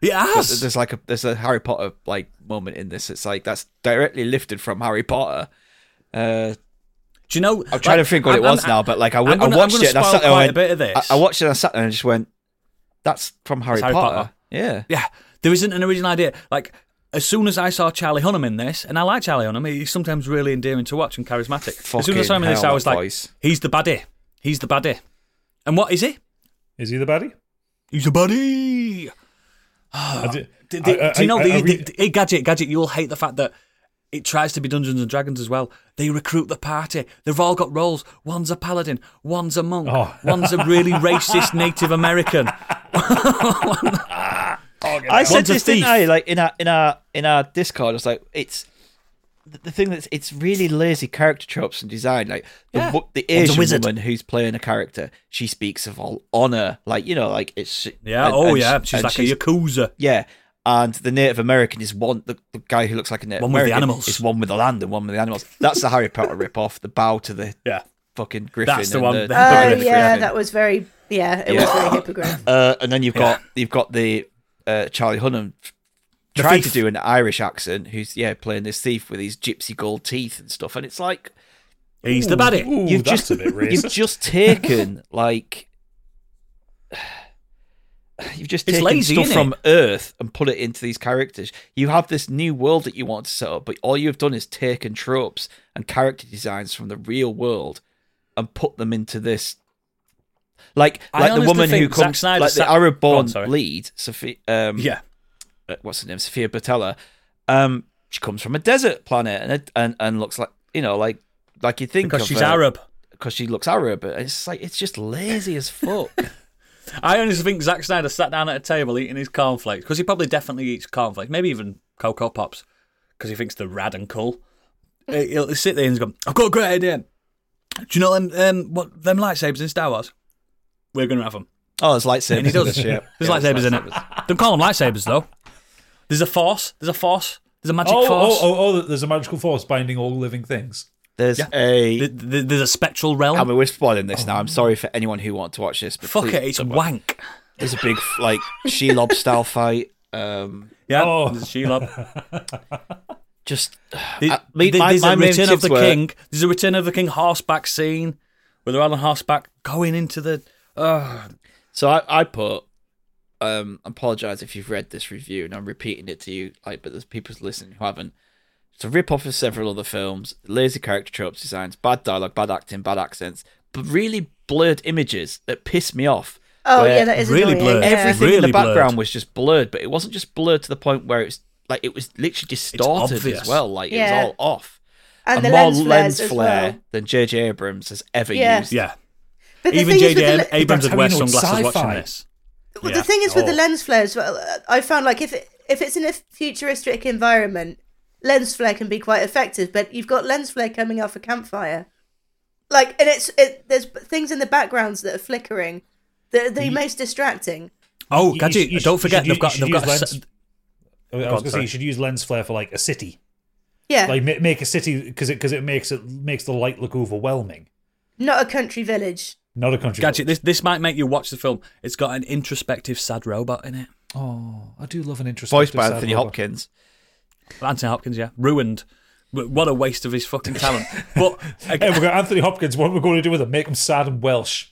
Speaker 1: it has.
Speaker 5: There's like a there's a Harry Potter like moment in this. It's like that's directly lifted from Harry Potter. Uh,
Speaker 1: Do you know?
Speaker 5: I'm trying to think what it was now, but like I, w-
Speaker 1: I'm gonna-
Speaker 5: I
Speaker 1: I'm
Speaker 5: watched
Speaker 1: gonna
Speaker 5: it and I
Speaker 1: spoil
Speaker 5: sat there
Speaker 1: quite
Speaker 5: and
Speaker 1: a bit of
Speaker 5: went-
Speaker 1: this.
Speaker 5: I, I watched it and I sat there and I just went, "That's from Harry,
Speaker 1: It's Harry
Speaker 5: Potter.
Speaker 1: Potter.
Speaker 5: Yeah,
Speaker 1: Yeah, there isn't an original idea. Like as soon as I saw Charlie Hunnam in this, and I like Charlie Hunnam, he's sometimes really endearing to watch and charismatic. as soon as I saw him in
Speaker 5: Fucking
Speaker 1: this,
Speaker 5: hell,
Speaker 1: I was
Speaker 5: that
Speaker 1: like,
Speaker 5: voice.
Speaker 1: he's the baddie. He's the baddie. And what is he?
Speaker 2: is he the baddie?
Speaker 1: He's a baddie.
Speaker 2: I did-
Speaker 1: Do, do-
Speaker 2: I- I-
Speaker 1: do you know
Speaker 2: I-
Speaker 1: Uh, the,
Speaker 2: I
Speaker 1: the-
Speaker 2: re-
Speaker 1: the- hey, gadget? Gadget, you'll hate the fact that it tries to be Dungeons and Dragons as well. They recruit the party. They've all got roles. One's a paladin. One's a monk.
Speaker 2: Oh.
Speaker 1: [laughs] One's a really racist Native American.
Speaker 5: I said
Speaker 1: One's a
Speaker 5: this, didn't
Speaker 1: thief.
Speaker 5: I? Like in our in our in our Discord, I was like, it's the, the thing that's it's really lazy character tropes and design. Like the
Speaker 1: Yeah.
Speaker 5: wo- the
Speaker 1: One's a
Speaker 5: Asian
Speaker 1: wizard.
Speaker 5: woman who's playing a character, she speaks of all honor, like you know, like it's
Speaker 1: Yeah.
Speaker 5: and-
Speaker 1: oh
Speaker 5: and
Speaker 1: yeah.
Speaker 5: sh-
Speaker 1: She's
Speaker 5: and
Speaker 1: like a yakuza.
Speaker 5: yeah. And the Native American is one the, the guy who looks like a Native
Speaker 1: One with the
Speaker 5: American
Speaker 1: animals.
Speaker 5: is one with the land and one with the animals. That's the Harry Potter rip off. The bow to the
Speaker 1: Yeah.
Speaker 5: fucking griffin.
Speaker 1: That's the
Speaker 5: and
Speaker 1: one,
Speaker 5: The,
Speaker 1: the
Speaker 3: Uh,
Speaker 1: Hippogriff,
Speaker 3: yeah, that was very. Yeah, it was very
Speaker 5: [laughs]
Speaker 3: hippogriff.
Speaker 5: uh, and then you've got you've got the uh, Charlie Hunnam
Speaker 1: The
Speaker 5: trying to
Speaker 1: thief.
Speaker 5: do an Irish accent, who's yeah playing this thief with his gypsy gold teeth and stuff, and it's like
Speaker 1: He's the baddie.
Speaker 2: Ooh,
Speaker 5: you've
Speaker 2: that's
Speaker 5: just
Speaker 2: a
Speaker 1: [laughs]
Speaker 2: bit
Speaker 5: you've
Speaker 2: racist.
Speaker 5: just taken like you've just
Speaker 1: It's
Speaker 5: taken
Speaker 1: lazy,
Speaker 5: stuff
Speaker 1: innit?
Speaker 5: from Earth and put it into these characters. You have this new world that you want to set up, but all you've done is taken tropes and character designs from the real world and put them into this. Like,
Speaker 1: I
Speaker 5: like the
Speaker 1: honestly
Speaker 5: woman who
Speaker 1: think Zack
Speaker 5: comes,
Speaker 1: Snyder
Speaker 5: like the
Speaker 1: sat- Go on,
Speaker 5: Arab-born
Speaker 1: sorry.
Speaker 5: lead, Sophie. Um,
Speaker 1: Yeah.
Speaker 5: uh, what's her name, Sophia Botella, um, she comes from a desert planet and it, and and looks like you know like like you think
Speaker 1: Because
Speaker 5: of
Speaker 1: she's
Speaker 5: her,
Speaker 1: Arab.
Speaker 5: because she looks Arab. But it's like it's just lazy as fuck.
Speaker 1: I honestly think Zack Snyder sat down at a table eating his cornflakes because he probably definitely eats cornflakes, maybe even Cocoa Pops because he thinks they're rad and
Speaker 2: [laughs]
Speaker 1: cool. Uh, He'll sit there and he's going, I've got a great idea. Do you know them, um, what, them lightsabers in Star Wars? We're going to have them.
Speaker 5: [laughs] oh, there's lightsabers.
Speaker 1: And he does.
Speaker 5: in this, yeah.
Speaker 1: [laughs] There's
Speaker 5: Yeah,
Speaker 1: lightsabers in it. [laughs] Don't call them lightsabers, though. There's a force. There's a force. There's a magic
Speaker 2: oh, oh,
Speaker 1: force.
Speaker 2: oh, oh, there's a magical force binding all living things.
Speaker 5: There's
Speaker 1: Yeah.
Speaker 5: a.
Speaker 1: Th- th- There's a spectral realm.
Speaker 5: I mean, we're spoiling this now. I'm sorry for anyone who wants to watch this. But
Speaker 1: Fuck
Speaker 5: please
Speaker 1: it, it's
Speaker 5: don't watch-
Speaker 1: wank.
Speaker 5: There's a big
Speaker 1: [laughs]
Speaker 5: like she lob style fight. Um,
Speaker 1: Yeah,
Speaker 2: Oh.
Speaker 1: there's a
Speaker 2: [laughs]
Speaker 1: Shelob.
Speaker 5: just
Speaker 1: Th-
Speaker 5: Uh, me-
Speaker 1: th-
Speaker 5: my-
Speaker 1: there's
Speaker 5: my
Speaker 1: a
Speaker 5: main
Speaker 1: Return of
Speaker 5: tips
Speaker 1: the
Speaker 5: were-
Speaker 1: King. There's a Return of the King horseback scene where they're all on horseback going into the. Uh,
Speaker 5: So I, I put. Um, apologize if you've read this review, and I'm repeating it to you. Like, but there's people listening who haven't. It's a rip off of several other films. Lazy character tropes, designs, bad dialogue, bad acting, bad accents, but really blurred images that piss me off.
Speaker 3: Oh
Speaker 5: where
Speaker 3: yeah, that is
Speaker 1: really
Speaker 3: annoying.
Speaker 1: blurred.
Speaker 3: yeah.
Speaker 5: everything in
Speaker 1: Really
Speaker 5: the background
Speaker 1: blurred.
Speaker 5: was just blurred, but it wasn't just blurred to the point where it's like it was literally distorted
Speaker 1: obvious.
Speaker 5: as well. Like
Speaker 3: Yeah.
Speaker 5: it was all off.
Speaker 3: and
Speaker 5: A
Speaker 3: the
Speaker 5: more
Speaker 3: lens flares as well.
Speaker 5: than J.J. Abrams has ever
Speaker 3: Yeah.
Speaker 5: used.
Speaker 1: yeah,
Speaker 3: But the
Speaker 1: even
Speaker 3: thing is with the
Speaker 1: J.J.
Speaker 3: le-
Speaker 1: Abrams
Speaker 2: That's
Speaker 1: would
Speaker 2: how
Speaker 1: wear
Speaker 2: you know it's
Speaker 1: sunglasses watching
Speaker 2: sci-fi.
Speaker 1: this.
Speaker 3: Well,
Speaker 1: Yeah.
Speaker 3: the thing is with the
Speaker 2: Oh.
Speaker 3: lens flares, well, uh, I found like if it, if it's in a futuristic environment, lens flare can be quite effective. But you've got lens flare coming off a campfire, like, and it's it, there's things in the backgrounds that are flickering, that are the most distracting.
Speaker 1: Oh,
Speaker 2: You-
Speaker 1: gadget!
Speaker 2: you- you
Speaker 1: don't
Speaker 2: should-
Speaker 1: forget
Speaker 2: you-
Speaker 1: they've got
Speaker 2: you
Speaker 1: they've
Speaker 2: should
Speaker 1: got.
Speaker 2: use
Speaker 1: a s-
Speaker 2: lens- I was
Speaker 1: on,
Speaker 2: going to say
Speaker 1: sorry.
Speaker 2: you should use lens flare for like a city.
Speaker 3: Yeah.
Speaker 2: Like ma- make a city because it because it makes it makes the light look overwhelming.
Speaker 3: Not a country village.
Speaker 2: Not a country.
Speaker 1: Gadget, this this might make you watch the film. It's got an introspective, sad robot in it.
Speaker 2: Oh, I do love an interesting
Speaker 5: Voiced by Anthony Hopkins.
Speaker 1: Anthony Hopkins, yeah, ruined. Wh- What a waste of his fucking talent. But
Speaker 2: Hey,
Speaker 1: again,
Speaker 2: we've got Anthony Hopkins. What we're going to do with him? Make him sad and Welsh.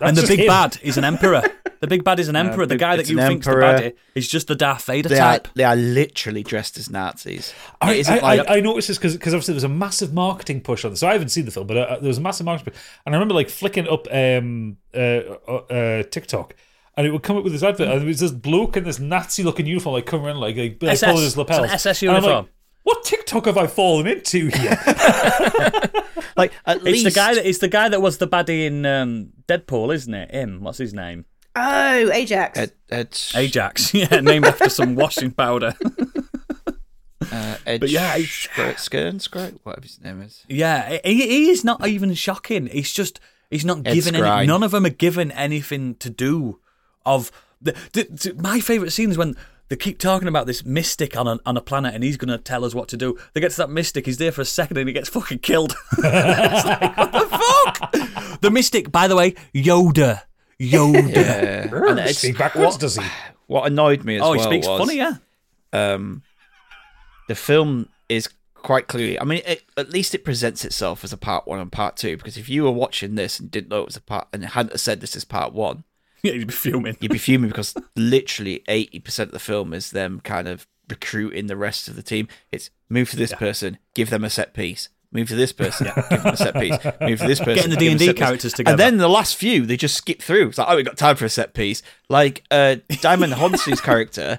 Speaker 2: That's
Speaker 1: and the
Speaker 2: just
Speaker 1: big
Speaker 2: him.
Speaker 1: bad is an emperor. The big bad is an emperor. the
Speaker 5: big-
Speaker 1: guy that
Speaker 5: it's
Speaker 1: you
Speaker 5: an
Speaker 1: think's the
Speaker 5: emperor. uh,
Speaker 1: baddie is just the Darth Vader
Speaker 5: They are,
Speaker 1: type.
Speaker 5: they are literally dressed as Nazis. It
Speaker 2: I,
Speaker 5: isn't
Speaker 2: I,
Speaker 5: like-
Speaker 2: I, I noticed this because obviously there was a massive marketing push on this. So I haven't seen the film, but uh, there was a massive marketing push. And I remember like flicking up um, uh, uh, uh, TikTok and it would come up with this advert. And it was this bloke in this Nazi looking uniform like coming around like, like, like
Speaker 1: SS.
Speaker 2: pulling his lapels.
Speaker 1: It's an SS
Speaker 2: And I'm like,
Speaker 1: uniform.
Speaker 2: what TikTok have I fallen into here?
Speaker 5: like at
Speaker 1: It's
Speaker 5: least
Speaker 1: the guy that it's the guy that was the baddie in um, Deadpool, isn't it? Him. What's his name?
Speaker 3: Oh, Ajax.
Speaker 5: Ed, Ed-
Speaker 1: Ajax. [laughs] Yeah, named after some washing powder. [laughs]
Speaker 5: uh, Ed
Speaker 1: But yeah, it's-
Speaker 5: Skr- Skern, Skr- whatever his name is.
Speaker 1: Yeah, he, he is not even shocking. He's just he's not
Speaker 5: Ed
Speaker 1: given any,
Speaker 5: Skrein.
Speaker 1: none of them are given anything to do. Of the, the, the- my favorite scene is when they keep talking about this mystic on a, on a planet and he's going to tell us what to do. They get to that mystic, he's there for a second and he gets fucking killed. [laughs] It's like, what the fuck? The mystic, by the way, Yoda. Yoda.
Speaker 5: And [laughs] it's-
Speaker 2: Speak backwards,
Speaker 5: what-
Speaker 2: does he?
Speaker 5: What annoyed me as
Speaker 1: Oh, he
Speaker 5: well
Speaker 1: speaks
Speaker 5: was
Speaker 1: funny, yeah.
Speaker 5: um, the film is quite clearly. I mean, it, at least it presents itself as a part one and part two. Because if you were watching this and didn't know it was a part and hadn't said this is part one,
Speaker 1: [laughs] Yeah, he'd be fuming.
Speaker 5: you'd be fuming because literally eighty percent of the film is them kind of recruiting the rest of the team. It's move to this person, give them a set piece. Move to this person, give them a set piece. Move to this person,
Speaker 1: Getting the
Speaker 5: give them a
Speaker 1: D&D
Speaker 5: set piece.
Speaker 1: characters together.
Speaker 5: And then the last few, they just skip through. It's like, oh, we got time for a set piece. Like uh,
Speaker 1: [laughs]
Speaker 5: Diamond Honsu's character,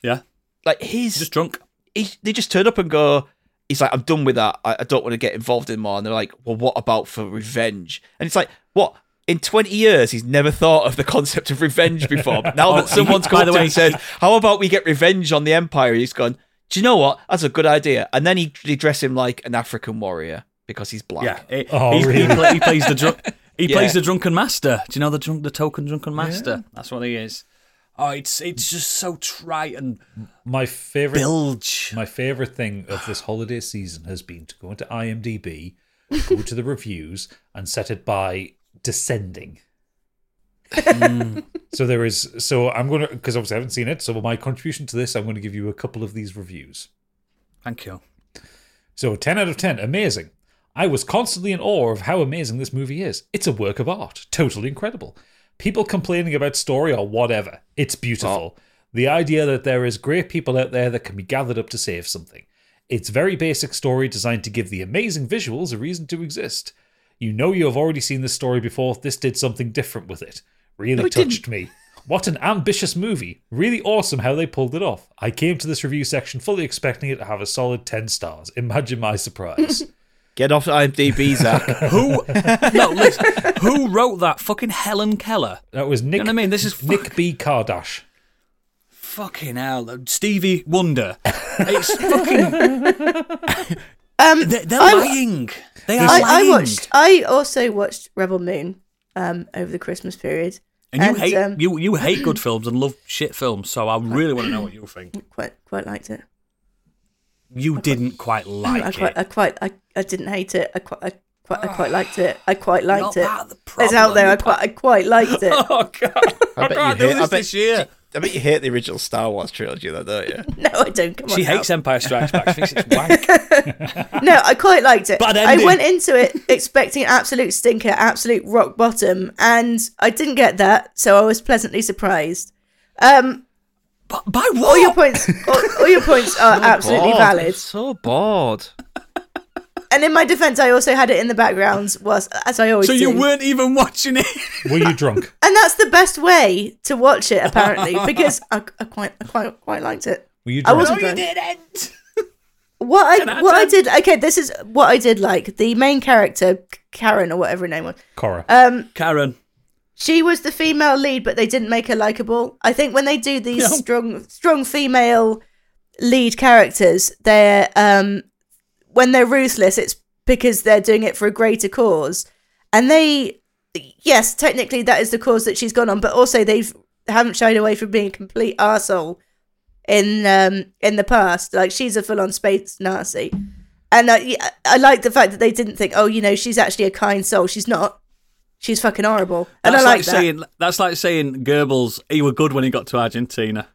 Speaker 1: Yeah,
Speaker 5: like his
Speaker 1: just drunk.
Speaker 5: he, they just turn up and go. He's like, I'm done with that. I, I don't want to get involved in more. And they're like, Well, what about for revenge? And it's like, what? In 20 years, he's never thought of the concept of
Speaker 1: [laughs]
Speaker 5: revenge before. But now
Speaker 1: Oh,
Speaker 5: that someone's
Speaker 1: by
Speaker 5: come
Speaker 1: the
Speaker 5: to him
Speaker 1: way-
Speaker 5: and said, How about we get revenge on the Empire? He's gone, Do you know what? That's a good idea. And then he, they dress him like an African warrior because he's black.
Speaker 1: Yeah, he,
Speaker 2: Oh,
Speaker 1: he- he
Speaker 2: really?
Speaker 1: play- he plays the drunk. [laughs] He
Speaker 5: Yeah.
Speaker 1: plays the drunken master. Do you know the drunk, the token drunken master? That's what he is. Oh, it's it's just so trite and
Speaker 2: My favorite
Speaker 1: bilge.
Speaker 2: My favourite thing of this holiday season has been to go into IMDb, go to the reviews, and set it by descending. so there is. So I'm gonna because obviously I haven't seen it. So my contribution to this, I'm going to give you a couple of these reviews.
Speaker 1: Thank
Speaker 3: [laughs]
Speaker 1: you.
Speaker 2: So 10 out of 10, amazing. I was constantly in awe of how amazing this movie is. It's a work of art, totally incredible. People complaining about story or whatever, it's beautiful. The idea that there is great people out there that can be gathered up to save something. It's very basic story designed to give the amazing visuals a reason to exist. You know you have already seen this story before. This did something different with it. Really
Speaker 5: it didn't.
Speaker 2: touched me. What an ambitious movie. Really awesome how they pulled it off. I came to this review section fully expecting it to have a solid 10 stars. Imagine
Speaker 1: [laughs]
Speaker 2: my surprise.
Speaker 5: Get off IMDb, Zach.
Speaker 1: Who? no, listen. Who wrote that? Fucking Helen Keller.
Speaker 2: that was Nick
Speaker 1: You know what I mean? This is fuck,
Speaker 2: Nick B. Kardash.
Speaker 1: fucking hell. uh, Stevie Wonder. It's fucking.
Speaker 3: [laughs] Um,
Speaker 1: They're, they're
Speaker 3: I-
Speaker 1: lying. They are lying.
Speaker 3: I, I watched. I also watched Rebel Moon um, over the Christmas period.
Speaker 1: And you
Speaker 3: and,
Speaker 1: hate
Speaker 3: um,
Speaker 1: you you hate good films and love shit films. So I really want to know what you think.
Speaker 3: Quite quite liked it.
Speaker 1: You [laughs] didn't quite like
Speaker 3: I
Speaker 1: it.
Speaker 3: quite I quite I, I didn't hate it. I quite I quite, I quite liked it. I quite liked
Speaker 1: Not
Speaker 3: it.
Speaker 1: that the
Speaker 3: It's out there. I
Speaker 1: problem.
Speaker 3: quite I quite
Speaker 1: [laughs]
Speaker 3: liked it.
Speaker 1: [laughs] Oh god! I,
Speaker 5: bet
Speaker 1: can't
Speaker 5: you
Speaker 1: do this
Speaker 5: hate- I bet-
Speaker 1: this year.
Speaker 5: I mean, you hate the original Star Wars trilogy, though, don't you?
Speaker 3: No, I don't. Come on.
Speaker 1: She
Speaker 3: now.
Speaker 1: hates Empire Strikes Back. She thinks [laughs] it's wank.
Speaker 3: No, I quite liked it.
Speaker 1: Bad
Speaker 3: I
Speaker 1: ending.
Speaker 3: went into it [laughs] expecting an absolute stinker, absolute rock bottom, and I didn't get that, so I was pleasantly surprised. Um,
Speaker 1: But by what?
Speaker 3: all your points, all, all
Speaker 1: [laughs]
Speaker 3: your points are
Speaker 1: Oh,
Speaker 3: absolutely
Speaker 5: Bored.
Speaker 3: valid.
Speaker 5: So bored.
Speaker 3: And in my defence, I also had it in the background, whilst, as I always
Speaker 1: so
Speaker 3: do.
Speaker 1: you weren't even watching it. [laughs]
Speaker 2: Were you drunk?
Speaker 3: and that's the best way to
Speaker 1: [laughs]
Speaker 3: watch it, apparently, because I, I quite, I quite, quite liked it.
Speaker 1: [laughs]
Speaker 2: Were you
Speaker 3: I
Speaker 2: drunk?
Speaker 3: wasn't drunk.
Speaker 1: didn't.
Speaker 3: [laughs] What I what I did okay, this is what I did like. The main character, Karen or whatever her name was,
Speaker 2: Cora.
Speaker 1: Karen.
Speaker 3: she was the female lead, but they didn't make her likable. I think when they do these
Speaker 1: No.
Speaker 3: strong strong female lead characters, they're um when they're ruthless, it's because they're doing it for a greater cause. And they yes, technically that is the cause that she's gone on, but also they've haven't shied away from being a complete arsehole in um, in the past. Like she's a full on space Nazi, and I I like the fact that they didn't think, oh, you know, she's actually a kind soul. She's not. She's fucking horrible, and
Speaker 1: That's
Speaker 3: I like, that.
Speaker 1: saying that's like saying Goebbels. He was good when he got to Argentina.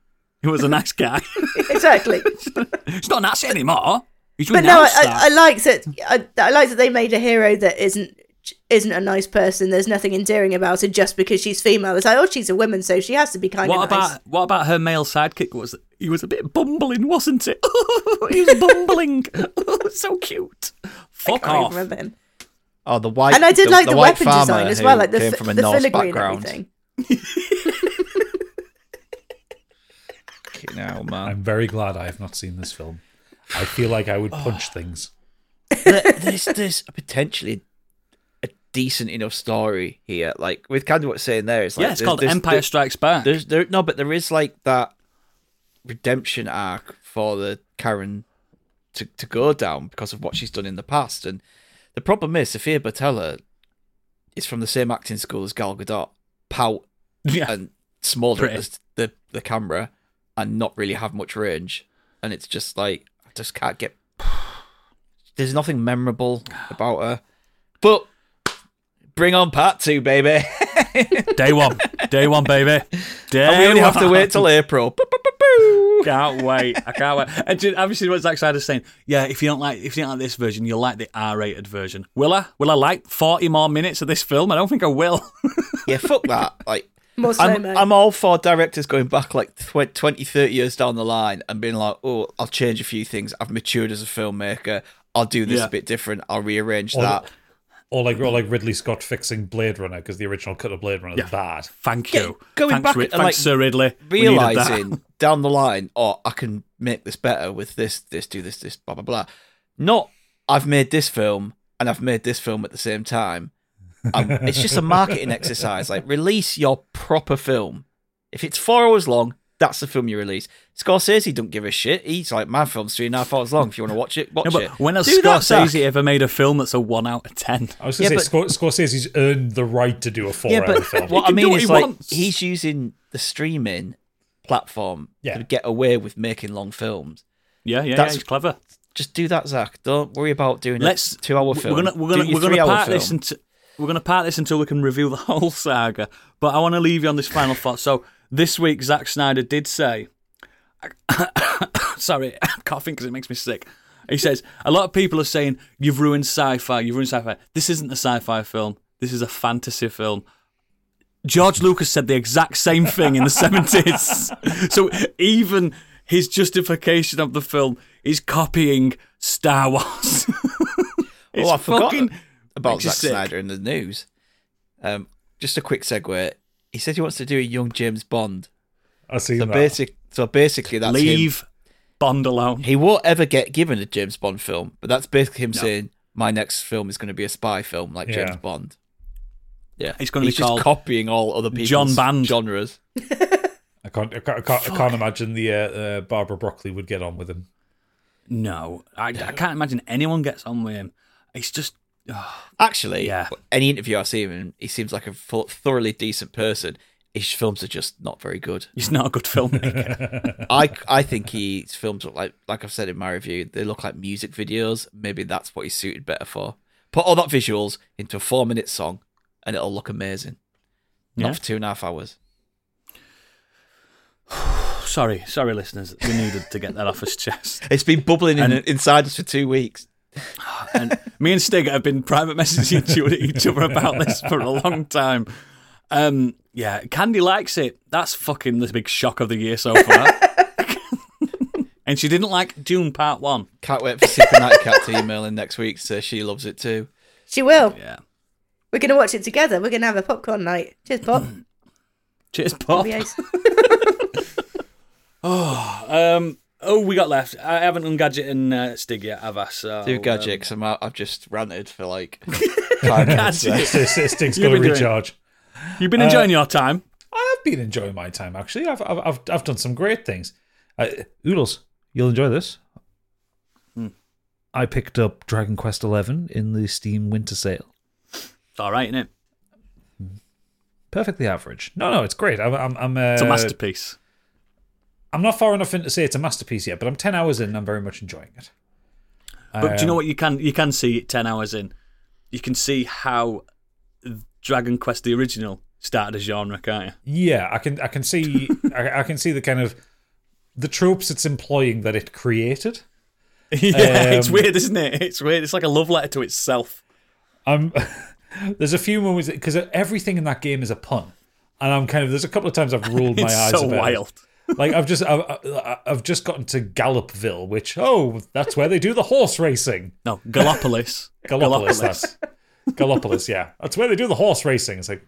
Speaker 1: He was a nice guy.
Speaker 3: [laughs]
Speaker 1: [laughs]
Speaker 3: exactly.
Speaker 1: He's not Nazi anymore. He's
Speaker 3: But no, I,
Speaker 1: renounced
Speaker 3: I, I
Speaker 1: that.
Speaker 3: like that. I, I like that they made a hero that isn't isn't a nice person. There's nothing endearing about her just because she's female. It's like, oh, she's a woman, so she has to be kind
Speaker 1: what
Speaker 3: of nice.
Speaker 1: about what about her male sidekick? Was he was a bit bumbling, wasn't it? he [laughs] was bumbling. [laughs] so cute.
Speaker 3: I
Speaker 1: Fuck
Speaker 3: can't even
Speaker 1: off.
Speaker 3: remember him.
Speaker 5: Oh, the white.
Speaker 3: And I did like the,
Speaker 5: white
Speaker 3: weapon
Speaker 5: farmer
Speaker 3: design as
Speaker 5: who
Speaker 3: well, like the,
Speaker 5: came
Speaker 3: fi-
Speaker 5: from a
Speaker 3: the
Speaker 5: Norse
Speaker 3: filigree
Speaker 5: background.
Speaker 3: and everything.
Speaker 5: Fucking hell, man.
Speaker 1: Uh,
Speaker 2: I'm very glad I have not seen this film. I feel like I
Speaker 1: [sighs]
Speaker 2: would punch things.
Speaker 5: There- there's there's potentially a decent enough story here. Like with kind of what's saying there, it's like
Speaker 1: yeah, it's
Speaker 5: there's-
Speaker 1: called
Speaker 5: there's-
Speaker 1: Empire
Speaker 5: there's-
Speaker 1: Strikes Back.
Speaker 5: [laughs] There's there no, but there is like that redemption arc for the Karen to to go down because of what she's done in the past. And the problem is, Sophia Botella is from the same acting school as Gal Gadot. Pout
Speaker 1: Yeah,
Speaker 5: and smolder
Speaker 1: Pretty.
Speaker 5: as the the camera and not really have much range and it's just like I just can't get there's nothing memorable about her but bring on part two baby [laughs] uh,
Speaker 1: day one, day one, baby. [laughs] Day
Speaker 5: and we only have to
Speaker 1: one.
Speaker 5: wait [laughs] till April Boo, boo, boo, boo.
Speaker 1: Can't wait. I can't wait. And do you- have you seen what Zack Snyder's saying? Yeah, if you don't like if you don't like this version, you'll like the R rated version. Will I? Will I like forty more minutes of this film? I don't think I will. [laughs]
Speaker 5: yeah fuck that like
Speaker 3: More
Speaker 5: I'm,
Speaker 3: slow-mo.
Speaker 5: I'm all for directors going back like tw- 20, 30 years down the line and being like, oh, I'll change a few things. I've matured as a filmmaker. I'll do this
Speaker 1: Yeah.
Speaker 5: a bit different. I'll rearrange
Speaker 2: Or-
Speaker 5: that.
Speaker 2: Or like, or like Ridley Scott fixing Blade Runner because the original cut of Blade Runner
Speaker 1: Yeah.
Speaker 2: is bad.
Speaker 1: Thank
Speaker 5: Yeah,
Speaker 1: you.
Speaker 5: going
Speaker 1: thanks,
Speaker 5: back
Speaker 1: Ri-
Speaker 5: and,
Speaker 1: thanks,
Speaker 5: like,
Speaker 1: Sir Ridley. We needed that.
Speaker 5: realizing [laughs] down the line, oh, I can make this better with this, this, do this, this, blah, blah, blah. Not, I've made this film and I've made this film at the same time. Um, it's just
Speaker 1: [laughs]
Speaker 5: a marketing exercise. Like, release your proper film. If it's four hours long, that's the film you release. Scorsese don't give a shit. He's like, my film's three and a half hours long. If you want to watch it, watch
Speaker 1: [laughs] No, but
Speaker 5: it.
Speaker 1: when has
Speaker 5: Do that, Zach.
Speaker 1: Scorsese ever made a film that's a one out of ten?
Speaker 2: I was going to
Speaker 5: Yeah,
Speaker 2: say Scor- Scorsese's earned the right to do a four-hour film.
Speaker 5: What I
Speaker 1: can do
Speaker 5: mean
Speaker 1: what
Speaker 5: is
Speaker 1: he
Speaker 5: like
Speaker 1: wants.
Speaker 5: he's using the streaming platform
Speaker 2: Yeah.
Speaker 5: to get away with making long films.
Speaker 1: Yeah, yeah,
Speaker 5: That's-
Speaker 1: yeah, he's clever.
Speaker 5: just do that, Zach. Don't worry about doing
Speaker 1: Let's
Speaker 5: a two-hour
Speaker 1: we-
Speaker 5: film.
Speaker 1: We're gonna we're gonna
Speaker 5: do your
Speaker 1: we're gonna
Speaker 5: three-hour
Speaker 1: part this
Speaker 5: film.
Speaker 1: into we're gonna part this until we can review the [laughs] whole saga. But I want to leave you on this final thought. So this week, Zack Snyder did say, [coughs] "Sorry, [coughs] I'm coughing because it makes me sick." He says a lot of people are saying you've ruined sci-fi. You've ruined sci-fi. This isn't a sci-fi film. This is a fantasy film. George Lucas said the exact same thing in the
Speaker 5: [laughs]
Speaker 1: 70s. So even his justification of the film is copying Star Wars. [laughs] It's
Speaker 5: Oh, I forgot
Speaker 1: fucking-
Speaker 5: about
Speaker 1: makes you
Speaker 5: Zack
Speaker 1: sick.
Speaker 5: Snyder in the news. Um, just a quick segue. He said he wants to do a young James Bond.
Speaker 2: I see
Speaker 5: So
Speaker 2: that.
Speaker 5: basic. So basically, that's
Speaker 1: Leave Bond
Speaker 5: him.
Speaker 1: alone.
Speaker 5: He won't ever get given a James Bond film, but that's basically him saying, "My next film is going to be a spy film, like
Speaker 2: Yeah.
Speaker 5: James Bond." Yeah,
Speaker 1: It's gonna be
Speaker 5: He's just
Speaker 1: called
Speaker 5: copying all other people's
Speaker 1: John Band.
Speaker 5: genres.
Speaker 2: I can't, I can't, I can't, I can't imagine the uh, uh, Barbara Broccoli would get on
Speaker 1: [laughs]
Speaker 2: with him.
Speaker 1: No, I, I can't imagine anyone gets on with him. It's just
Speaker 5: Actually,
Speaker 1: Yeah.
Speaker 5: any interview I see him in, he seems like a fu- thoroughly decent person. His films are just not very good.
Speaker 1: he's not a good
Speaker 5: [laughs]
Speaker 1: filmmaker.
Speaker 5: I, I think his films look like like I've said in my review, they look like music videos. Maybe that's what he's suited better for. Put all that visuals into a four minute song, and it'll look amazing.
Speaker 1: Yeah.
Speaker 5: Not for two and a half hours.
Speaker 1: sorry, sorry, listeners. We needed to get that off his chest.
Speaker 5: It's been bubbling in,
Speaker 1: And-
Speaker 5: inside us for two weeks.
Speaker 1: And me and Stig have been private [laughs] messaging each- each other about this for a long time. Um, yeah, Candy likes it. That's fucking the big shock of the year so far. [laughs] and she didn't like Dune Part One.
Speaker 5: Can't wait for Super Night Cat to email in next week. So she loves it too.
Speaker 3: she will.
Speaker 1: Yeah.
Speaker 3: We're gonna watch it together. We're gonna have a popcorn night.
Speaker 1: [laughs]
Speaker 3: Cheers, pop.
Speaker 1: Cheers, Pop.
Speaker 3: Be ace.
Speaker 1: Um, oh, we got left. I haven't ungadget and uh, Stig yet, have I? So,
Speaker 5: Do gadget because I'm out, I've just ranted for like
Speaker 1: um,
Speaker 5: five minutes. there.
Speaker 1: gadget. [laughs]
Speaker 2: Sting's
Speaker 1: You've
Speaker 2: got to
Speaker 1: been doing-
Speaker 2: recharge.
Speaker 1: You've been enjoying your time.
Speaker 2: I have been enjoying my time actually. I've I've I've, I've done some great things. Uh, Oodles, you'll enjoy this.
Speaker 1: Hmm.
Speaker 2: I picked up Dragon Quest Eleven in the Steam Winter Sale.
Speaker 1: It's all right, isn't it?
Speaker 2: Perfectly average. No, no, it's great. I'm I'm, I'm uh,
Speaker 1: It's a masterpiece.
Speaker 2: I'm not far enough in to say it's a masterpiece yet, but I'm 10 hours in and I'm very much enjoying it.
Speaker 1: But do you know
Speaker 2: Um,
Speaker 1: what you can you can see ten hours in? You can see how Dragon Quest the original started a genre, can't you?
Speaker 2: Yeah, I can I
Speaker 1: [laughs]
Speaker 2: can see I, I can see the kind of the tropes it's employing that it created. [laughs]
Speaker 1: [laughs] yeah, it's
Speaker 2: Um,
Speaker 1: weird, isn't it? It's weird. It's like a love letter to itself.
Speaker 2: I'm [laughs] there's a few moments because everything in that game is a pun, and I'm kind of there's a couple of times I've rolled
Speaker 1: [laughs]
Speaker 2: Oh, my
Speaker 1: It's
Speaker 2: eyes.
Speaker 1: so
Speaker 2: about it.
Speaker 1: wild.
Speaker 2: [laughs] like I've just I've, I- I've just gotten to Gallopville, which oh that's where they do the
Speaker 1: [laughs]
Speaker 2: horse racing.
Speaker 1: No,
Speaker 2: [laughs]
Speaker 1: Galopolis.
Speaker 2: Gallopolis, that's Gallopolis, yeah, that's where they do the horse racing. It's like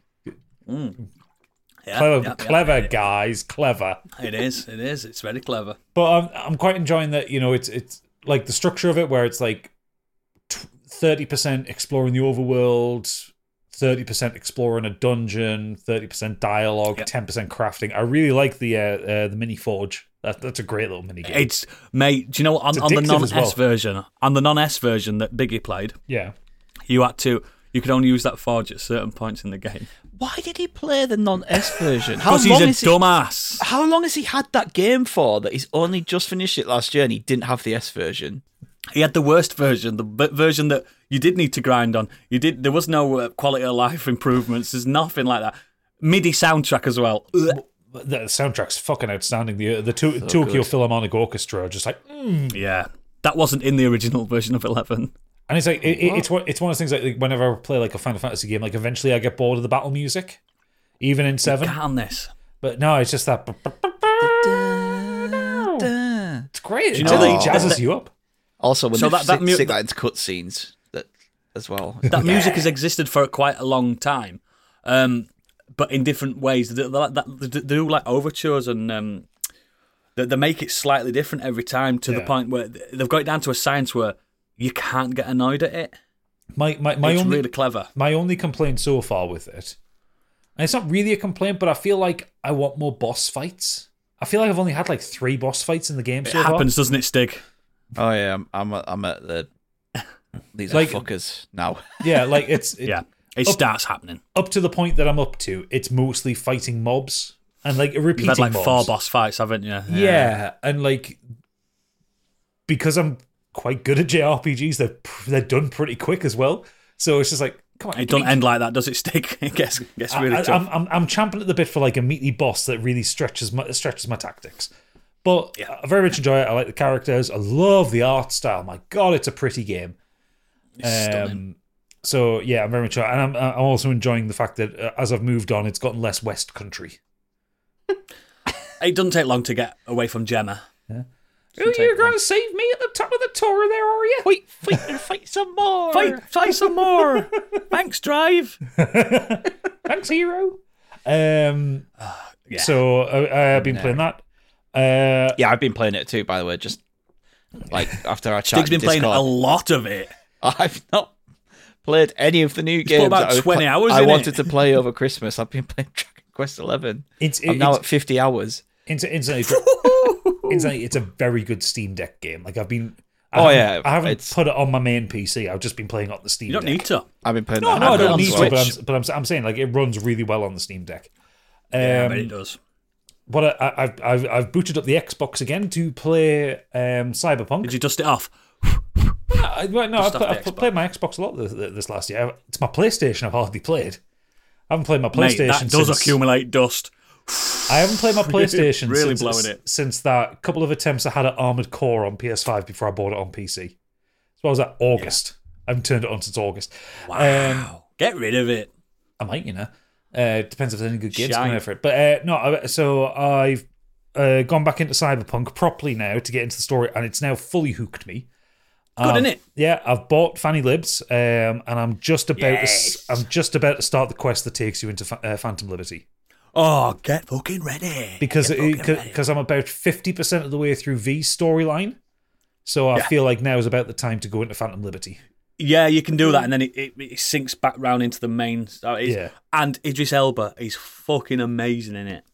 Speaker 1: Yeah,
Speaker 2: clever,
Speaker 1: yeah, yeah.
Speaker 2: clever guys, clever.
Speaker 1: It is. It is. It's very clever.
Speaker 2: But I'm I'm quite enjoying that. You know, it's it's like the structure of it where it's like thirty percent exploring the overworld. 30% exploring a dungeon, 30% dialogue,
Speaker 1: Yeah.
Speaker 2: 10% crafting. I really like the uh, uh, the mini forge. That, that's a great little mini game.
Speaker 1: It's mate. Do you know what? On,
Speaker 2: It's
Speaker 1: on the
Speaker 2: addictive
Speaker 1: non
Speaker 2: as
Speaker 1: S
Speaker 2: well.
Speaker 1: version, on the non S version that Biggie played,
Speaker 2: yeah.
Speaker 1: you had to. You could only use that forge at certain points in the game.
Speaker 5: Why did he play the non-S version? How
Speaker 1: Because he's
Speaker 5: long
Speaker 1: a
Speaker 5: is he?
Speaker 1: dumbass.
Speaker 5: How long has he had that game for? That he's only just finished it last year and he didn't have the S version.
Speaker 1: He had the worst version, the b- version that you did need to grind on. You did. There was no uh, quality of life [laughs] improvements. There's nothing like that. MIDI soundtrack as well. Ugh.
Speaker 2: the soundtrack's fucking outstanding. The the to- Tokyo Philharmonic Orchestra are just like, mm.
Speaker 1: Yeah, that wasn't in the original [laughs] version of Eleven.
Speaker 2: and it's like it, it- it's one it's one of those things like whenever I play like a Final Fantasy game, like eventually I get bored of the battle music, even in seven.
Speaker 1: Calm this.
Speaker 2: But no, it's just that
Speaker 5: Duh.
Speaker 2: it's great. It
Speaker 1: know
Speaker 2: totally
Speaker 5: what?
Speaker 2: jazzes you up.
Speaker 5: Also, when
Speaker 1: So
Speaker 5: so
Speaker 1: that-
Speaker 5: they
Speaker 1: that
Speaker 5: that,
Speaker 1: mu-
Speaker 5: stick that into cutscenes, that as [laughs] well.
Speaker 1: That music has existed for quite a long time, um, but in different ways. They, they, like that- they do like overtures and um, they, they make it slightly different every time to the
Speaker 2: Yeah.
Speaker 1: point where they've got it down to a science where you can't get annoyed at it.
Speaker 2: My my my
Speaker 1: it's
Speaker 2: only
Speaker 1: really clever.
Speaker 2: my only complaint so far with it, and it's not really a complaint, but I feel like I want more boss fights. I feel like I've only had like three boss fights in the game
Speaker 1: It
Speaker 2: so far.
Speaker 1: happens, doesn't it, Stig?
Speaker 5: Oh yeah, I'm I'm, at- I'm at the these
Speaker 2: Like-
Speaker 5: are fuckers now. [laughs]
Speaker 2: Yeah, like it's it,
Speaker 1: [laughs] Yeah, it
Speaker 2: Up-
Speaker 1: starts happening.
Speaker 2: up to the point that I'm up to, it's mostly fighting mobs and like repeating
Speaker 1: You've had like
Speaker 2: mobs.
Speaker 1: four boss fights, haven't you?
Speaker 2: Yeah. and like because I'm quite good at JRPGs, they're pr- they're done pretty quick as well. So it's just like, come on,
Speaker 1: It do
Speaker 2: give
Speaker 1: not
Speaker 2: me-
Speaker 1: end like that, does it, Stig? [laughs] it gets gets really
Speaker 2: I,
Speaker 1: tough.
Speaker 2: am I'm I'm champing at the bit for like a meaty boss that really stretches my stretches my tactics. But I very much enjoy it. I like the characters. I love the art style. My God, it's a pretty game. Um,
Speaker 1: stunning.
Speaker 2: so yeah, I'm very much, and I'm I'm also enjoying the fact that uh, as I've moved on, it's gotten less West Country.
Speaker 1: It doesn't take long to get away from Gemma.
Speaker 2: Oh, you're going to save me at the top of the tower there, are you?
Speaker 5: Wait, fight and fight some more.
Speaker 1: Fight, fight some more. Thanks, Drive.
Speaker 2: Thanks, hero. Um, So uh, I've been playing that. Uh,
Speaker 5: Yeah, I've been playing it too. By the way, just like after I chatted.
Speaker 1: Stig's been playing a
Speaker 5: Discord,
Speaker 1: lot of it.
Speaker 5: [laughs] I've not played any of the new games.
Speaker 1: about
Speaker 5: that I was
Speaker 1: 20
Speaker 5: pla-
Speaker 1: hours
Speaker 5: I
Speaker 1: in it.
Speaker 5: wanted to play over Christmas. I've been [laughs] playing Dragon Quest Eleven.
Speaker 2: It's
Speaker 5: I'm
Speaker 2: it,
Speaker 5: now
Speaker 2: it's,
Speaker 5: at 50 hours.
Speaker 2: it's, instantly, instantly, it's a very good Steam Deck game. Like I've been. I
Speaker 5: Oh,
Speaker 2: haven't-
Speaker 5: yeah,
Speaker 2: I haven't
Speaker 5: it's-
Speaker 2: put it on my main PC. I've just been playing on the Steam.
Speaker 1: You don't
Speaker 2: Deck.
Speaker 1: need to.
Speaker 5: I've been playing.
Speaker 2: No,
Speaker 5: that
Speaker 2: no, I
Speaker 5: on
Speaker 2: don't
Speaker 1: on
Speaker 2: need
Speaker 5: Switch.
Speaker 2: to. But, I'm, but I'm, I'm saying like it runs really well on the Steam Deck. Um,
Speaker 1: Yeah, but it does.
Speaker 2: But I, I've, I've I've booted up the Xbox again to play um, Cyberpunk.
Speaker 1: Did you dust it off?
Speaker 2: I, well, no, I've,
Speaker 1: off
Speaker 2: pl-
Speaker 1: the
Speaker 2: I've pl- played my Xbox a lot this, this last year. It's my PlayStation I've hardly played. I haven't played my
Speaker 1: Mate,
Speaker 2: PlayStation.
Speaker 1: that does
Speaker 2: since,
Speaker 1: accumulate dust.
Speaker 2: I
Speaker 1: [laughs]
Speaker 2: haven't played my PlayStation
Speaker 1: Really
Speaker 2: since,
Speaker 1: blowing it.
Speaker 2: since that couple of attempts I had at Armored Core on PS5 before I bought it on PC. So I was at August. I haven't turned it on since August.
Speaker 1: Um, Wow. Get rid of it.
Speaker 2: I might, you know. Uh, it depends if there's any good games
Speaker 1: Shite.
Speaker 2: coming out for it. But uh, no, I- so I've uh, gone back into Cyberpunk properly now to get into the story, and it's now fully hooked me.
Speaker 1: Good,
Speaker 2: Um,
Speaker 1: isn't it?
Speaker 2: Yeah, I've bought Fanny Libs, um, and I'm just about to, s- I'm just about to start the quest that takes you into Fa- uh, Phantom Liberty
Speaker 1: Oh, get fucking ready.
Speaker 2: because
Speaker 1: Get fucking ready.
Speaker 2: because I'm about fifty percent of the way through V's storyline, so I feel like now is about the time to go into Phantom Liberty.
Speaker 1: yeah, you can do that, and then it, it, it sinks back round into the main. so it's-
Speaker 2: Yeah.
Speaker 1: And Idris Elba is fucking amazing in it.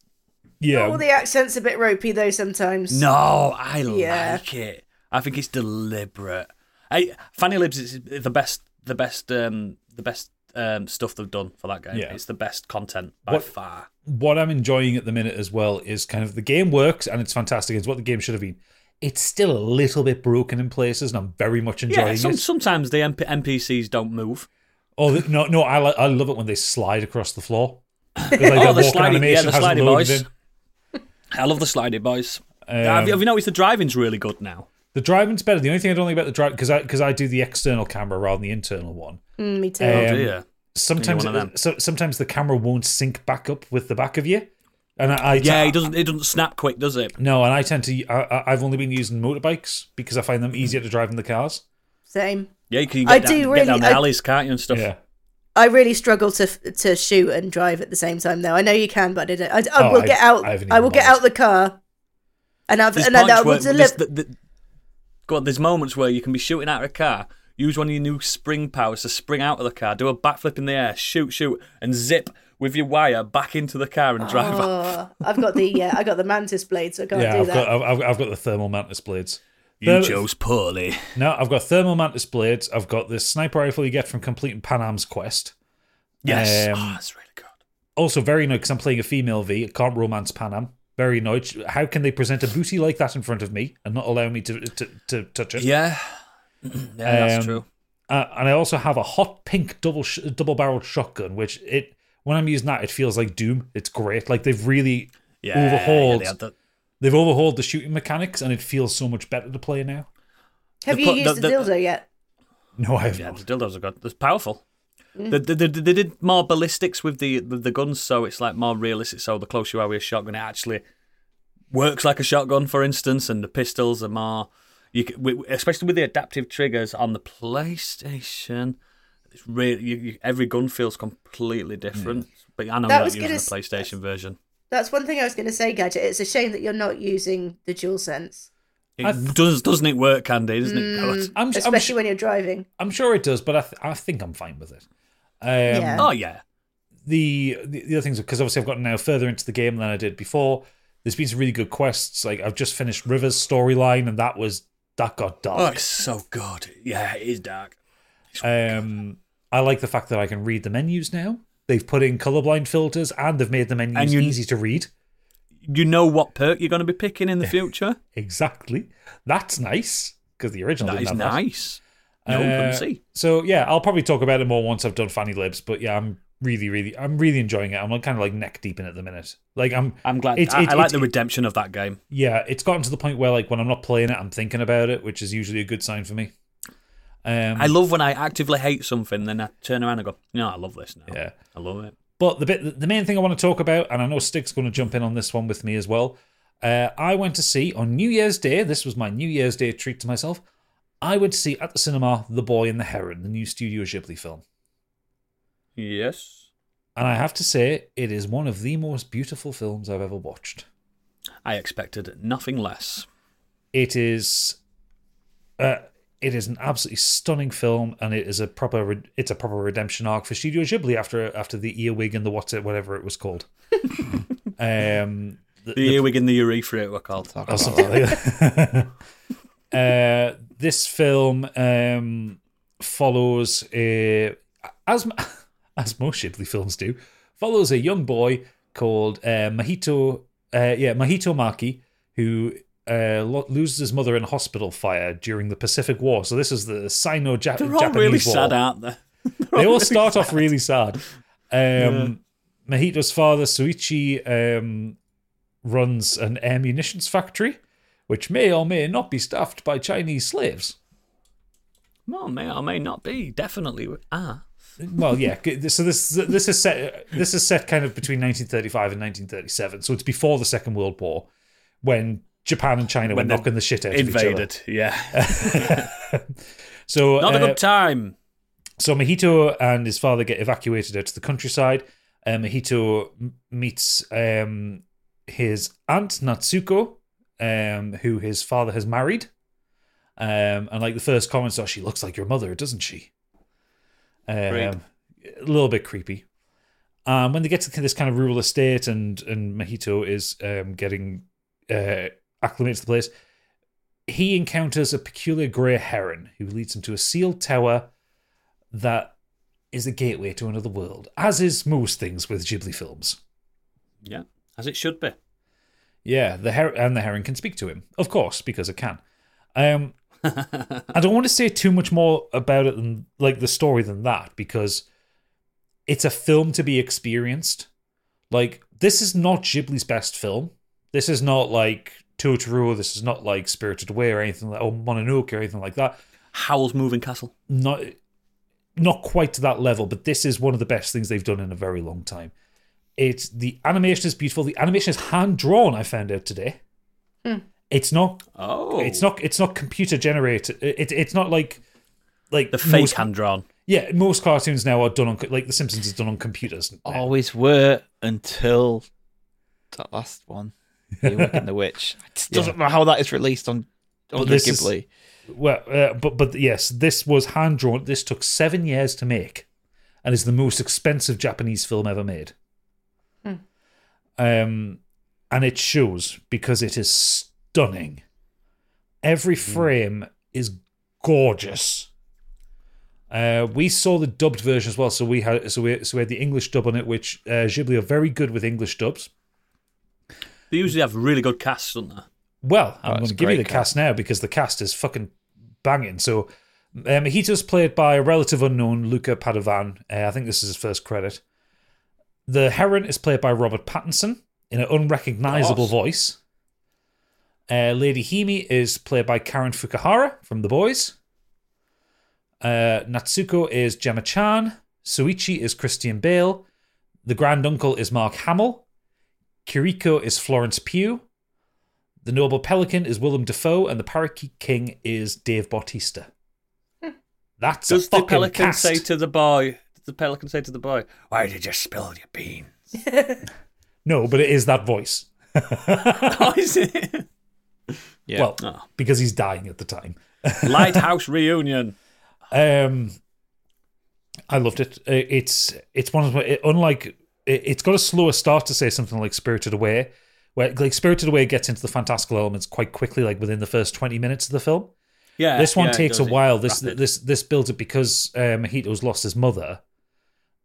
Speaker 2: Yeah,
Speaker 3: All the accents a bit ropey though sometimes.
Speaker 1: No, I
Speaker 3: Yeah.
Speaker 1: like it. I think it's deliberate. I, Fanny Libs is the best, the best, um, the best um, stuff they've done for that game.
Speaker 2: Yeah.
Speaker 1: It's the best content by
Speaker 2: What-
Speaker 1: far.
Speaker 2: What I'm enjoying at the minute as well is kind of the game works and it's fantastic. It's what the game should have been. It's still a little bit broken in places, and I'm very much enjoying
Speaker 1: Yeah, some,
Speaker 2: it.
Speaker 1: sometimes the MP- NPCs don't move.
Speaker 2: Oh the- no, no, I li- I love it when they slide across
Speaker 1: [laughs]
Speaker 2: the floor. 'Cause, like, their
Speaker 1: Oh, the
Speaker 2: walking
Speaker 1: sliding, yeah,
Speaker 2: animation
Speaker 1: the
Speaker 2: hasn't
Speaker 1: sliding
Speaker 2: loaded
Speaker 1: boys.
Speaker 2: in.
Speaker 1: I love the sliding boys.
Speaker 2: Um,
Speaker 1: have, you, have you noticed the driving's really good now?
Speaker 2: The driving's better. The only thing I don't like about the drive because I because I do the external camera rather than the internal one.
Speaker 3: Mm, me too.
Speaker 2: Um,
Speaker 1: oh dear.
Speaker 2: Sometimes
Speaker 1: one of them.
Speaker 2: so, sometimes the camera won't sync back up with the back of you, and I, I
Speaker 1: Yeah, it doesn't. It doesn't snap quick, does it?
Speaker 2: no, and I tend to I, I- I've only been using motorbikes because I find them easier to drive than the cars.
Speaker 3: Same.
Speaker 1: Yeah, you can get,
Speaker 3: I
Speaker 1: down,
Speaker 3: do
Speaker 1: get
Speaker 3: really-
Speaker 1: down the
Speaker 3: I-
Speaker 1: alleys, can't you, and stuff.
Speaker 2: Yeah,
Speaker 3: I really struggle to to shoot and drive at the same time, though. I know you can, but I don't. I, I
Speaker 2: Oh,
Speaker 3: will
Speaker 2: I-
Speaker 3: get out.
Speaker 2: I
Speaker 3: I,
Speaker 2: haven't
Speaker 3: will
Speaker 2: even
Speaker 3: get out
Speaker 2: bothered.
Speaker 3: the car, and I've
Speaker 1: There's
Speaker 3: and I, I
Speaker 1: points
Speaker 3: will
Speaker 1: where there's,
Speaker 3: deliver.
Speaker 1: the, the- God, there's moments where you can be shooting at a car, use one of your new spring powers to spring out of the car, do a backflip in the air, shoot, shoot, and zip with your wire back into the car and drive off.
Speaker 3: [laughs] Oh, I've got the yeah, I got the mantis blade, so I can't
Speaker 2: yeah.
Speaker 3: do
Speaker 2: I've
Speaker 3: that.
Speaker 2: got uh, I've, I've- I've got the thermal mantis blades.
Speaker 1: You
Speaker 2: There-
Speaker 1: chose poorly.
Speaker 2: No, I've got thermal mantis blades. I've got this sniper rifle you get from completing Pan Am's quest.
Speaker 1: Yes,
Speaker 2: Um,
Speaker 1: oh, that's really good.
Speaker 2: Also, very annoyed because I'm playing a female V. I can't romance Pan Am. Very annoyed. How can they present a booty like that in front of me and not allow me to to, to touch it?
Speaker 1: Yeah, [clears throat] yeah, that's
Speaker 2: Um,
Speaker 1: true.
Speaker 2: Uh, and I also have a hot pink double sh- double barreled shotgun, which it when I'm using that, it feels like Doom. It's great. Like they've really
Speaker 1: Yeah, yeah,
Speaker 2: overhauled.
Speaker 1: they had the-
Speaker 2: they've overhauled the shooting mechanics, and it feels so much better to play now.
Speaker 3: Have
Speaker 1: the
Speaker 3: you
Speaker 1: pu-
Speaker 3: used
Speaker 1: the-
Speaker 3: the,
Speaker 1: the-
Speaker 3: dildo yet?
Speaker 2: No, I have
Speaker 1: Yeah, the
Speaker 2: not.
Speaker 1: dildos are good. They're powerful.
Speaker 3: Mm.
Speaker 1: They, they, they, they did more ballistics with the, the, the guns, so it's like more realistic. So the closer you are with a shotgun, it actually works like a shotgun, for instance. And the pistols are more, you c- wi- especially with the adaptive triggers on the PlayStation. It's really you, you, every gun feels completely different. But I know
Speaker 3: That
Speaker 1: you're
Speaker 3: was
Speaker 1: not using
Speaker 3: gonna
Speaker 1: the
Speaker 3: s-
Speaker 1: PlayStation version.
Speaker 3: That's one thing I was going to say, gadget. It's a shame that you're not using the dual sense,
Speaker 1: It
Speaker 2: I th-
Speaker 1: does doesn't it work, Andy? Doesn't it?
Speaker 3: Mm.
Speaker 2: I'm, s- I'm,
Speaker 3: especially
Speaker 2: s-
Speaker 3: when you're driving.
Speaker 2: I'm sure it does, but I, th- I think I'm fine with it. Um,
Speaker 3: Yeah.
Speaker 1: Oh yeah,
Speaker 2: the the the other things because obviously I've gotten now further into the game than I did before. There's been some really good quests. Like I've just finished River's storyline, and that was that got
Speaker 1: oh
Speaker 2: dark.
Speaker 1: it's so good. Yeah, it is dark.
Speaker 2: um, I like the fact that I can read the menus now. They've put in colorblind filters, and they've made the menus
Speaker 1: you-
Speaker 2: easy to read.
Speaker 1: You know what perk you're going to be picking in the future.
Speaker 2: Exactly, that's nice because the original
Speaker 1: That
Speaker 2: didn't
Speaker 1: is
Speaker 2: have
Speaker 1: nice. No
Speaker 2: Uh,
Speaker 1: one can see.
Speaker 2: So yeah, I'll probably talk about it more once I've done Fanny Libs. But yeah, I'm really, really, I'm really enjoying it. I'm kind of like neck deep in it at the minute. Like I'm,
Speaker 1: I'm glad.
Speaker 2: It's-
Speaker 1: I,
Speaker 2: it's-
Speaker 1: I like
Speaker 2: it's-
Speaker 1: the redemption of that game.
Speaker 2: yeah, it's gotten to the point where like when I'm not playing it, I'm thinking about it, which is usually a good sign for me. Um,
Speaker 1: I love when I actively hate something, then I turn around and go, "No, I love this now.
Speaker 2: yeah,
Speaker 1: I love it."
Speaker 2: but the bit, the main thing I want to talk about, and I know Stig's going to jump in on this one with me as well. Uh, I went to see on New Year's Day. This was my New Year's Day treat to myself. I went to see at the cinema The Boy and the Heron, the new Studio Ghibli film.
Speaker 1: Yes,
Speaker 2: And I have to say, it is one of the most beautiful films I've ever watched.
Speaker 1: I expected nothing less.
Speaker 2: It is, uh, it is an absolutely stunning film, and it is a proper, re- it's a proper redemption arc for Studio Ghibli after after the earwig and the what's it, whatever it was called. [laughs] um, the-
Speaker 1: The earwig and the urethra it were called.
Speaker 2: or something like that. [laughs] uh, this film um, follows a, as [laughs] as most Ghibli films do, follows a young boy called uh, Mahito. Uh, yeah, Mahito Maki, who uh, lo- loses his mother in a hospital fire during the Pacific War. So this is the
Speaker 1: They're
Speaker 2: Sino-Japanese
Speaker 1: all really
Speaker 2: War
Speaker 1: sad, aren't [laughs] they?
Speaker 2: they all start off really sad. Um, Mahito's father, Suichi, um, runs an air munitions factory, which may or may not be staffed by Chinese slaves.
Speaker 1: Well, may or may not be. Definitely ah.
Speaker 2: Well, yeah. g- So this this is set this is set kind of between 1935 and 1937. So it's before the Second World War, when Japan and China
Speaker 1: When
Speaker 2: were
Speaker 1: they
Speaker 2: knocking the shit out of each
Speaker 1: Invaded.
Speaker 2: [laughs]
Speaker 1: Yeah,
Speaker 2: other. so
Speaker 1: not a
Speaker 2: uh,
Speaker 1: good time.
Speaker 2: So Mahito and his father get evacuated out to the countryside. Uh, Mahito m- meets um, his aunt Natsuko, um, who his father has married. Um, and like the first comments are, "She looks like your mother, doesn't she?" Um,
Speaker 1: Great.
Speaker 2: a little bit creepy. Um, when they get to this kind of rural estate, and and Mahito is um, getting uh, acclimated to the place, he encounters a peculiar grey heron who leads him to a sealed tower that is the gateway to another world, as is most things with Ghibli films.
Speaker 1: Yeah, as it should be.
Speaker 2: Yeah, the her- and the heron can speak to him, of course, because it can. Um, I don't want to say too much more about it than like the story than that because it's a film to be experienced. Like this is not Ghibli's best film. This is not like Totoro. This is not like Spirited Away or anything like or Mononoke or anything like that.
Speaker 1: Howl's Moving Castle.
Speaker 2: Not not quite to that level, but this is one of the best things they've done in a very long time. It's the animation is beautiful. The animation is hand drawn. I found out today. It's not
Speaker 1: Oh,
Speaker 2: it's not it's not computer generated it, it's not like like
Speaker 1: the fake
Speaker 2: most,
Speaker 1: hand drawn.
Speaker 2: yeah most cartoons now are done on co- like the simpsons is done on computers now.
Speaker 1: Oh,
Speaker 5: Always were until that last one. The Wicked [laughs] the Witch. I just doesn't know how that is released on on
Speaker 2: this is-
Speaker 5: Ghibli.
Speaker 2: well uh, but but yes this was hand drawn this took 7 years to make and is the most expensive japanese film ever made um and it shows because it is stunning every frame is gorgeous Uh, we saw the dubbed version as well, so we had so we so we had the English dub on it, which uh, Ghibli are very good with English dubs.
Speaker 1: They usually have really good casts, don't they?
Speaker 2: Well, I'm going
Speaker 5: it's
Speaker 2: to give you
Speaker 5: great
Speaker 2: the cast now because the cast is fucking banging. So, um, Hito's played by a relative unknown, Luca Padovan. Uh, I think this is his first credit. The Heron is played by Robert Pattinson in an unrecognizable voice. Uh, Lady Himi is played by Karen Fukuhara from The Boys. Uh, Natsuko is Gemma Chan. Suichi is Christian Bale. The Grand Uncle is Mark Hamill. Kiriko is Florence Pugh. The Noble Pelican is Willem Dafoe, and the Parakeet King is Dave Bautista. That's a
Speaker 1: Hmm. Does the
Speaker 2: fucking
Speaker 1: pelican
Speaker 2: cast.
Speaker 1: say to the boy? Does the pelican say to the boy, "Why did you spill your
Speaker 2: [laughs]
Speaker 1: bean?"
Speaker 2: no, but it is
Speaker 1: [laughs]
Speaker 2: that voice.
Speaker 1: Oh, is it?
Speaker 5: Yeah.
Speaker 2: Well,
Speaker 1: Oh.
Speaker 2: because he's dying at the time.
Speaker 1: Lighthouse reunion.
Speaker 2: Um, I loved it. Uh, It's it's one of my- it, unlike it- it's got a slower start to say something like Spirited Away, where like Spirited Away gets into the fantastical elements quite quickly, like within the first twenty minutes of the film.
Speaker 1: Yeah,
Speaker 2: this one
Speaker 1: yeah, it
Speaker 2: takes a
Speaker 1: does. It's
Speaker 2: while. This
Speaker 1: rapid.
Speaker 2: this this builds it because um, Hito's lost his mother.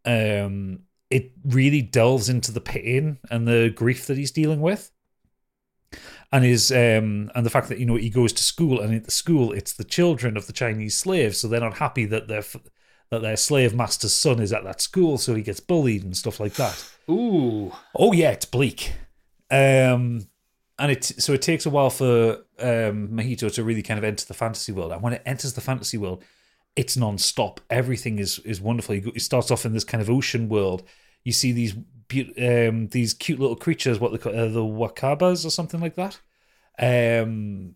Speaker 2: Um, it really delves into the pain and the grief that he's dealing with, and his um, and the fact that you know he goes to school and at the school it's the children of the Chinese slaves, so they're not happy that their f- that their slave master's son is at that school, so he gets bullied and stuff like that.
Speaker 1: Ooh,
Speaker 2: Oh yeah, it's bleak. Um, and it so it takes a while for um, Mahito to really kind of enter the fantasy world. And when it enters the fantasy world, it's non-stop. Everything is is wonderful. You go- It starts off in this kind of ocean world. You see these beau- um, these cute little creatures, what they call uh, the wakabas or something like that, um,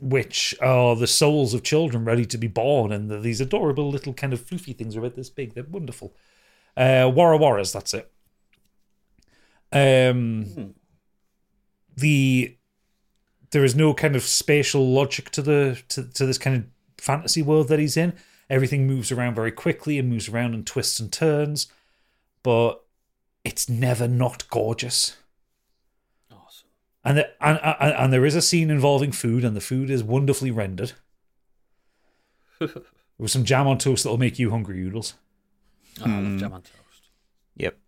Speaker 2: which are the souls of children ready to be born, and they're these adorable little kind of floofy things are about this big. They're wonderful. Uh, Wara waras, that's it. Um, the there is no kind of spatial logic to the to, to this kind of fantasy world that he's in. Everything moves around very quickly and moves around and twists and turns, but it's never not gorgeous.
Speaker 1: awesome.
Speaker 2: And there, and, and and there is a scene involving food, and the food is
Speaker 1: [laughs]
Speaker 2: wonderfully rendered. With some jam on toast that'll make you hungry, Oodles.
Speaker 1: Oh, I
Speaker 2: Hmm.
Speaker 1: love jam and toast.
Speaker 5: Yep.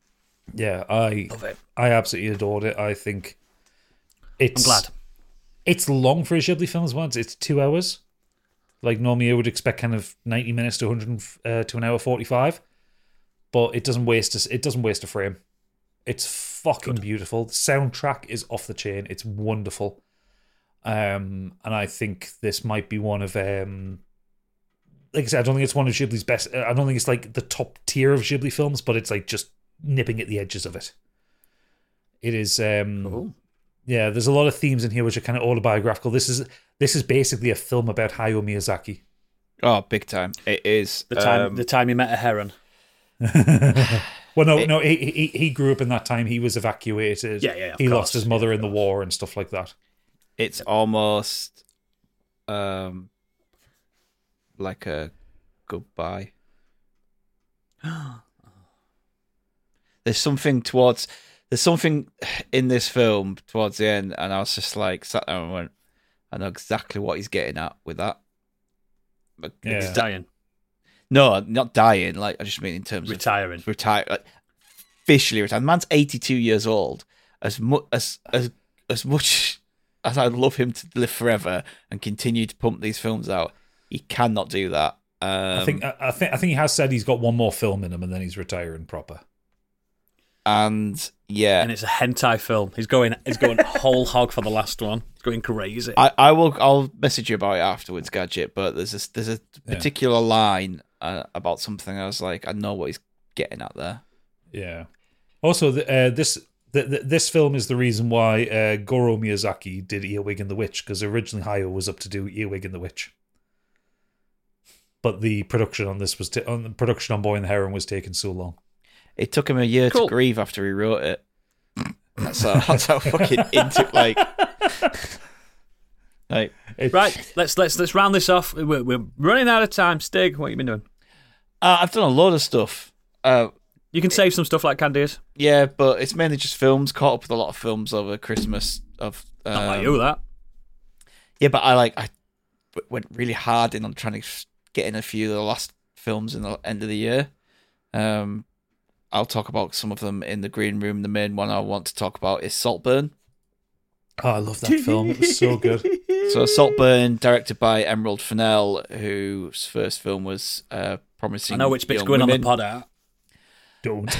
Speaker 2: Yeah, I
Speaker 1: Love it.
Speaker 2: I absolutely adored it. I think
Speaker 1: I'm
Speaker 2: it's
Speaker 1: glad.
Speaker 2: it's long for a Ghibli film as well. It's, it's two hours. Like normally, I would expect kind of ninety minutes to hundred uh, to an hour forty five, but it doesn't waste a, s- it doesn't waste a frame. It's fucking beautiful. The soundtrack is off the chain. It's wonderful, um, and I think this might be one of um, like I said, I don't think it's one of Ghibli's best. uh, I don't think it's like the top tier of Ghibli films, but it's like just nipping at the edges of it. It is um, yeah, there's a lot of themes in here which are kind of autobiographical. This is this is basically a film about Hayao Miyazaki.
Speaker 5: Oh, big time. It is.
Speaker 1: The time,
Speaker 5: um,
Speaker 1: the time you met a heron.
Speaker 2: Well, no, no, he, he he grew up in that time. He was evacuated.
Speaker 1: Yeah, yeah, of
Speaker 2: He
Speaker 1: course.
Speaker 2: lost his mother in the war and stuff like that.
Speaker 5: it's almost um like a goodbye. [gasps] there's something towards there's something in this film towards the end, and I was just like sat there and went, I know exactly what he's getting at with that. But
Speaker 2: Yeah.
Speaker 1: Dying.
Speaker 5: No, not dying. Like I just mean in terms of
Speaker 1: Retiring.
Speaker 5: retire, like, officially retired. The man's eighty-two years old. As much as as as much [laughs] as I'd love him to live forever and continue to pump these films out, he cannot do that. Um,
Speaker 2: I think uh, I, I think I think he has said he's got one more film in him, and then he's retiring proper.
Speaker 5: and yeah,
Speaker 1: And it's a hentai film. He's going he's going [laughs] whole hog for the last one. He's going crazy.
Speaker 5: I, I will. I'll message you about it afterwards, gadget. But there's this, there's a
Speaker 2: Yeah.
Speaker 5: particular line uh, about something. I was like, I know what he's getting at there.
Speaker 2: Yeah. Also, th uh, this th th this film is the reason why uh, Goro Miyazaki did Earwig and the Witch because originally Hayao was up to do Earwig and the Witch, but the production on this was t- on the production on Boy and the Heron was taking so long.
Speaker 5: It took him a year
Speaker 1: Cool.
Speaker 5: to grieve after he wrote it. That's how, that's how fucking into like. Like,
Speaker 2: It-
Speaker 1: Right, let's let's let's round this off. We're, we're running out of time. Stig, what you been doing?
Speaker 5: uh, I've done a lot of stuff. Uh,
Speaker 1: You can save some stuff like Candia's.
Speaker 5: yeah, but it's mainly just films. Caught up with a lot of films over Christmas. Of um,
Speaker 1: Not like Oh, you that.
Speaker 5: Yeah, but I like I w- went really hard in on trying to s- get in a few of the last films in the end of the year. Um, I'll talk about some of them in the green room. The main one I want to talk about is Saltburn.
Speaker 2: Oh, I love that film. It was so good.
Speaker 5: So Saltburn, directed by Emerald Fennell, whose first film was uh, promising.
Speaker 1: I know which bit's
Speaker 5: Young
Speaker 1: going on
Speaker 5: Women.
Speaker 1: the pod out.
Speaker 2: [laughs] [laughs] Don't.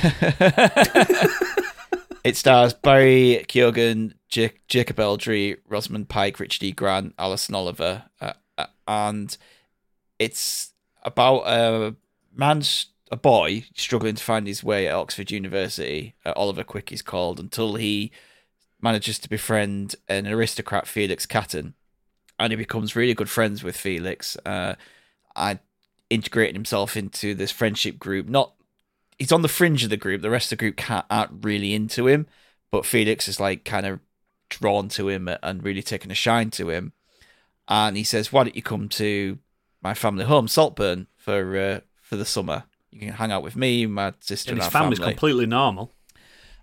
Speaker 5: It stars Barry Keoghan, Ja- Jacob Eldry, Rosamund Pike, Richard E. Grant, Alison Oliver, uh, uh, and it's about a man's a boy struggling to find his way at Oxford University. Uh, Oliver Quick is called until he manages to befriend an aristocrat, Felix Catton, and he becomes really good friends with Felix. Uh, and integrating himself into this friendship group, not he's on the fringe of the group. The rest of the group can't, aren't really into him, but Felix is like kind of drawn to him and really taking a shine to him. And he says, "Why don't you come to my family home, Saltburn, for uh, for the summer? You can hang out with me, my sister,
Speaker 1: And
Speaker 5: and,
Speaker 1: his
Speaker 5: our
Speaker 1: family's
Speaker 5: family."
Speaker 1: completely normal.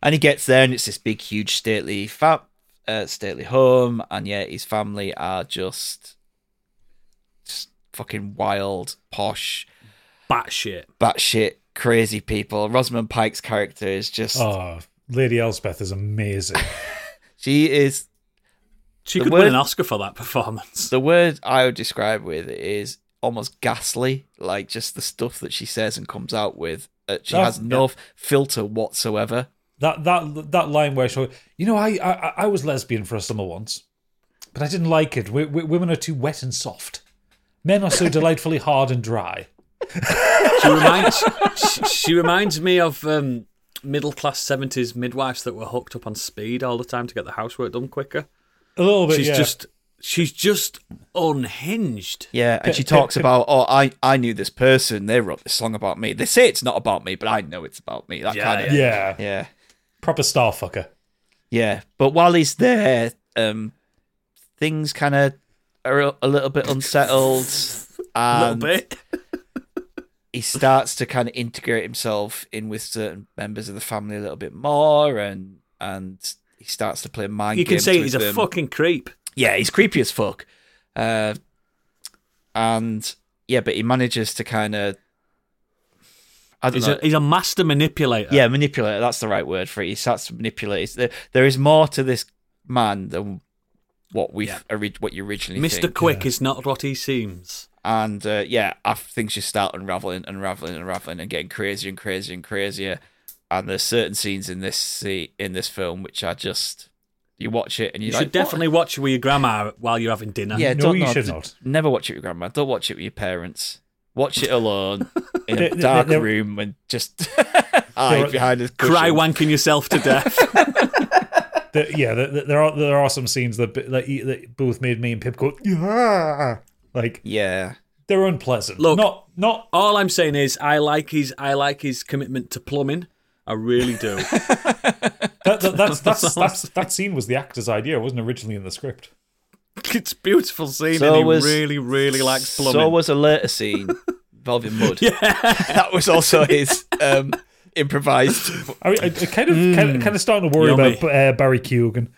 Speaker 5: And he gets there, and it's this big, huge, stately, fat, uh, stately home, and yet his family are just, just fucking wild, posh,
Speaker 1: Batshit.
Speaker 5: batshit, crazy people. Rosamund Pike's character is just,
Speaker 2: Oh, Lady Elspeth is amazing.
Speaker 5: she is
Speaker 1: She
Speaker 5: The
Speaker 1: could
Speaker 5: word-
Speaker 1: win an Oscar for that performance.
Speaker 5: the word I would describe with is almost ghastly, like just the stuff that she says and comes out with. Uh, she
Speaker 2: That's-
Speaker 5: has no f- filter whatsoever.
Speaker 2: That that that line where she, you know, I I, I was lesbian for a summer once, but I didn't like it. W- w- women are too wet and soft. Men are [laughs] so delightfully hard and dry.
Speaker 1: She reminds she, she reminds me of um, middle class seventies midwives that were hooked up on speed all the time to get the housework done quicker.
Speaker 2: A little bit.
Speaker 1: she's
Speaker 2: yeah.
Speaker 1: just she's just unhinged.
Speaker 5: Yeah, and she talks about, oh, I, I knew this person. They wrote this song about me. They say it's not about me, but I know it's about me. That
Speaker 1: Yeah,
Speaker 5: kind of,
Speaker 2: yeah,
Speaker 5: yeah,
Speaker 2: proper star fucker.
Speaker 5: yeah. But while he's there, um, things kind of are a- a little bit unsettled.
Speaker 1: [laughs] A little
Speaker 5: and-
Speaker 1: bit.
Speaker 5: he starts to kind of integrate himself in with certain members of the family a little bit more, and and he starts to um, play mind.
Speaker 1: You can
Speaker 5: games
Speaker 1: say
Speaker 5: with
Speaker 1: he's a
Speaker 5: them.
Speaker 1: fucking creep.
Speaker 5: Yeah, he's creepy as fuck. Uh, and yeah, but he manages to kind of. I don't
Speaker 1: He's
Speaker 5: know.
Speaker 1: a, he's a master manipulator.
Speaker 5: yeah, manipulate. That's the right word for it. He starts to manipulate. It's- There, there is more to this man than what we
Speaker 1: Yeah.
Speaker 5: have what you originally
Speaker 1: Mr.
Speaker 5: think.
Speaker 1: Quick is not what he seems.
Speaker 5: and uh, yeah, af- things just start unraveling, unraveling, unraveling, and getting crazier and crazier and crazier. And there's certain scenes in this se- in this film which are just you watch it and
Speaker 1: You
Speaker 5: you're
Speaker 1: should
Speaker 5: like,
Speaker 1: definitely watch with your grandma while you're having dinner.
Speaker 5: what? yeah,
Speaker 2: No,
Speaker 5: don't
Speaker 2: you
Speaker 5: know.
Speaker 2: should not.
Speaker 5: Never watch it with grandma. Don't watch it with your parents. Watch
Speaker 2: [laughs]
Speaker 5: it alone in
Speaker 2: There-
Speaker 5: a
Speaker 2: there-
Speaker 5: dark
Speaker 2: there-
Speaker 5: room and just [laughs] hide behind his cushion.
Speaker 1: Cry wanking yourself to death.
Speaker 2: The- yeah, the, the- there are there are some scenes that that, e, that both made me and Pip go, yeah, like
Speaker 5: Yeah,
Speaker 2: they're unpleasant.
Speaker 1: Look-
Speaker 2: not not
Speaker 1: All I'm saying is I like his I like his commitment to plumbing. I really do.
Speaker 5: [laughs]
Speaker 2: that, that, that's, [laughs] that's, that's that scene was the actor's idea. It wasn't originally in the script.
Speaker 1: it's a beautiful scene
Speaker 5: So
Speaker 1: and he
Speaker 5: was-
Speaker 1: really, really likes plumbing.
Speaker 5: so was a
Speaker 1: [laughs]
Speaker 5: later scene involving mud. [laughs] that was also his um,
Speaker 1: [laughs]
Speaker 5: improvised.
Speaker 2: I, mean, I, I kind of kind of kind of starting to worry
Speaker 1: Yummy.
Speaker 2: about uh, Barry Keoghan.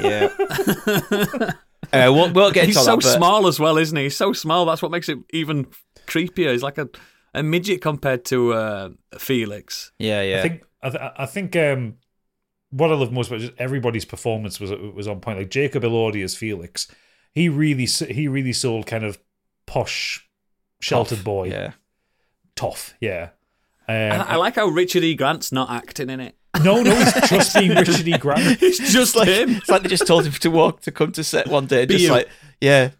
Speaker 5: Yeah. uh, we'll, we'll get
Speaker 1: He's
Speaker 5: into all
Speaker 1: so
Speaker 5: that, but-
Speaker 1: small as well, isn't he? He's so small, that's what makes it even creepier. He's like a a midget compared to uh, Felix.
Speaker 5: Yeah, yeah.
Speaker 2: I think I, th- I think um, what I love most about just everybody's performance was was on point. Like Jacob Elordi as Felix, he really s- he really sold kind of posh,
Speaker 1: Oh,
Speaker 2: sheltered
Speaker 5: Tough.
Speaker 2: boy,
Speaker 5: Yeah.
Speaker 2: tough. Yeah. Um,
Speaker 1: And I like how Richard E. Grant's not acting in it.
Speaker 2: no, no, it's just being Richard E. Grant.
Speaker 1: It's
Speaker 5: [laughs]
Speaker 1: just like him.
Speaker 5: It's like they just told him to walk to come to set one day.
Speaker 1: Be
Speaker 5: Just
Speaker 1: you.
Speaker 5: like, yeah.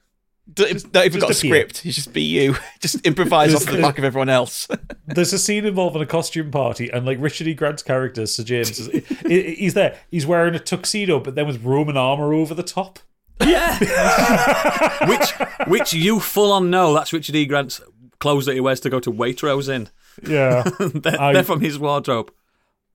Speaker 5: D- not even got a
Speaker 2: just appear.
Speaker 5: script. You just be you. [laughs] Just improvise
Speaker 2: Just-
Speaker 5: off the back of
Speaker 1: [laughs]
Speaker 5: everyone else.
Speaker 2: There's a scene involving a costume party, and like Richard E. Grant's character, Sir James, is, he- he's there. He's wearing a tuxedo, but then with Roman armor over the top.
Speaker 1: Yeah. [laughs] which which you full on know that's Richard E. Grant's clothes that he wears to go to Waitrose in. [laughs]
Speaker 2: [laughs] Yeah.
Speaker 1: they're,
Speaker 2: I-
Speaker 1: they're from his wardrobe.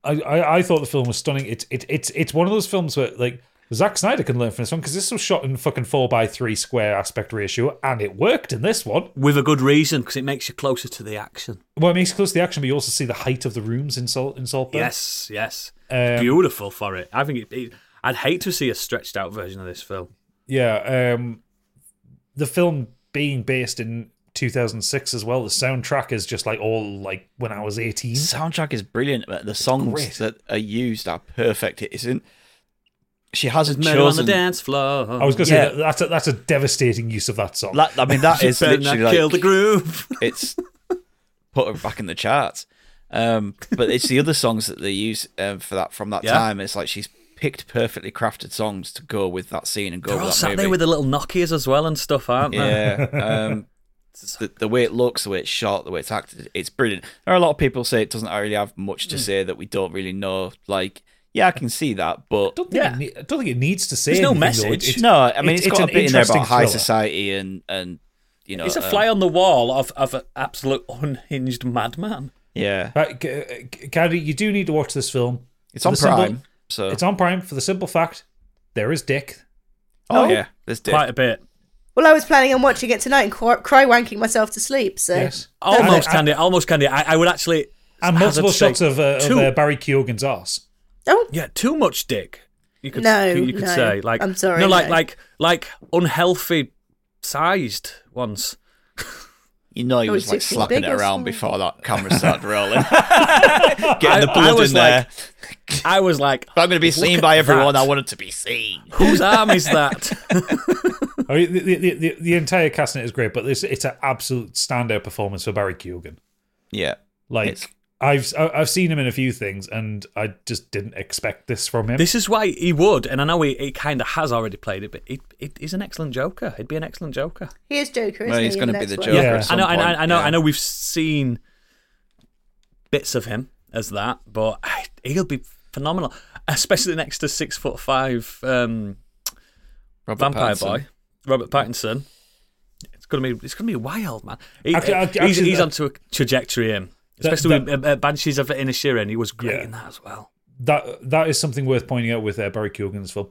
Speaker 2: I, I, I thought the film was stunning. It's it, it's it's one of those films where like Zack Snyder can learn from this one because this was shot in fucking four by three square aspect ratio and it worked in this one.
Speaker 1: With a good reason, because it makes you closer to the action.
Speaker 2: Well, it makes close to the action, but you also see the height of the rooms in Salt in Salt. Bay.
Speaker 1: Yes, yes.
Speaker 2: Um,
Speaker 1: Beautiful for it. I think it, it- I'd hate to see a stretched out version of this film.
Speaker 2: yeah. Um, the film being based in 2006 as well. The soundtrack is just like all like when I was 18.
Speaker 5: The soundtrack is brilliant, but the songs
Speaker 2: Great.
Speaker 5: that are used are perfect. It isn't. She hasn't
Speaker 1: Murder on the
Speaker 5: chosen.
Speaker 1: dance floor.
Speaker 2: I was gonna
Speaker 5: Yeah.
Speaker 2: say that, that's a, that's a devastating use of that song.
Speaker 5: That- I
Speaker 1: [laughs]
Speaker 5: mean, that is
Speaker 1: Burn
Speaker 5: literally
Speaker 1: that, kill the
Speaker 5: like [laughs]
Speaker 1: groove.
Speaker 5: it's put her back in the charts. Um, but it's the other songs that they use um, for that from that
Speaker 1: Yeah.
Speaker 5: time. It's like she's picked perfectly crafted songs to go with that scene and go
Speaker 1: They're all
Speaker 5: with Oh, that
Speaker 1: sat
Speaker 5: movie.
Speaker 1: there with the little Nokias as well and stuff, aren't they? [laughs]
Speaker 5: Yeah. Um, the, the way it looks, the way it's shot, the way it's acted, it's brilliant. There are a lot of people say it doesn't really have much
Speaker 1: Hmm.
Speaker 5: to say that we don't really know. Like, yeah, I can see that, but
Speaker 2: don't think
Speaker 1: Yeah.
Speaker 2: it ne- I don't think it needs to say.
Speaker 1: There's no
Speaker 2: anything, though.
Speaker 1: message.
Speaker 2: It's-
Speaker 5: no, I mean,
Speaker 2: it's-
Speaker 5: it's
Speaker 2: it's
Speaker 5: got
Speaker 2: an
Speaker 5: a bit in there
Speaker 2: interesting
Speaker 5: about high
Speaker 2: thriller.
Speaker 5: society and and you know,
Speaker 1: It's a
Speaker 5: um,
Speaker 1: fly on the wall of, of an absolute unhinged madman.
Speaker 5: yeah,
Speaker 2: Right, G- uh, G- Gary, you do need to watch this film.
Speaker 5: it's on
Speaker 2: The simple-
Speaker 5: Prime,
Speaker 1: Oh.
Speaker 5: so
Speaker 2: It's on Prime for the simple fact there is dick.
Speaker 5: oh yeah, there's dick.
Speaker 1: Quite a bit.
Speaker 3: Well, I was planning on watching it tonight and cry, cry wanking myself to sleep. So
Speaker 2: Yes,
Speaker 1: Almost
Speaker 2: And-
Speaker 1: candy, almost candy. I, I would actually
Speaker 2: and multiple
Speaker 1: hazard
Speaker 2: shots
Speaker 1: say
Speaker 2: of, uh, of
Speaker 1: two.
Speaker 2: uh, Barry Keoghan's ass.
Speaker 3: oh,
Speaker 1: Yeah, too much dick. You could
Speaker 3: No,
Speaker 1: you could
Speaker 3: no.
Speaker 1: say like
Speaker 3: I'm sorry,
Speaker 1: No, like
Speaker 3: no.
Speaker 1: like like unhealthy sized
Speaker 5: [laughs]
Speaker 1: ones.
Speaker 5: You know, he
Speaker 3: Oh,
Speaker 5: was
Speaker 3: it's
Speaker 5: like
Speaker 3: just too
Speaker 5: slapping
Speaker 3: big
Speaker 5: it
Speaker 3: or
Speaker 5: around
Speaker 3: something.
Speaker 5: before that camera
Speaker 1: [laughs]
Speaker 5: started rolling, getting
Speaker 1: I-
Speaker 5: the
Speaker 1: I
Speaker 5: blood
Speaker 1: was
Speaker 5: in there.
Speaker 1: like- I was like,
Speaker 5: if I'm going to be seen
Speaker 1: at
Speaker 5: by everyone,
Speaker 1: that.
Speaker 5: I want it to be seen.
Speaker 1: whose arm is that?
Speaker 2: I mean, the, the, the, the entire cast in it is great, but it's, it's an absolute standout performance for Barry Keoghan.
Speaker 5: Yeah,
Speaker 2: Like
Speaker 5: It's-
Speaker 2: I've I- I've seen him in a few things, and I just didn't expect this from him.
Speaker 1: this is why he would, and I know he, he kind of has already played it, but he, he, he's an excellent Joker. He'd be an excellent Joker.
Speaker 3: he is Joker. Isn't
Speaker 5: Well,
Speaker 3: he,
Speaker 5: he's
Speaker 3: in
Speaker 5: gonna
Speaker 3: the
Speaker 5: be
Speaker 3: next
Speaker 5: the
Speaker 3: one?
Speaker 5: Joker.
Speaker 2: Yeah.
Speaker 5: at
Speaker 1: I
Speaker 5: some
Speaker 1: know, I know,
Speaker 5: point,
Speaker 1: I know,
Speaker 5: yeah.
Speaker 1: I know. We've seen bits of him as that, but I- he'll be phenomenal, especially next to six foot five um,
Speaker 5: Robert
Speaker 1: vampire
Speaker 5: Pattinson.
Speaker 1: boy, Robert Pattinson. It's gonna be it's gonna be wild, man. He-
Speaker 2: Actually-
Speaker 1: uh,
Speaker 2: actually-
Speaker 1: he's, he's
Speaker 2: that-
Speaker 1: onto a trajectory, him.
Speaker 2: That-
Speaker 1: Especially
Speaker 2: that-
Speaker 1: with uh, uh, Banshees of Inisherin, he was great
Speaker 2: Yeah.
Speaker 1: in that as well.
Speaker 2: That that is something worth pointing out with uh, Barry Keoghan in this film.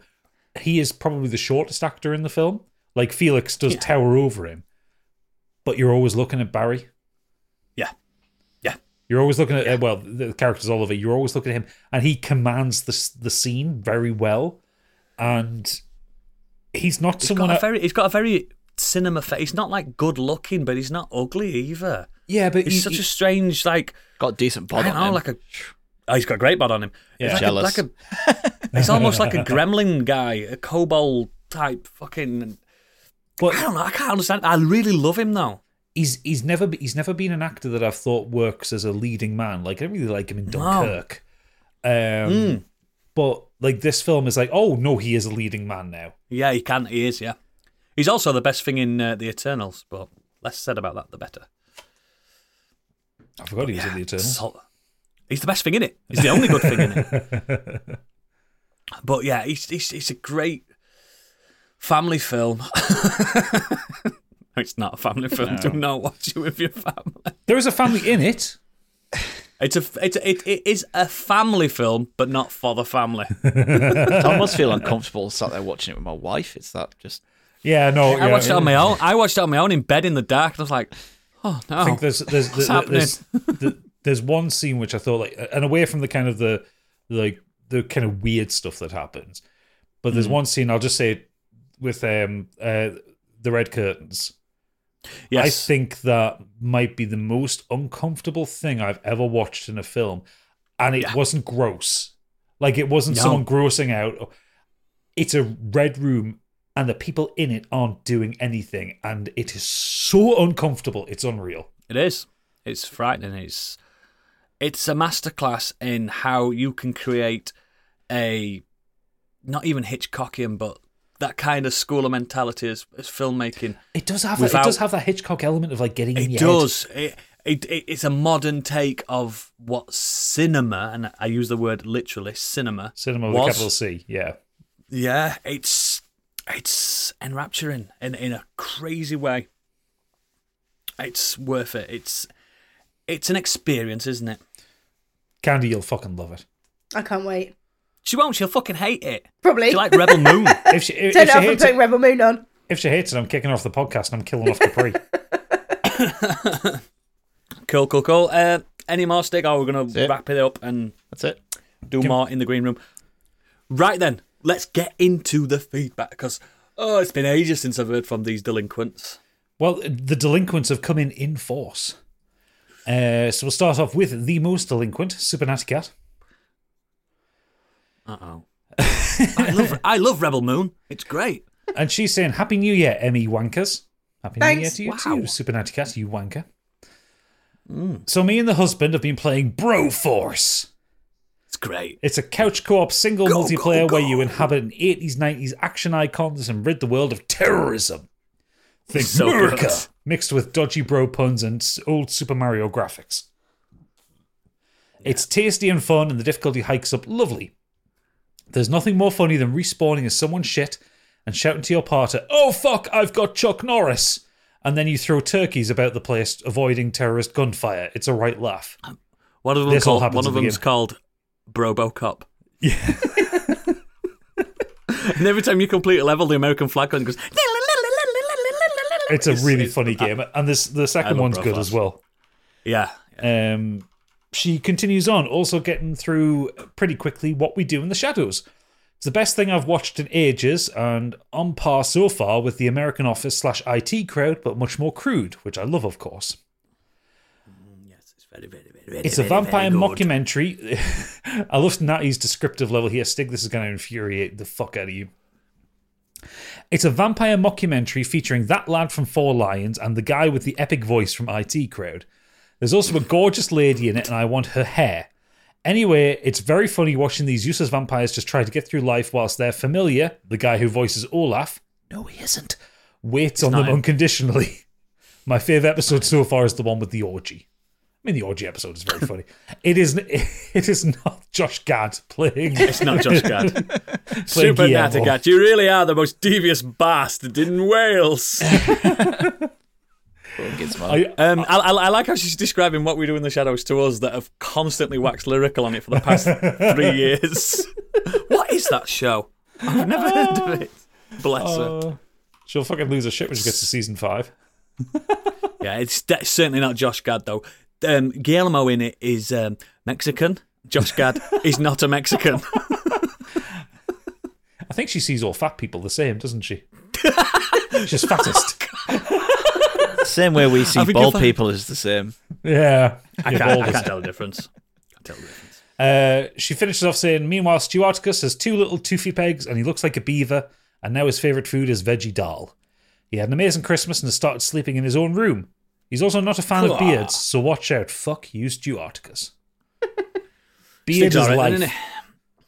Speaker 2: He is probably the shortest actor in the film. Like Felix does tower over him, but you're always looking at Barry.
Speaker 1: Yeah, yeah.
Speaker 2: You're always looking at uh, well, the character's Oliver. You're always looking at him, and he commands the s- the scene very well. And he's not
Speaker 1: He's
Speaker 2: someone.
Speaker 1: got a
Speaker 2: I-
Speaker 1: very, he's got a very cinema face. He's not like good looking, but he's not ugly either.
Speaker 2: yeah, but
Speaker 1: He's
Speaker 2: he-
Speaker 1: such
Speaker 2: he-
Speaker 1: a strange like.
Speaker 5: Got a decent bod
Speaker 1: I don't
Speaker 5: on
Speaker 1: know,
Speaker 5: him. [laughs]
Speaker 1: like a. Oh, he's got a great bod on him.
Speaker 2: Yeah.
Speaker 1: It's like
Speaker 5: Jealous.
Speaker 1: A, like
Speaker 2: [laughs]
Speaker 1: a, it's almost like a gremlin guy, a kobold type fucking.
Speaker 2: but
Speaker 1: I don't know. I can't understand. I really love him though.
Speaker 2: he's he's never be- he's never been an actor that I've thought works as a leading man. Like I really like him in Dunkirk, um,
Speaker 1: Hmm.
Speaker 2: but like this film is like, oh no, he is a leading man now.
Speaker 1: Yeah, he can. He is. Yeah, he's also the best thing in uh, the Eternals. But less said about that, the better.
Speaker 2: I forgot he was in the Eternals.
Speaker 1: So- he's the best thing in it. He's the only good thing in it.
Speaker 2: [laughs]
Speaker 1: But yeah, he's he's, he's a great family film. [laughs] it's not a family film. Do not watch it with your family.
Speaker 2: There is a family in it.
Speaker 1: It's a it's a, it, it is a family film, but not for the family.
Speaker 5: I almost feel uncomfortable sat there watching it with my wife. It's that just
Speaker 2: Yeah, no,
Speaker 1: I
Speaker 2: [laughs] yeah.
Speaker 1: watched it on my own. I watched it on my own in bed in the dark, and I was like, "Oh no!"
Speaker 2: I think there's there's
Speaker 1: What's
Speaker 2: there- there's, there- there's one scene which I thought like, and away from the kind of the like the kind of weird stuff that happens,
Speaker 1: Hmm.
Speaker 2: but there's one scene I'll just say with um uh the red curtains
Speaker 1: Yes.
Speaker 2: I think that might be the most uncomfortable thing I've ever watched in a film. And it wasn't gross. Like it wasn't
Speaker 1: No.
Speaker 2: someone grossing out. It's a red room and the people in it aren't doing anything. And it is so uncomfortable. It's unreal.
Speaker 1: It is. It's frightening. It's it's a masterclass in how you can create a not even Hitchcockian, but that kind of school of mentality as, as filmmaking.
Speaker 2: It does have
Speaker 1: Without-
Speaker 2: it does have that Hitchcock element of like getting in
Speaker 1: It
Speaker 2: your head.
Speaker 1: does. It, it, it it's a modern take of what cinema, and I use the word literally, cinema.
Speaker 2: Cinema with
Speaker 1: was.
Speaker 2: a capital C, yeah.
Speaker 1: Yeah, it's it's enrapturing in in a crazy way. It's worth it. It's it's an experience, isn't it?
Speaker 2: Candy, you'll fucking love [laughs] it.
Speaker 3: I can't wait.
Speaker 1: She won't. She'll fucking hate it.
Speaker 3: Probably.
Speaker 1: She like Rebel Moon.
Speaker 2: If she, if,
Speaker 3: Turn
Speaker 2: if
Speaker 3: it
Speaker 2: she
Speaker 3: off and
Speaker 2: hates
Speaker 3: putting
Speaker 2: it,
Speaker 3: Rebel Moon on.
Speaker 2: if she hates it, I'm kicking her off the podcast and I'm killing off Capri.
Speaker 1: [laughs]
Speaker 2: [laughs]
Speaker 1: cool, cool, cool. Uh, any more stick? Oh, we're gonna
Speaker 5: it.
Speaker 1: wrap it up and
Speaker 5: That's it.
Speaker 1: do more in the green room. Right then, let's get into the feedback because oh, it's been ages since I've heard from these delinquents.
Speaker 2: Well, the delinquents have come in in force. Uh, so we'll start off with the most delinquent, Super Natty Cat.
Speaker 1: Uh oh. I love I love Rebel Moon. It's great.
Speaker 2: And she's saying, Happy New Year, Emmy wankers. Happy New Year
Speaker 3: Thanks.
Speaker 2: to you
Speaker 1: Wow.
Speaker 2: too, Super Natty Cat, you wanker. So me and the husband have been playing Bro Force.
Speaker 1: It's great.
Speaker 2: It's a couch co-op single
Speaker 1: Go,
Speaker 2: multiplayer
Speaker 1: go,
Speaker 2: where you
Speaker 1: go.
Speaker 2: inhabit an 80s, 90s action icons and rid the world of terrorism. Think
Speaker 1: So good.
Speaker 2: America, mixed with dodgy bro puns and s- old Super Mario graphics. It's tasty and fun, and the difficulty hikes up lovely. There's nothing more funny than respawning as someone's shit and shouting to your partner, "Oh fuck, I've got Chuck Norris!" And then you throw turkeys about the place, avoiding terrorist gunfire. It's a right laugh.
Speaker 1: Oh, One of them
Speaker 2: This all
Speaker 1: called,
Speaker 2: happens
Speaker 1: one
Speaker 2: at
Speaker 1: of
Speaker 2: the
Speaker 1: them's
Speaker 2: game.
Speaker 1: called Brobocop. Yeah. [laughs] and every time you complete a level, the American flag goes. goes
Speaker 2: It's a really
Speaker 1: it's-
Speaker 2: funny game, and this the second
Speaker 1: love
Speaker 2: one's good
Speaker 1: Brofast.
Speaker 2: as well.
Speaker 1: [laughs] yeah.
Speaker 2: Um, she continues on, also getting through pretty quickly what we do in the shadows. It's the best thing I've watched in ages, and on par so far with the American Office slash IT crowd, but much more crude, which I love, of course.
Speaker 1: Mm, Yes, it's very, very, very, very
Speaker 2: It's a
Speaker 1: very, very
Speaker 2: vampire
Speaker 1: good.
Speaker 2: mockumentary. [laughs] I love Natty's descriptive level here. Stig, this is going to infuriate the fuck out of you. It's a vampire mockumentary featuring that lad from Four Lions and the guy with the epic voice from IT Crowd. There's also a gorgeous lady in it, and I want her hair. Anyway, it's very funny watching these useless vampires just try to get through life whilst their familiar, the guy who voices Olaf, no, he isn't, waits on them
Speaker 1: not him.
Speaker 2: unconditionally. [laughs] My favourite episode so far is the one with the orgy. I mean, the orgy episode is very funny. It is [laughs] it is not Josh Gad
Speaker 1: [laughs]
Speaker 2: playing.
Speaker 1: It's not Josh Gad.
Speaker 2: Playing
Speaker 1: Super
Speaker 2: Guillermo.
Speaker 1: Natagat, you really are the most devious bastard in
Speaker 2: [laughs]
Speaker 1: Wales.
Speaker 5: Well, kids, man.
Speaker 2: I,
Speaker 1: Um, I, I, I like how she's describing what we do in the shadows to us that have constantly waxed lyrical on it for the past
Speaker 2: [laughs]
Speaker 1: three years. [laughs] What is that show? I've never heard of it. Bless her.
Speaker 2: uh, she'll fucking lose her shit when she gets to season five.
Speaker 1: Yeah, it's de- certainly not Josh Gad though. Um, Guillermo in it is um, Mexican. Josh
Speaker 2: [laughs]
Speaker 1: Gad is not a Mexican.
Speaker 2: I think she sees all fat people the same, doesn't she? She's fattest.
Speaker 5: Same way we see
Speaker 1: I think
Speaker 5: bald
Speaker 1: if I-
Speaker 5: people is the same.
Speaker 2: Yeah.
Speaker 1: I
Speaker 2: You're
Speaker 1: can't, I
Speaker 2: baldest.
Speaker 1: can't tell the difference. Can't tell the difference.
Speaker 2: Uh, she finishes off saying, Meanwhile, Stuarticus has two little toofy pegs and he looks like a beaver, and now his favourite food is veggie dal. He had an amazing Christmas and has started sleeping in his own room. He's also not a fan of beards, so watch out. Fuck you, Stuarticus. Beard is
Speaker 1: Stig's all right then,
Speaker 2: life.
Speaker 1: innit?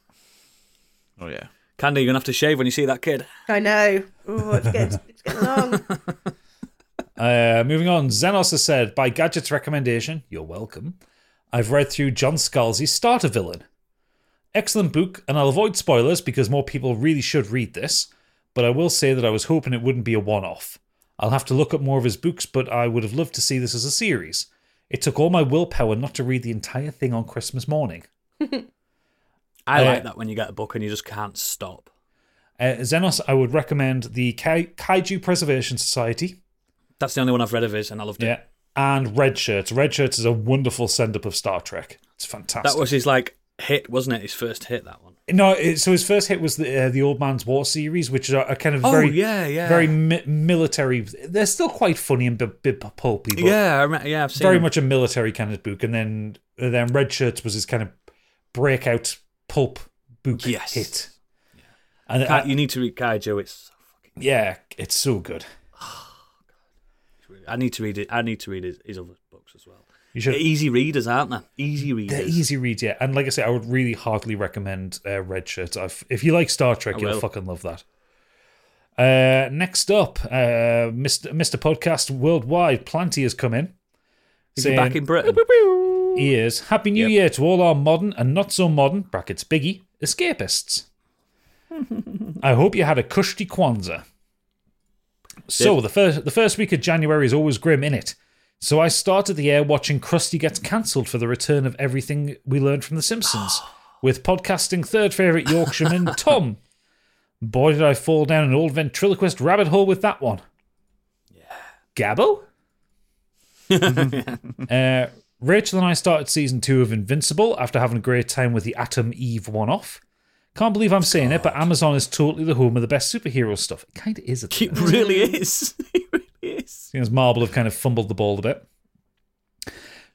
Speaker 5: Oh yeah.
Speaker 1: Candy, you're gonna have to shave when you see that kid.
Speaker 3: I know. Ooh, it's
Speaker 1: [laughs]
Speaker 3: getting, it's getting long.
Speaker 2: Uh, moving on, Xenos has said, by Gadget's recommendation, you're welcome, I've read through John Scalzi's Starter Villain. Excellent book, and I'll avoid spoilers because more people really should read this, but I will say that I was hoping it wouldn't be a one off. I'll have to look up more of his books, but I would have loved to see this as a series. It took all my willpower not to read the entire thing on Christmas morning.
Speaker 1: I
Speaker 2: Uh,
Speaker 1: like that when you get a book and you just can't stop.
Speaker 2: Uh, Xenos, I would recommend the Kai- Kaiju Preservation Society.
Speaker 1: That's the only one I've read of his, and I loved it.
Speaker 2: Yeah. And Red Shirts. Red Shirts is a wonderful send up of Star Trek. It's fantastic.
Speaker 1: That was his like hit, wasn't it? His first hit. That one.
Speaker 2: No, it, so his first hit was the uh, the Old Man's War series, which are, are kind of
Speaker 1: Oh,
Speaker 2: very
Speaker 1: yeah, yeah.
Speaker 2: very mi- military. They're still quite funny and bit bit pulpy, but
Speaker 1: yeah, I remember, yeah, I've seen
Speaker 2: very
Speaker 1: him.
Speaker 2: much a military kind of book. And then and then Red Shirts was his kind of breakout pulp book
Speaker 1: Yes.
Speaker 2: hit. And
Speaker 1: Ka-
Speaker 2: I,
Speaker 1: you need to read Kaiju. It's
Speaker 2: yeah, it's so good.
Speaker 1: I need to read it. I need to read his, his other books as well.
Speaker 2: You should.
Speaker 1: They're easy readers, aren't they? Easy readers.
Speaker 2: They're easy reads, yeah. And like I said, I would really heartily recommend uh, Red Shirt. I've, if you like Star Trek,
Speaker 1: I
Speaker 2: you'll
Speaker 1: will.
Speaker 2: fucking love that. Uh, next up, uh, Mr. Mr. Podcast Worldwide, Planty has come in.
Speaker 1: Is he back in [laughs] Britain?
Speaker 2: He is. Happy New Year to all our modern and not so modern, brackets biggie, escapists. [laughs] I hope you had a Kushti Kwanzaa. So
Speaker 1: Did.
Speaker 2: the first the first week of January is always grim, in it. So I started the year watching Krusty gets cancelled for the return of everything we learned from The Simpsons, with podcasting third favourite Yorkshireman Tom. Boy, did I fall down an old ventriloquist rabbit hole with that one. Yeah. Gabbo? Uh, Rachel and I started season two of Invincible after having a great time with the Atom Eve one off. Can't believe I'm saying it, but Amazon is totally the home of the best superhero stuff. It kind of is at the
Speaker 1: It really is. It really is.
Speaker 2: seeing as Marble have kind of fumbled the ball a bit.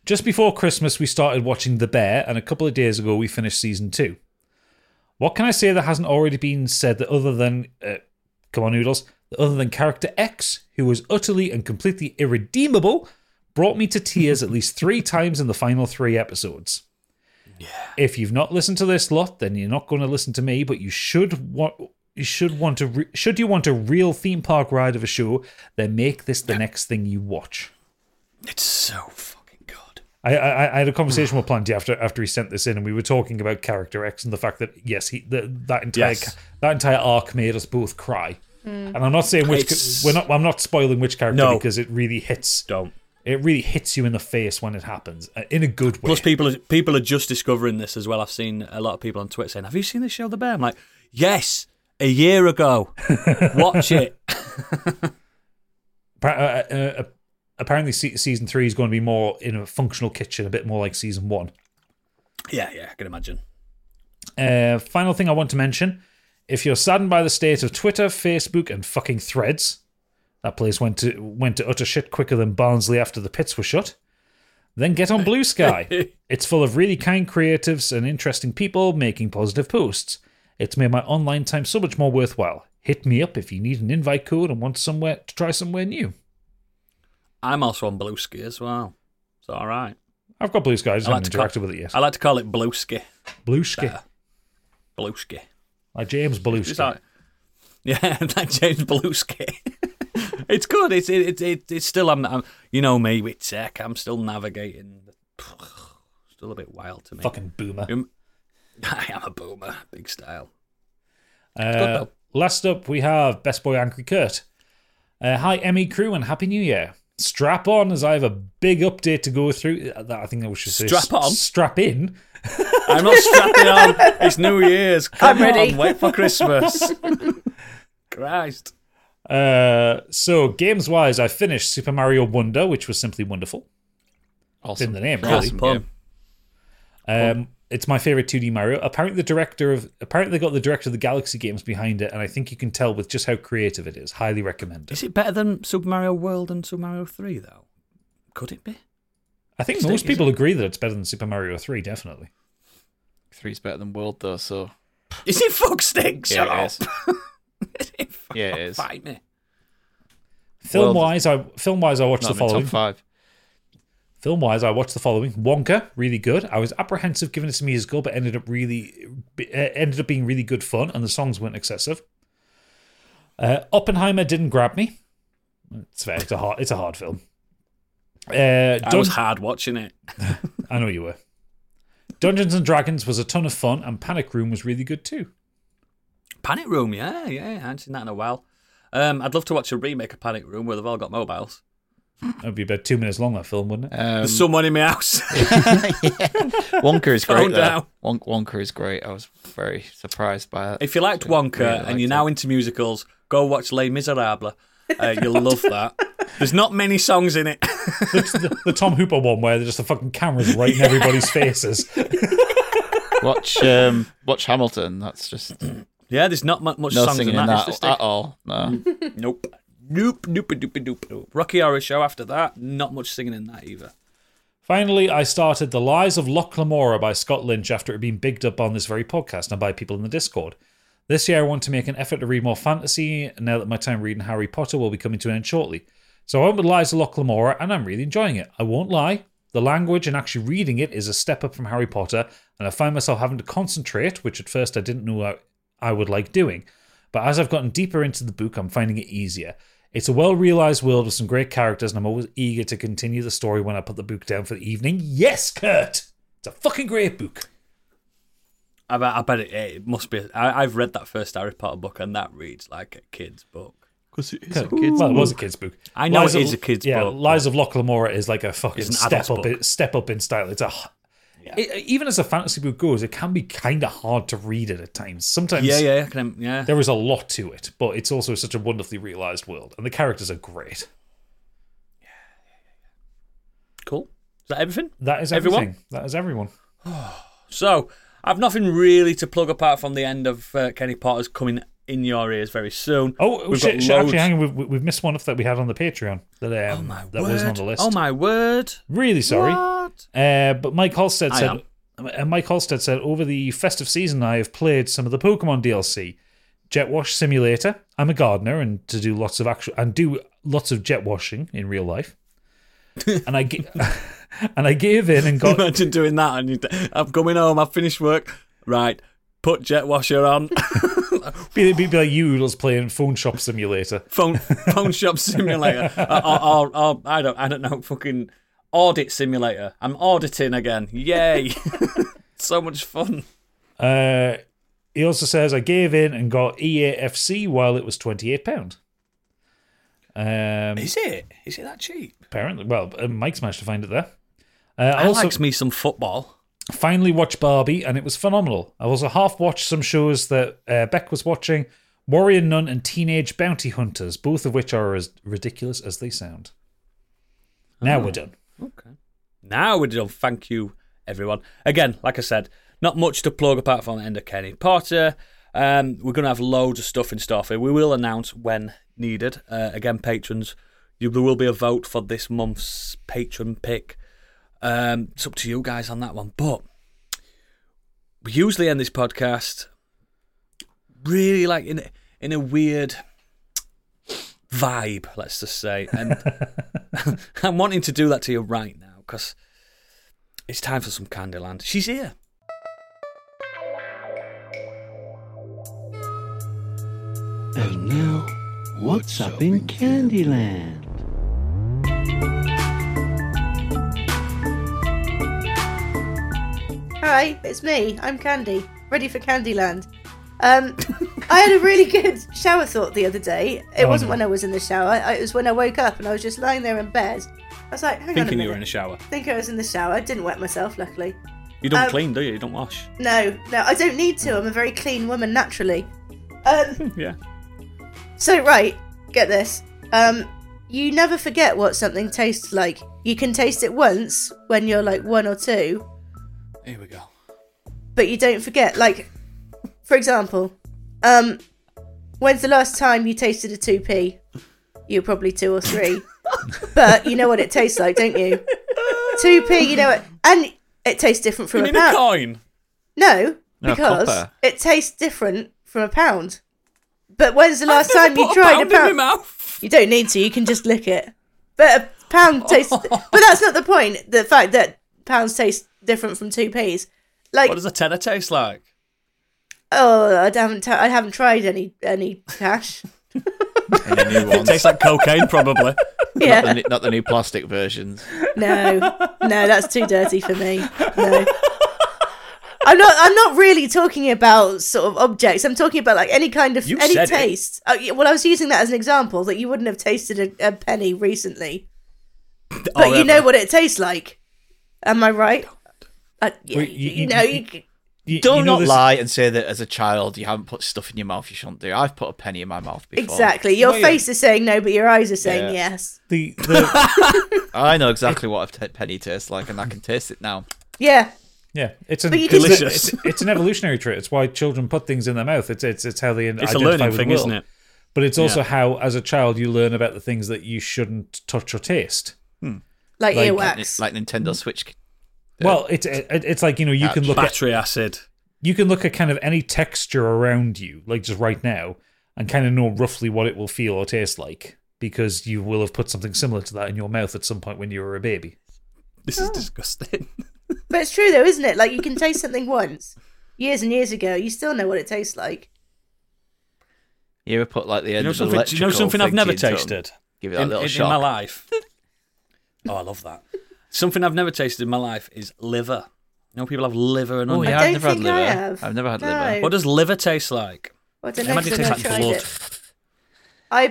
Speaker 2: Just before Christmas, we started watching The Bear, and a couple of days ago, we finished season two. What can I say that hasn't already been said that other than, uh, come on, Noodles, that other than character X, who was utterly and completely irredeemable, brought me to tears at least three times in the final three episodes. If you've not listened to this lot, then you're not going to listen to me. But you should want you should want to re- should you want a real theme park ride of a show, then make this the next thing you watch.
Speaker 1: [laughs] It's so fucking good.
Speaker 2: I, I, I had a conversation with Planty after after he sent this in, and we were talking about character X and the fact that yes, he the, that entire
Speaker 1: Yes. Hmm.
Speaker 2: that entire arc made us both cry. And I'm not saying which
Speaker 1: It's-
Speaker 2: we're not I'm not spoiling which character
Speaker 1: No.
Speaker 2: because it really hits
Speaker 1: Don't.
Speaker 2: it really hits you in the face when it happens uh, in a good way.
Speaker 1: Plus, people are, people are just discovering this as well. I've seen a lot of people on Twitter saying, "Have you seen this show, The Bear?" I'm like, "Yes, a year [laughs] ago. Watch it." [laughs]
Speaker 2: Appa- uh, uh, apparently, se- season three is going to be more in a functional kitchen, a bit more like season one.
Speaker 1: Yeah, yeah, I can imagine.
Speaker 2: Uh, final thing I want to mention if you're saddened by the state of Twitter, Facebook, and fucking threads, that place went to went to utter shit quicker than Barnsley after the pits were shut. Then
Speaker 1: [laughs]
Speaker 2: get on Blue Sky. it's full of really kind creatives and interesting people making positive posts. It's made my online time so much more worthwhile. Hit me up if you need an invite code and want somewhere to try somewhere new.
Speaker 1: I'm also on Bluesky as well. It's all right.
Speaker 2: I've got Blue Sky. I just
Speaker 1: I like
Speaker 2: haven't
Speaker 1: to call-
Speaker 2: interacted with it yet.
Speaker 1: I like to call it Bluesky.
Speaker 2: Belushki.
Speaker 1: Better. Bluesky.
Speaker 2: Like James
Speaker 1: It's
Speaker 2: Belushki.
Speaker 1: like- yeah, [laughs] that James Belushi. [laughs] it's good. It's it, it, it it's still I'm, I'm you know me with tech. I'm still navigating. [sighs] Still a bit wild to me.
Speaker 2: Fucking boomer.
Speaker 1: Um, [laughs] I am a boomer, big style.
Speaker 2: Uh,
Speaker 1: though.
Speaker 2: last up, we have Best Boy Angry Kurt. Uh, hi, Emmy crew, and Happy New Year. Strap on, as I have a big update to go through. Uh, That I think that we should say.
Speaker 1: Strap
Speaker 2: s-
Speaker 1: on?
Speaker 2: Strap in.
Speaker 1: I'm not strapping on. It's New Year's. Come
Speaker 3: I'm ready.
Speaker 1: on, wait for
Speaker 3: [laughs]
Speaker 1: Christmas. Christ.
Speaker 2: Uh, so, games wise, I finished Super Mario Wonder, which was simply wonderful.
Speaker 5: Awesome.
Speaker 2: in the name,
Speaker 5: Awesome
Speaker 1: Nice pun.
Speaker 5: game.
Speaker 2: Um, it's my favorite 2D Mario. Apparently, the director of apparently they got the director of the Galaxy games behind it, and I think you can tell with just how creative it is. Highly recommend it.
Speaker 1: Is it better than Super Mario World and Super Mario Three though? Could it be?
Speaker 2: I think
Speaker 1: Is it-
Speaker 2: most
Speaker 1: is
Speaker 2: people agree that it's better than Super Mario Three, definitely.
Speaker 5: Three's better than World though, so
Speaker 1: [laughs] Is it fuck stick? Shut
Speaker 5: yeah, it
Speaker 1: up.
Speaker 5: is. [laughs] Yeah, it is.
Speaker 1: Fight me.
Speaker 2: Film
Speaker 5: World-
Speaker 2: wise, I film wise I watched
Speaker 5: Not
Speaker 2: the
Speaker 5: in the top
Speaker 2: following.
Speaker 5: five.
Speaker 2: Film wise, I watched the following: Wonka, really good. I was apprehensive given it's a musical, but ended up really uh, ended up being really good fun, and the songs weren't excessive. Uh, Oppenheimer didn't grab me. It's fair. It's a hard. It's a hard film. Uh,
Speaker 1: I was
Speaker 2: Dun-
Speaker 1: hard watching it.
Speaker 2: I know you were. Dungeons and Dragons was a ton of fun, and Panic Room was really good too.
Speaker 1: Panic Room, yeah, yeah, I haven't seen that in a while. Um, I'd love to watch a remake of Panic Room where they've all got mobiles.
Speaker 2: That'd be about two minutes long. That film, wouldn't it?
Speaker 5: Um,
Speaker 1: There's someone in my house.
Speaker 5: Wonka is
Speaker 1: [laughs]
Speaker 5: great.
Speaker 1: Phone
Speaker 5: Though.
Speaker 1: down.
Speaker 5: Won- Wonka is great. I was very surprised by
Speaker 1: [laughs]
Speaker 5: that.
Speaker 1: if you [laughs] liked Wonka
Speaker 5: Really
Speaker 1: and you're
Speaker 5: liked
Speaker 1: now
Speaker 5: it.
Speaker 1: into musicals, go watch Les Miserables. Uh, you'll love that. [laughs] There's not many songs in it.
Speaker 5: [laughs]
Speaker 2: the, the Tom Hooper one where there's just the fucking cameras right in everybody's faces.
Speaker 5: Watch um, watch Hamilton. That's just
Speaker 1: [laughs] Yeah, there's not mu- much
Speaker 5: no
Speaker 1: songs
Speaker 5: singing
Speaker 1: in that.
Speaker 5: in
Speaker 1: It's just
Speaker 5: that
Speaker 1: a-
Speaker 5: at all. No.
Speaker 1: Nope. Nope, nope, nope, nope, nope. Rocky Horror Show after that, not much singing in that either.
Speaker 2: Finally, I started The Lies of Lochlamora by Scott Lynch after it had been bigged up on this very podcast and by people in the Discord. This year, I want to make an effort to read more fantasy now that my time reading Harry Potter will be coming to an end shortly. So I went with Lies of Lochlamora and I'm really enjoying it. I won't lie, the language and actually reading it is a step up from Harry Potter, and I find myself having to concentrate, which at first I didn't know I- I would like doing. But as I've gotten deeper into the book, I'm finding it easier. It's a well realized world with some great characters, and I'm always eager to continue the story when I put the book down for the evening. Yes, Kurt! It's a fucking great book.
Speaker 1: I bet, I bet it, it must be. I, I've read that first Harry Potter book, and that reads like a kid's book.
Speaker 5: Because it is
Speaker 2: Kurt. well, it was a kid's book.
Speaker 1: I know
Speaker 2: Lies
Speaker 1: it
Speaker 2: of-
Speaker 1: is a kid's
Speaker 2: yeah,
Speaker 1: book,
Speaker 2: Lies of Lochlamora is like a fucking
Speaker 1: It's an
Speaker 2: step
Speaker 1: adult's
Speaker 2: up,
Speaker 1: book.
Speaker 2: step up in style. It's a. h- it- even as a fantasy book goes, it can be kind of hard to read it at times. Sometimes
Speaker 1: Yeah, yeah, I can, yeah.
Speaker 2: there is a lot to it, but it's also such a wonderfully realized world, and the characters are great.
Speaker 1: Cool. Is that everything?
Speaker 2: That is everything.
Speaker 1: Everyone?
Speaker 2: That is everyone.
Speaker 1: So I've nothing really to plug apart from the end of uh, Kenny Potter's coming in your ears very soon.
Speaker 2: Oh,
Speaker 1: We've
Speaker 2: shit,
Speaker 1: got
Speaker 2: shit,
Speaker 1: loads-
Speaker 2: actually, hang on. We've, we- we've missed one off that we had on the Patreon that, um,
Speaker 1: Oh my
Speaker 2: that
Speaker 1: word.
Speaker 2: wasn't on the list.
Speaker 1: Oh my word.
Speaker 2: Really sorry.
Speaker 1: What?
Speaker 2: Uh, but Mike Holstead
Speaker 1: I
Speaker 2: said, and Mike Holstead said, over the festive season, I have played some of the Pokemon DLC, Jet Wash Simulator. I'm a gardener and to do lots of actual and do lots of jet washing in
Speaker 1: [laughs]
Speaker 2: real life. and I ga- [laughs] and I gave in and
Speaker 1: [laughs]
Speaker 2: got
Speaker 1: Imagine doing that and you I'm coming home, I've finished work. Right, put jet washer on.
Speaker 2: be, be, be like you was playing Phone Shop Simulator.
Speaker 1: phone phone shop simulator. or, or, or, or I don't I don't know, fucking audit simulator. I'm auditing again. Yay. [laughs] so much fun.
Speaker 2: Uh, he also says I gave in and got E EAFC while it was twenty eight pound. Um,
Speaker 1: it? Is it that cheap?
Speaker 2: apparently, well, uh, Mike's managed to find it there. Uh,
Speaker 1: I
Speaker 2: I also
Speaker 1: likes me some football.
Speaker 2: finally watched Barbie, and it was phenomenal. I also half watched some shows that uh, Beck was watching, Warrior Nun and Teenage Bounty Hunters, both of which are as ridiculous as they sound. Now
Speaker 1: Ah.
Speaker 2: we're done.
Speaker 1: Okay. Now we're done. Thank you, everyone. Again, like I said, not much to plug apart from the end of Kenny Potter. Um, we're going to have loads of stuff in store for you. We will announce when needed. Uh, again, patrons, you, there will be a vote for this month's patron pick. Um, it's up to you guys on that one. But we usually end this podcast really like in in a weird vibe, let's just say. And [laughs] I'm wanting to do that to you right now because it's time for some Candyland. She's here.
Speaker 7: And now, what's up in Candyland?
Speaker 3: Hi, it's me. I'm Candy, ready for Candyland. Um, I had a really good shower thought the other day. It
Speaker 2: Oh,
Speaker 3: wasn't
Speaker 2: no.
Speaker 1: Um.
Speaker 3: when I was in the shower. I- It was when I woke up and I was just lying there in bed. I was like, hang
Speaker 1: Thinking
Speaker 3: on a
Speaker 1: you were in
Speaker 3: minute.
Speaker 1: a shower.
Speaker 3: I think I was in the shower. I didn't wet myself, luckily.
Speaker 1: You don't
Speaker 3: Um,
Speaker 1: clean, do you? You don't wash.
Speaker 3: No, no, I don't need to. I'm a very clean woman naturally.
Speaker 1: [laughs]
Speaker 3: Um,
Speaker 1: Yeah.
Speaker 3: so right, get this. Um, you never forget what something tastes like. You can taste it once when you're like one or two,
Speaker 1: Here we go.
Speaker 3: but you don't forget. Like, for example, um, when's the last time you tasted a two p? You're probably two or three, but you know what it tastes like, don't you? Two p, you know it, and it tastes different from
Speaker 1: You
Speaker 3: a
Speaker 1: mean a
Speaker 3: pound.
Speaker 1: coin?
Speaker 3: No,
Speaker 5: No,
Speaker 3: because
Speaker 5: copper.
Speaker 3: it tastes different from a pound. But when's the last
Speaker 1: I've
Speaker 3: time
Speaker 1: never
Speaker 3: you
Speaker 1: put
Speaker 3: tried
Speaker 1: a pound
Speaker 3: a
Speaker 1: in my
Speaker 3: pound?
Speaker 1: mouth.
Speaker 3: You don't need to. You can just lick it. But a pound
Speaker 1: [laughs]
Speaker 3: tastes. but that's not the point. The fact that pounds taste different from two p's. Like
Speaker 1: What does a tenner taste like?
Speaker 3: oh, I haven't. T- I haven't tried any any cash.
Speaker 5: the new
Speaker 1: It
Speaker 5: ones.
Speaker 1: tastes like cocaine,
Speaker 3: [laughs]
Speaker 1: probably.
Speaker 5: not, the,
Speaker 3: Yeah.
Speaker 5: new- not the new
Speaker 3: [laughs]
Speaker 5: plastic versions.
Speaker 3: No. No, that's too dirty for me. No. I'm not. I'm not really talking about sort of objects. I'm talking about like any kind of
Speaker 1: You
Speaker 3: any
Speaker 1: said it.
Speaker 3: taste. Oh, yeah, well, I was using that as an example that you wouldn't have tasted a, a penny recently,
Speaker 1: oh,
Speaker 3: but you know what it tastes like. Am I right? Uh, yeah,
Speaker 2: Well, you-
Speaker 3: you,
Speaker 2: you-
Speaker 3: know,
Speaker 2: you-
Speaker 3: you, c-
Speaker 2: You-
Speaker 5: Don't
Speaker 2: you know
Speaker 5: not
Speaker 2: this-
Speaker 5: lie and say that as a child you haven't put stuff in your mouth you shouldn't do. I've put a penny in my mouth before.
Speaker 3: exactly. Your
Speaker 2: Wait.
Speaker 3: face is saying no, but your eyes are saying
Speaker 5: Yeah.
Speaker 3: yes.
Speaker 2: The, the,
Speaker 1: [laughs]
Speaker 5: I know exactly what a t- penny tastes like, and I can taste it now.
Speaker 3: Yeah,
Speaker 2: Yeah, it's an
Speaker 3: But you
Speaker 2: it's a-
Speaker 1: Delicious.
Speaker 2: It's, it's an evolutionary trait. It's why children put things in their mouth. It's it's it's how they
Speaker 1: It's a
Speaker 2: identify
Speaker 1: learning
Speaker 2: with
Speaker 1: thing,
Speaker 2: the
Speaker 1: isn't
Speaker 2: world.
Speaker 1: it?
Speaker 2: But it's also how, as a child, you learn about the things that you shouldn't touch or taste.
Speaker 3: like,
Speaker 2: Like-
Speaker 3: earwax.
Speaker 5: Like Nintendo Switch.
Speaker 2: Well, it's it, it's like you know you can look at
Speaker 1: Battery acid.
Speaker 2: you can look at kind of any texture around you, like just right now, and kind of know roughly what it will feel or taste like because you will have put something similar to that in your mouth at some point when you were a baby.
Speaker 1: This is disgusting.
Speaker 3: but it's true though, isn't it? Like you can taste something once, years and years ago, you still know what it tastes like.
Speaker 5: You ever put like the
Speaker 1: you
Speaker 5: end
Speaker 1: know
Speaker 5: of an
Speaker 1: something? do you know
Speaker 5: electrical
Speaker 1: something I've
Speaker 5: thing
Speaker 1: never
Speaker 5: to your tongue?
Speaker 1: tasted
Speaker 5: Give it that
Speaker 1: in,
Speaker 5: little
Speaker 1: in- in
Speaker 5: shock.
Speaker 1: my
Speaker 3: [laughs]
Speaker 1: life? Oh, I love that. Something I've never tasted in my life is liver. You know, people have liver and
Speaker 5: Oh,
Speaker 1: onion.
Speaker 5: yeah,
Speaker 3: I don't
Speaker 5: I've never had
Speaker 3: think I
Speaker 5: liver.
Speaker 3: have.
Speaker 5: I've never had
Speaker 3: No.
Speaker 5: liver.
Speaker 1: What does liver taste like?
Speaker 3: Well, I don't
Speaker 1: It
Speaker 3: know,
Speaker 1: might
Speaker 3: 'cause
Speaker 1: taste
Speaker 3: I've
Speaker 1: like
Speaker 3: never tried
Speaker 1: blood.
Speaker 3: it. I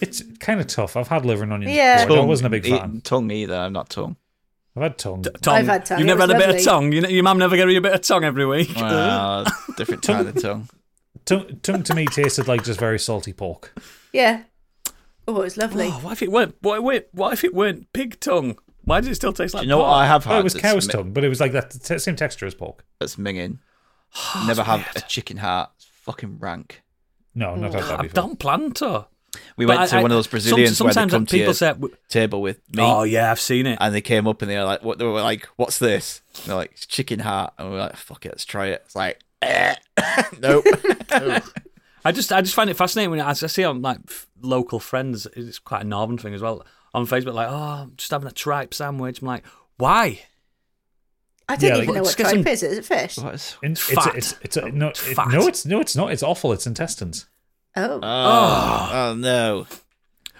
Speaker 2: It's kind of tough. I've had liver and onions.
Speaker 3: Yeah.
Speaker 2: before, and I wasn't a big
Speaker 5: e-
Speaker 2: fan.
Speaker 5: tongue either. I'm not tongue.
Speaker 2: I've had tongue.
Speaker 1: Tongue.
Speaker 3: I've had tongue.
Speaker 1: You've
Speaker 3: It
Speaker 1: never
Speaker 3: was
Speaker 1: had a bit of
Speaker 3: lovely.
Speaker 1: tongue. You know, your mum never gave you a bit of tongue every week.
Speaker 5: Wow, Uh, different kind of tongue.
Speaker 2: tongue. Tongue to me tasted like just very salty pork.
Speaker 3: yeah. Oh, it was lovely.
Speaker 1: Oh, what if it weren't? What, wait, what if it weren't pig tongue? Why does it still taste like?
Speaker 5: Do you know what
Speaker 1: pork?
Speaker 5: I have had?
Speaker 2: Oh, it was
Speaker 5: that's
Speaker 2: cow's
Speaker 5: mi-
Speaker 2: tongue, but it was like that t- same texture as pork.
Speaker 1: [sighs]
Speaker 5: That's minging. Never have a chicken heart. It's fucking rank.
Speaker 2: No, not had that
Speaker 1: I've
Speaker 2: before.
Speaker 1: done planter.
Speaker 5: We
Speaker 1: But
Speaker 5: went to
Speaker 1: I- I-
Speaker 5: one of those
Speaker 1: some-
Speaker 5: Brazilians where they
Speaker 1: sometimes
Speaker 5: come to
Speaker 1: people
Speaker 5: your
Speaker 1: say, w-
Speaker 5: table with meat,
Speaker 1: "Oh yeah, I've seen it."
Speaker 5: and they came up and they were like, "What?" They were like, "What's this?" And they're like, "It's "Chicken heart." And we we're like, "Fuck it, let's try it." It's like, eh. [laughs]
Speaker 1: [laughs]
Speaker 5: nope.
Speaker 1: I just I just find it fascinating when I, I see on like f- local friends. It's quite a northern thing as well on Facebook. Like, oh, I'm just having a tripe sandwich. I'm like, why?
Speaker 3: I don't
Speaker 2: Yeah,
Speaker 3: even
Speaker 2: like-
Speaker 3: know what
Speaker 1: Let's get some-
Speaker 3: tripe is. Is it fish?
Speaker 5: What is-
Speaker 2: In-
Speaker 1: It's
Speaker 2: It's, a-
Speaker 1: fat. Oh,
Speaker 2: it's, it's, a- no, it-
Speaker 1: fat.
Speaker 2: no, it's no, it's not. It's awful. It's intestines.
Speaker 3: Oh,
Speaker 5: oh, oh no!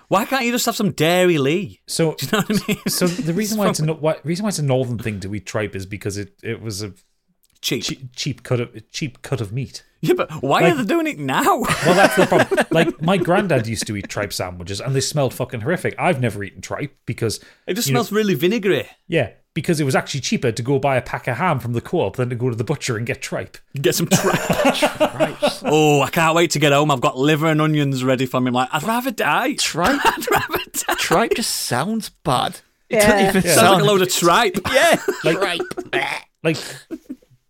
Speaker 1: Why can't you just have some dairy lee? [laughs]
Speaker 2: So
Speaker 1: Do you know what I mean?
Speaker 2: So the reason why it's a no- why, reason why it's a northern thing to eat tripe is because it, it was a
Speaker 1: cheap.
Speaker 2: cheap, cheap cut of cheap cut of meat.
Speaker 1: Yeah, but why
Speaker 2: Like-
Speaker 1: are they doing it now? [laughs]
Speaker 2: Well, that's the problem. like my granddad used to eat tripe sandwiches, and they smelled fucking horrific. I've never eaten tripe because
Speaker 1: It just
Speaker 2: you know-
Speaker 1: smells really vinegary.
Speaker 2: yeah, because it was actually cheaper to go buy a pack of ham from the co-op than to go to the butcher and get tripe.
Speaker 1: Get some tripe. oh, I can't wait to get home. I've got liver and onions ready for me. I'm like, I'd rather die.
Speaker 5: Tripe,
Speaker 1: [laughs] I'd rather die.
Speaker 5: tripe just sounds bad. It
Speaker 3: Yeah.
Speaker 5: doesn't even
Speaker 2: Yeah.
Speaker 1: Sounds like
Speaker 5: sound
Speaker 1: a load of tripe.
Speaker 5: yeah, tripe.
Speaker 2: [laughs] Like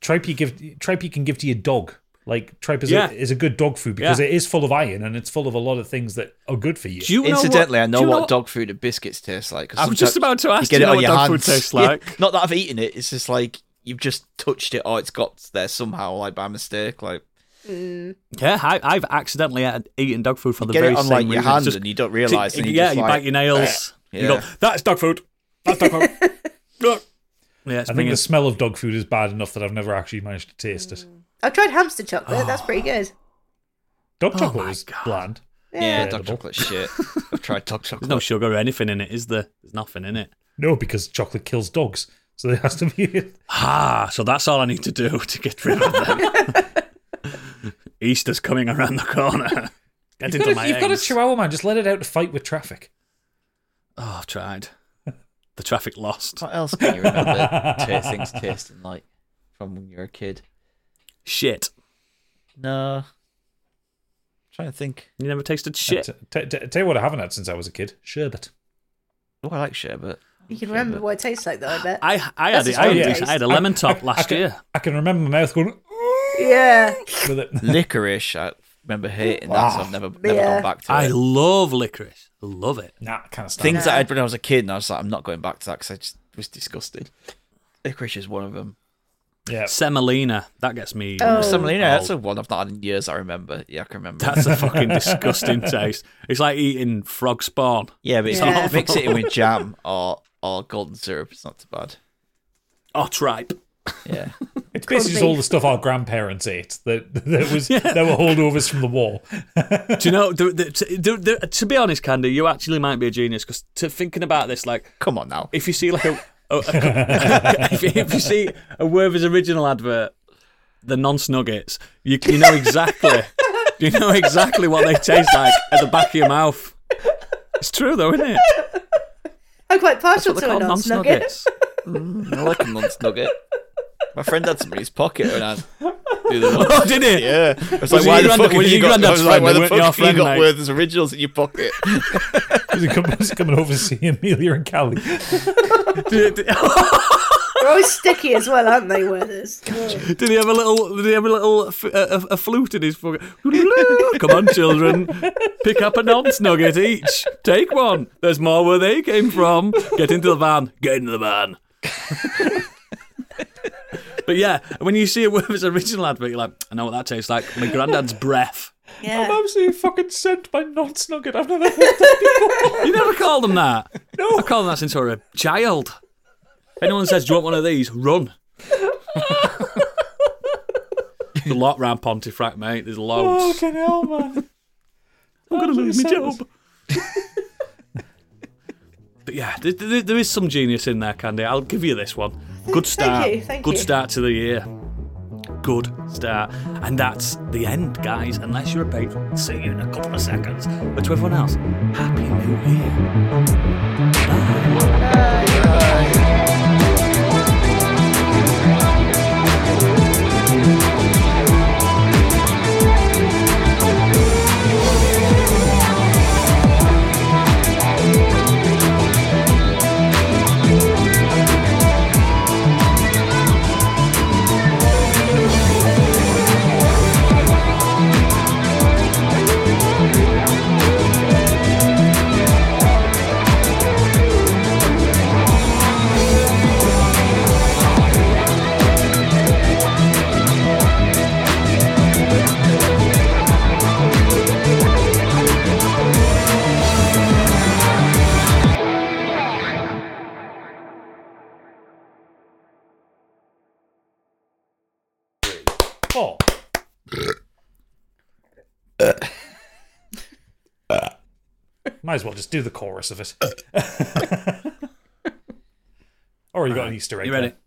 Speaker 2: tripe you give tripe you can give to your dog. Like tripe is
Speaker 1: Yeah.
Speaker 2: a, is a good dog food because
Speaker 1: Yeah.
Speaker 2: it is full of iron and it's full of a lot of things that are good for
Speaker 1: [laughs]
Speaker 2: you.
Speaker 1: Do you know what-
Speaker 5: Incidentally, I know
Speaker 1: do you
Speaker 5: what, dog food and biscuits taste like. 'cause
Speaker 1: I was just about
Speaker 5: sometimes
Speaker 1: to ask,
Speaker 5: get
Speaker 1: do you
Speaker 5: it
Speaker 1: know
Speaker 5: on
Speaker 1: what
Speaker 5: your
Speaker 1: dog food
Speaker 5: hands.
Speaker 1: tastes
Speaker 5: Yeah,
Speaker 1: like?
Speaker 5: not that I've eaten it. It's just like you've just touched it, or it's got there somehow, like by mistake. Like
Speaker 1: Yeah, I, I've accidentally had- eaten dog food for the
Speaker 5: get
Speaker 1: very
Speaker 5: it on
Speaker 1: same
Speaker 5: like your
Speaker 1: reason.
Speaker 5: hand,
Speaker 1: Just-
Speaker 5: and you don't realize. and you
Speaker 1: yeah,
Speaker 5: just,
Speaker 1: you
Speaker 5: like,
Speaker 1: bite your nails.
Speaker 5: Yeah.
Speaker 1: You go, that's dog food. That's dog food. [laughs] Look. yeah, it's
Speaker 2: I think
Speaker 1: bringing.
Speaker 2: the smell of dog food is bad enough that I've never actually managed to taste it.
Speaker 3: I've tried hamster chocolate. That's pretty good.
Speaker 2: Dog
Speaker 1: Oh
Speaker 2: chocolate
Speaker 1: my
Speaker 2: is
Speaker 1: God.
Speaker 2: bland.
Speaker 5: Yeah, dog
Speaker 2: Edible.
Speaker 5: chocolate shit. [laughs] I've tried dog chocolate.
Speaker 1: There's no sugar or anything in it, is there? There's nothing in it.
Speaker 2: No, because chocolate kills dogs. So there has to be.
Speaker 1: Ah, so that's all I need to do [laughs] to get rid of them. [laughs] Easter's coming around the corner. [laughs] Get
Speaker 2: You've,
Speaker 1: into
Speaker 2: got
Speaker 1: my
Speaker 2: a, you've got a
Speaker 1: eggs.
Speaker 2: chihuahua, man. Just let it out to fight with traffic.
Speaker 1: Oh, I've tried. The traffic lost.
Speaker 5: What else can you [laughs] remember? ta- things tasting like from when you were a kid.
Speaker 1: Shit.
Speaker 5: No, I'm trying to think.
Speaker 1: You never tasted shit.
Speaker 2: T- t- t- tell you what, I haven't had since I was a kid sherbet.
Speaker 5: Oh, I like sherbet.
Speaker 3: You can remember what it tastes like, though. I bet.
Speaker 1: I I had
Speaker 3: That's
Speaker 1: it. I had,
Speaker 3: just
Speaker 1: these- I had a lemon top last
Speaker 2: [laughs] I can,
Speaker 1: year.
Speaker 2: I can remember my mouth going [laughs]
Speaker 3: yeah.
Speaker 2: with it.
Speaker 5: Licorice. I remember hating that. So I've never never
Speaker 3: Yeah.
Speaker 5: gone back to
Speaker 1: I
Speaker 5: it.
Speaker 1: love licorice. Love it.
Speaker 2: Nah, kind of
Speaker 5: things that I'd when I was a kid, and I was like, I'm not going back to that because I just was disgusted. Licorice is one of them.
Speaker 2: Yeah.
Speaker 1: Semolina. That gets me.
Speaker 3: Oh.
Speaker 5: Semolina,
Speaker 1: Oh.
Speaker 5: that's the one I've not had in years. I remember. Yeah, I can remember.
Speaker 1: That's a fucking
Speaker 5: [laughs]
Speaker 1: disgusting taste. It's like eating frog spawn.
Speaker 5: yeah, but it's
Speaker 3: Yeah.
Speaker 5: not mix it
Speaker 1: [laughs]
Speaker 5: in with jam or or golden syrup. It's not too bad.
Speaker 1: Oh, tripe.
Speaker 5: Yeah,
Speaker 2: It's basically just
Speaker 3: be.
Speaker 2: all the stuff our grandparents ate that [laughs] that was that were holdovers from the war.
Speaker 1: Do you know? The, the, to, the, the, to be honest, Candy, you actually might be a genius because to thinking about this, like
Speaker 5: [laughs] come on now.
Speaker 1: if you see like a, a, a- [laughs] if, you- if you see a Werther's original advert, the nonce nuggets, you you know exactly, you know exactly what they taste like at the back of your mouth. It's true though, isn't it?
Speaker 3: I'm quite
Speaker 1: That's
Speaker 3: partial
Speaker 1: what they
Speaker 3: to a
Speaker 1: call
Speaker 3: nonce
Speaker 1: nonce
Speaker 3: nugget.
Speaker 1: nuggets.
Speaker 5: I like a nonce nugget. My friend had some in his pocket, and [laughs] I do the nonce.
Speaker 1: Oh, did it?
Speaker 5: Yeah, it's
Speaker 1: Was it your grandad- was it your
Speaker 5: I
Speaker 1: grandad's
Speaker 5: was like,
Speaker 1: friend
Speaker 5: why
Speaker 1: that
Speaker 5: the
Speaker 1: weren't
Speaker 5: fuck
Speaker 1: your
Speaker 5: have you
Speaker 1: friend,
Speaker 5: got
Speaker 1: mate?
Speaker 5: Werther's originals in your pocket?
Speaker 2: [laughs] He's coming, he's coming over to see Amelia and Callie.
Speaker 1: Did it-
Speaker 3: They're always sticky as well, aren't they,
Speaker 1: [laughs]
Speaker 3: Weathers?
Speaker 1: Did he have a little? Did he have a little f- a, a flute in his pocket? [laughs] Come on, children, pick up a nonce nugget each. Take one. There's more where they came from. Get into the van. Get into the van. [laughs] but yeah, when you see it with its original advert, you're like, I know what that tastes like. My granddad's breath.
Speaker 2: I'm
Speaker 3: Yeah.
Speaker 2: absolutely fucking sent by nonce nugget. I've never heard that before.
Speaker 1: You never called them that.
Speaker 2: No.
Speaker 1: I called them that since I was a child. Anyone says, "Do you want one of these?" Run. There's a lot round Pontefract, mate. There's loads.
Speaker 2: Fucking hell, man.
Speaker 1: I'm gonna lose my
Speaker 2: Absolutely
Speaker 1: job. [laughs] but yeah, there, there, there is some genius in there, Candy. I'll give you this one. Good start.
Speaker 3: you, thank
Speaker 1: Good
Speaker 3: you.
Speaker 1: start to the year. Good start. And that's the end, guys. Unless you're a patron, see you in a couple of seconds. But to everyone else, happy New Year.
Speaker 2: Oh. Oh. Might as well just do the chorus of it. [laughs] or you got an Easter egg.
Speaker 1: You
Speaker 2: there.
Speaker 1: ready?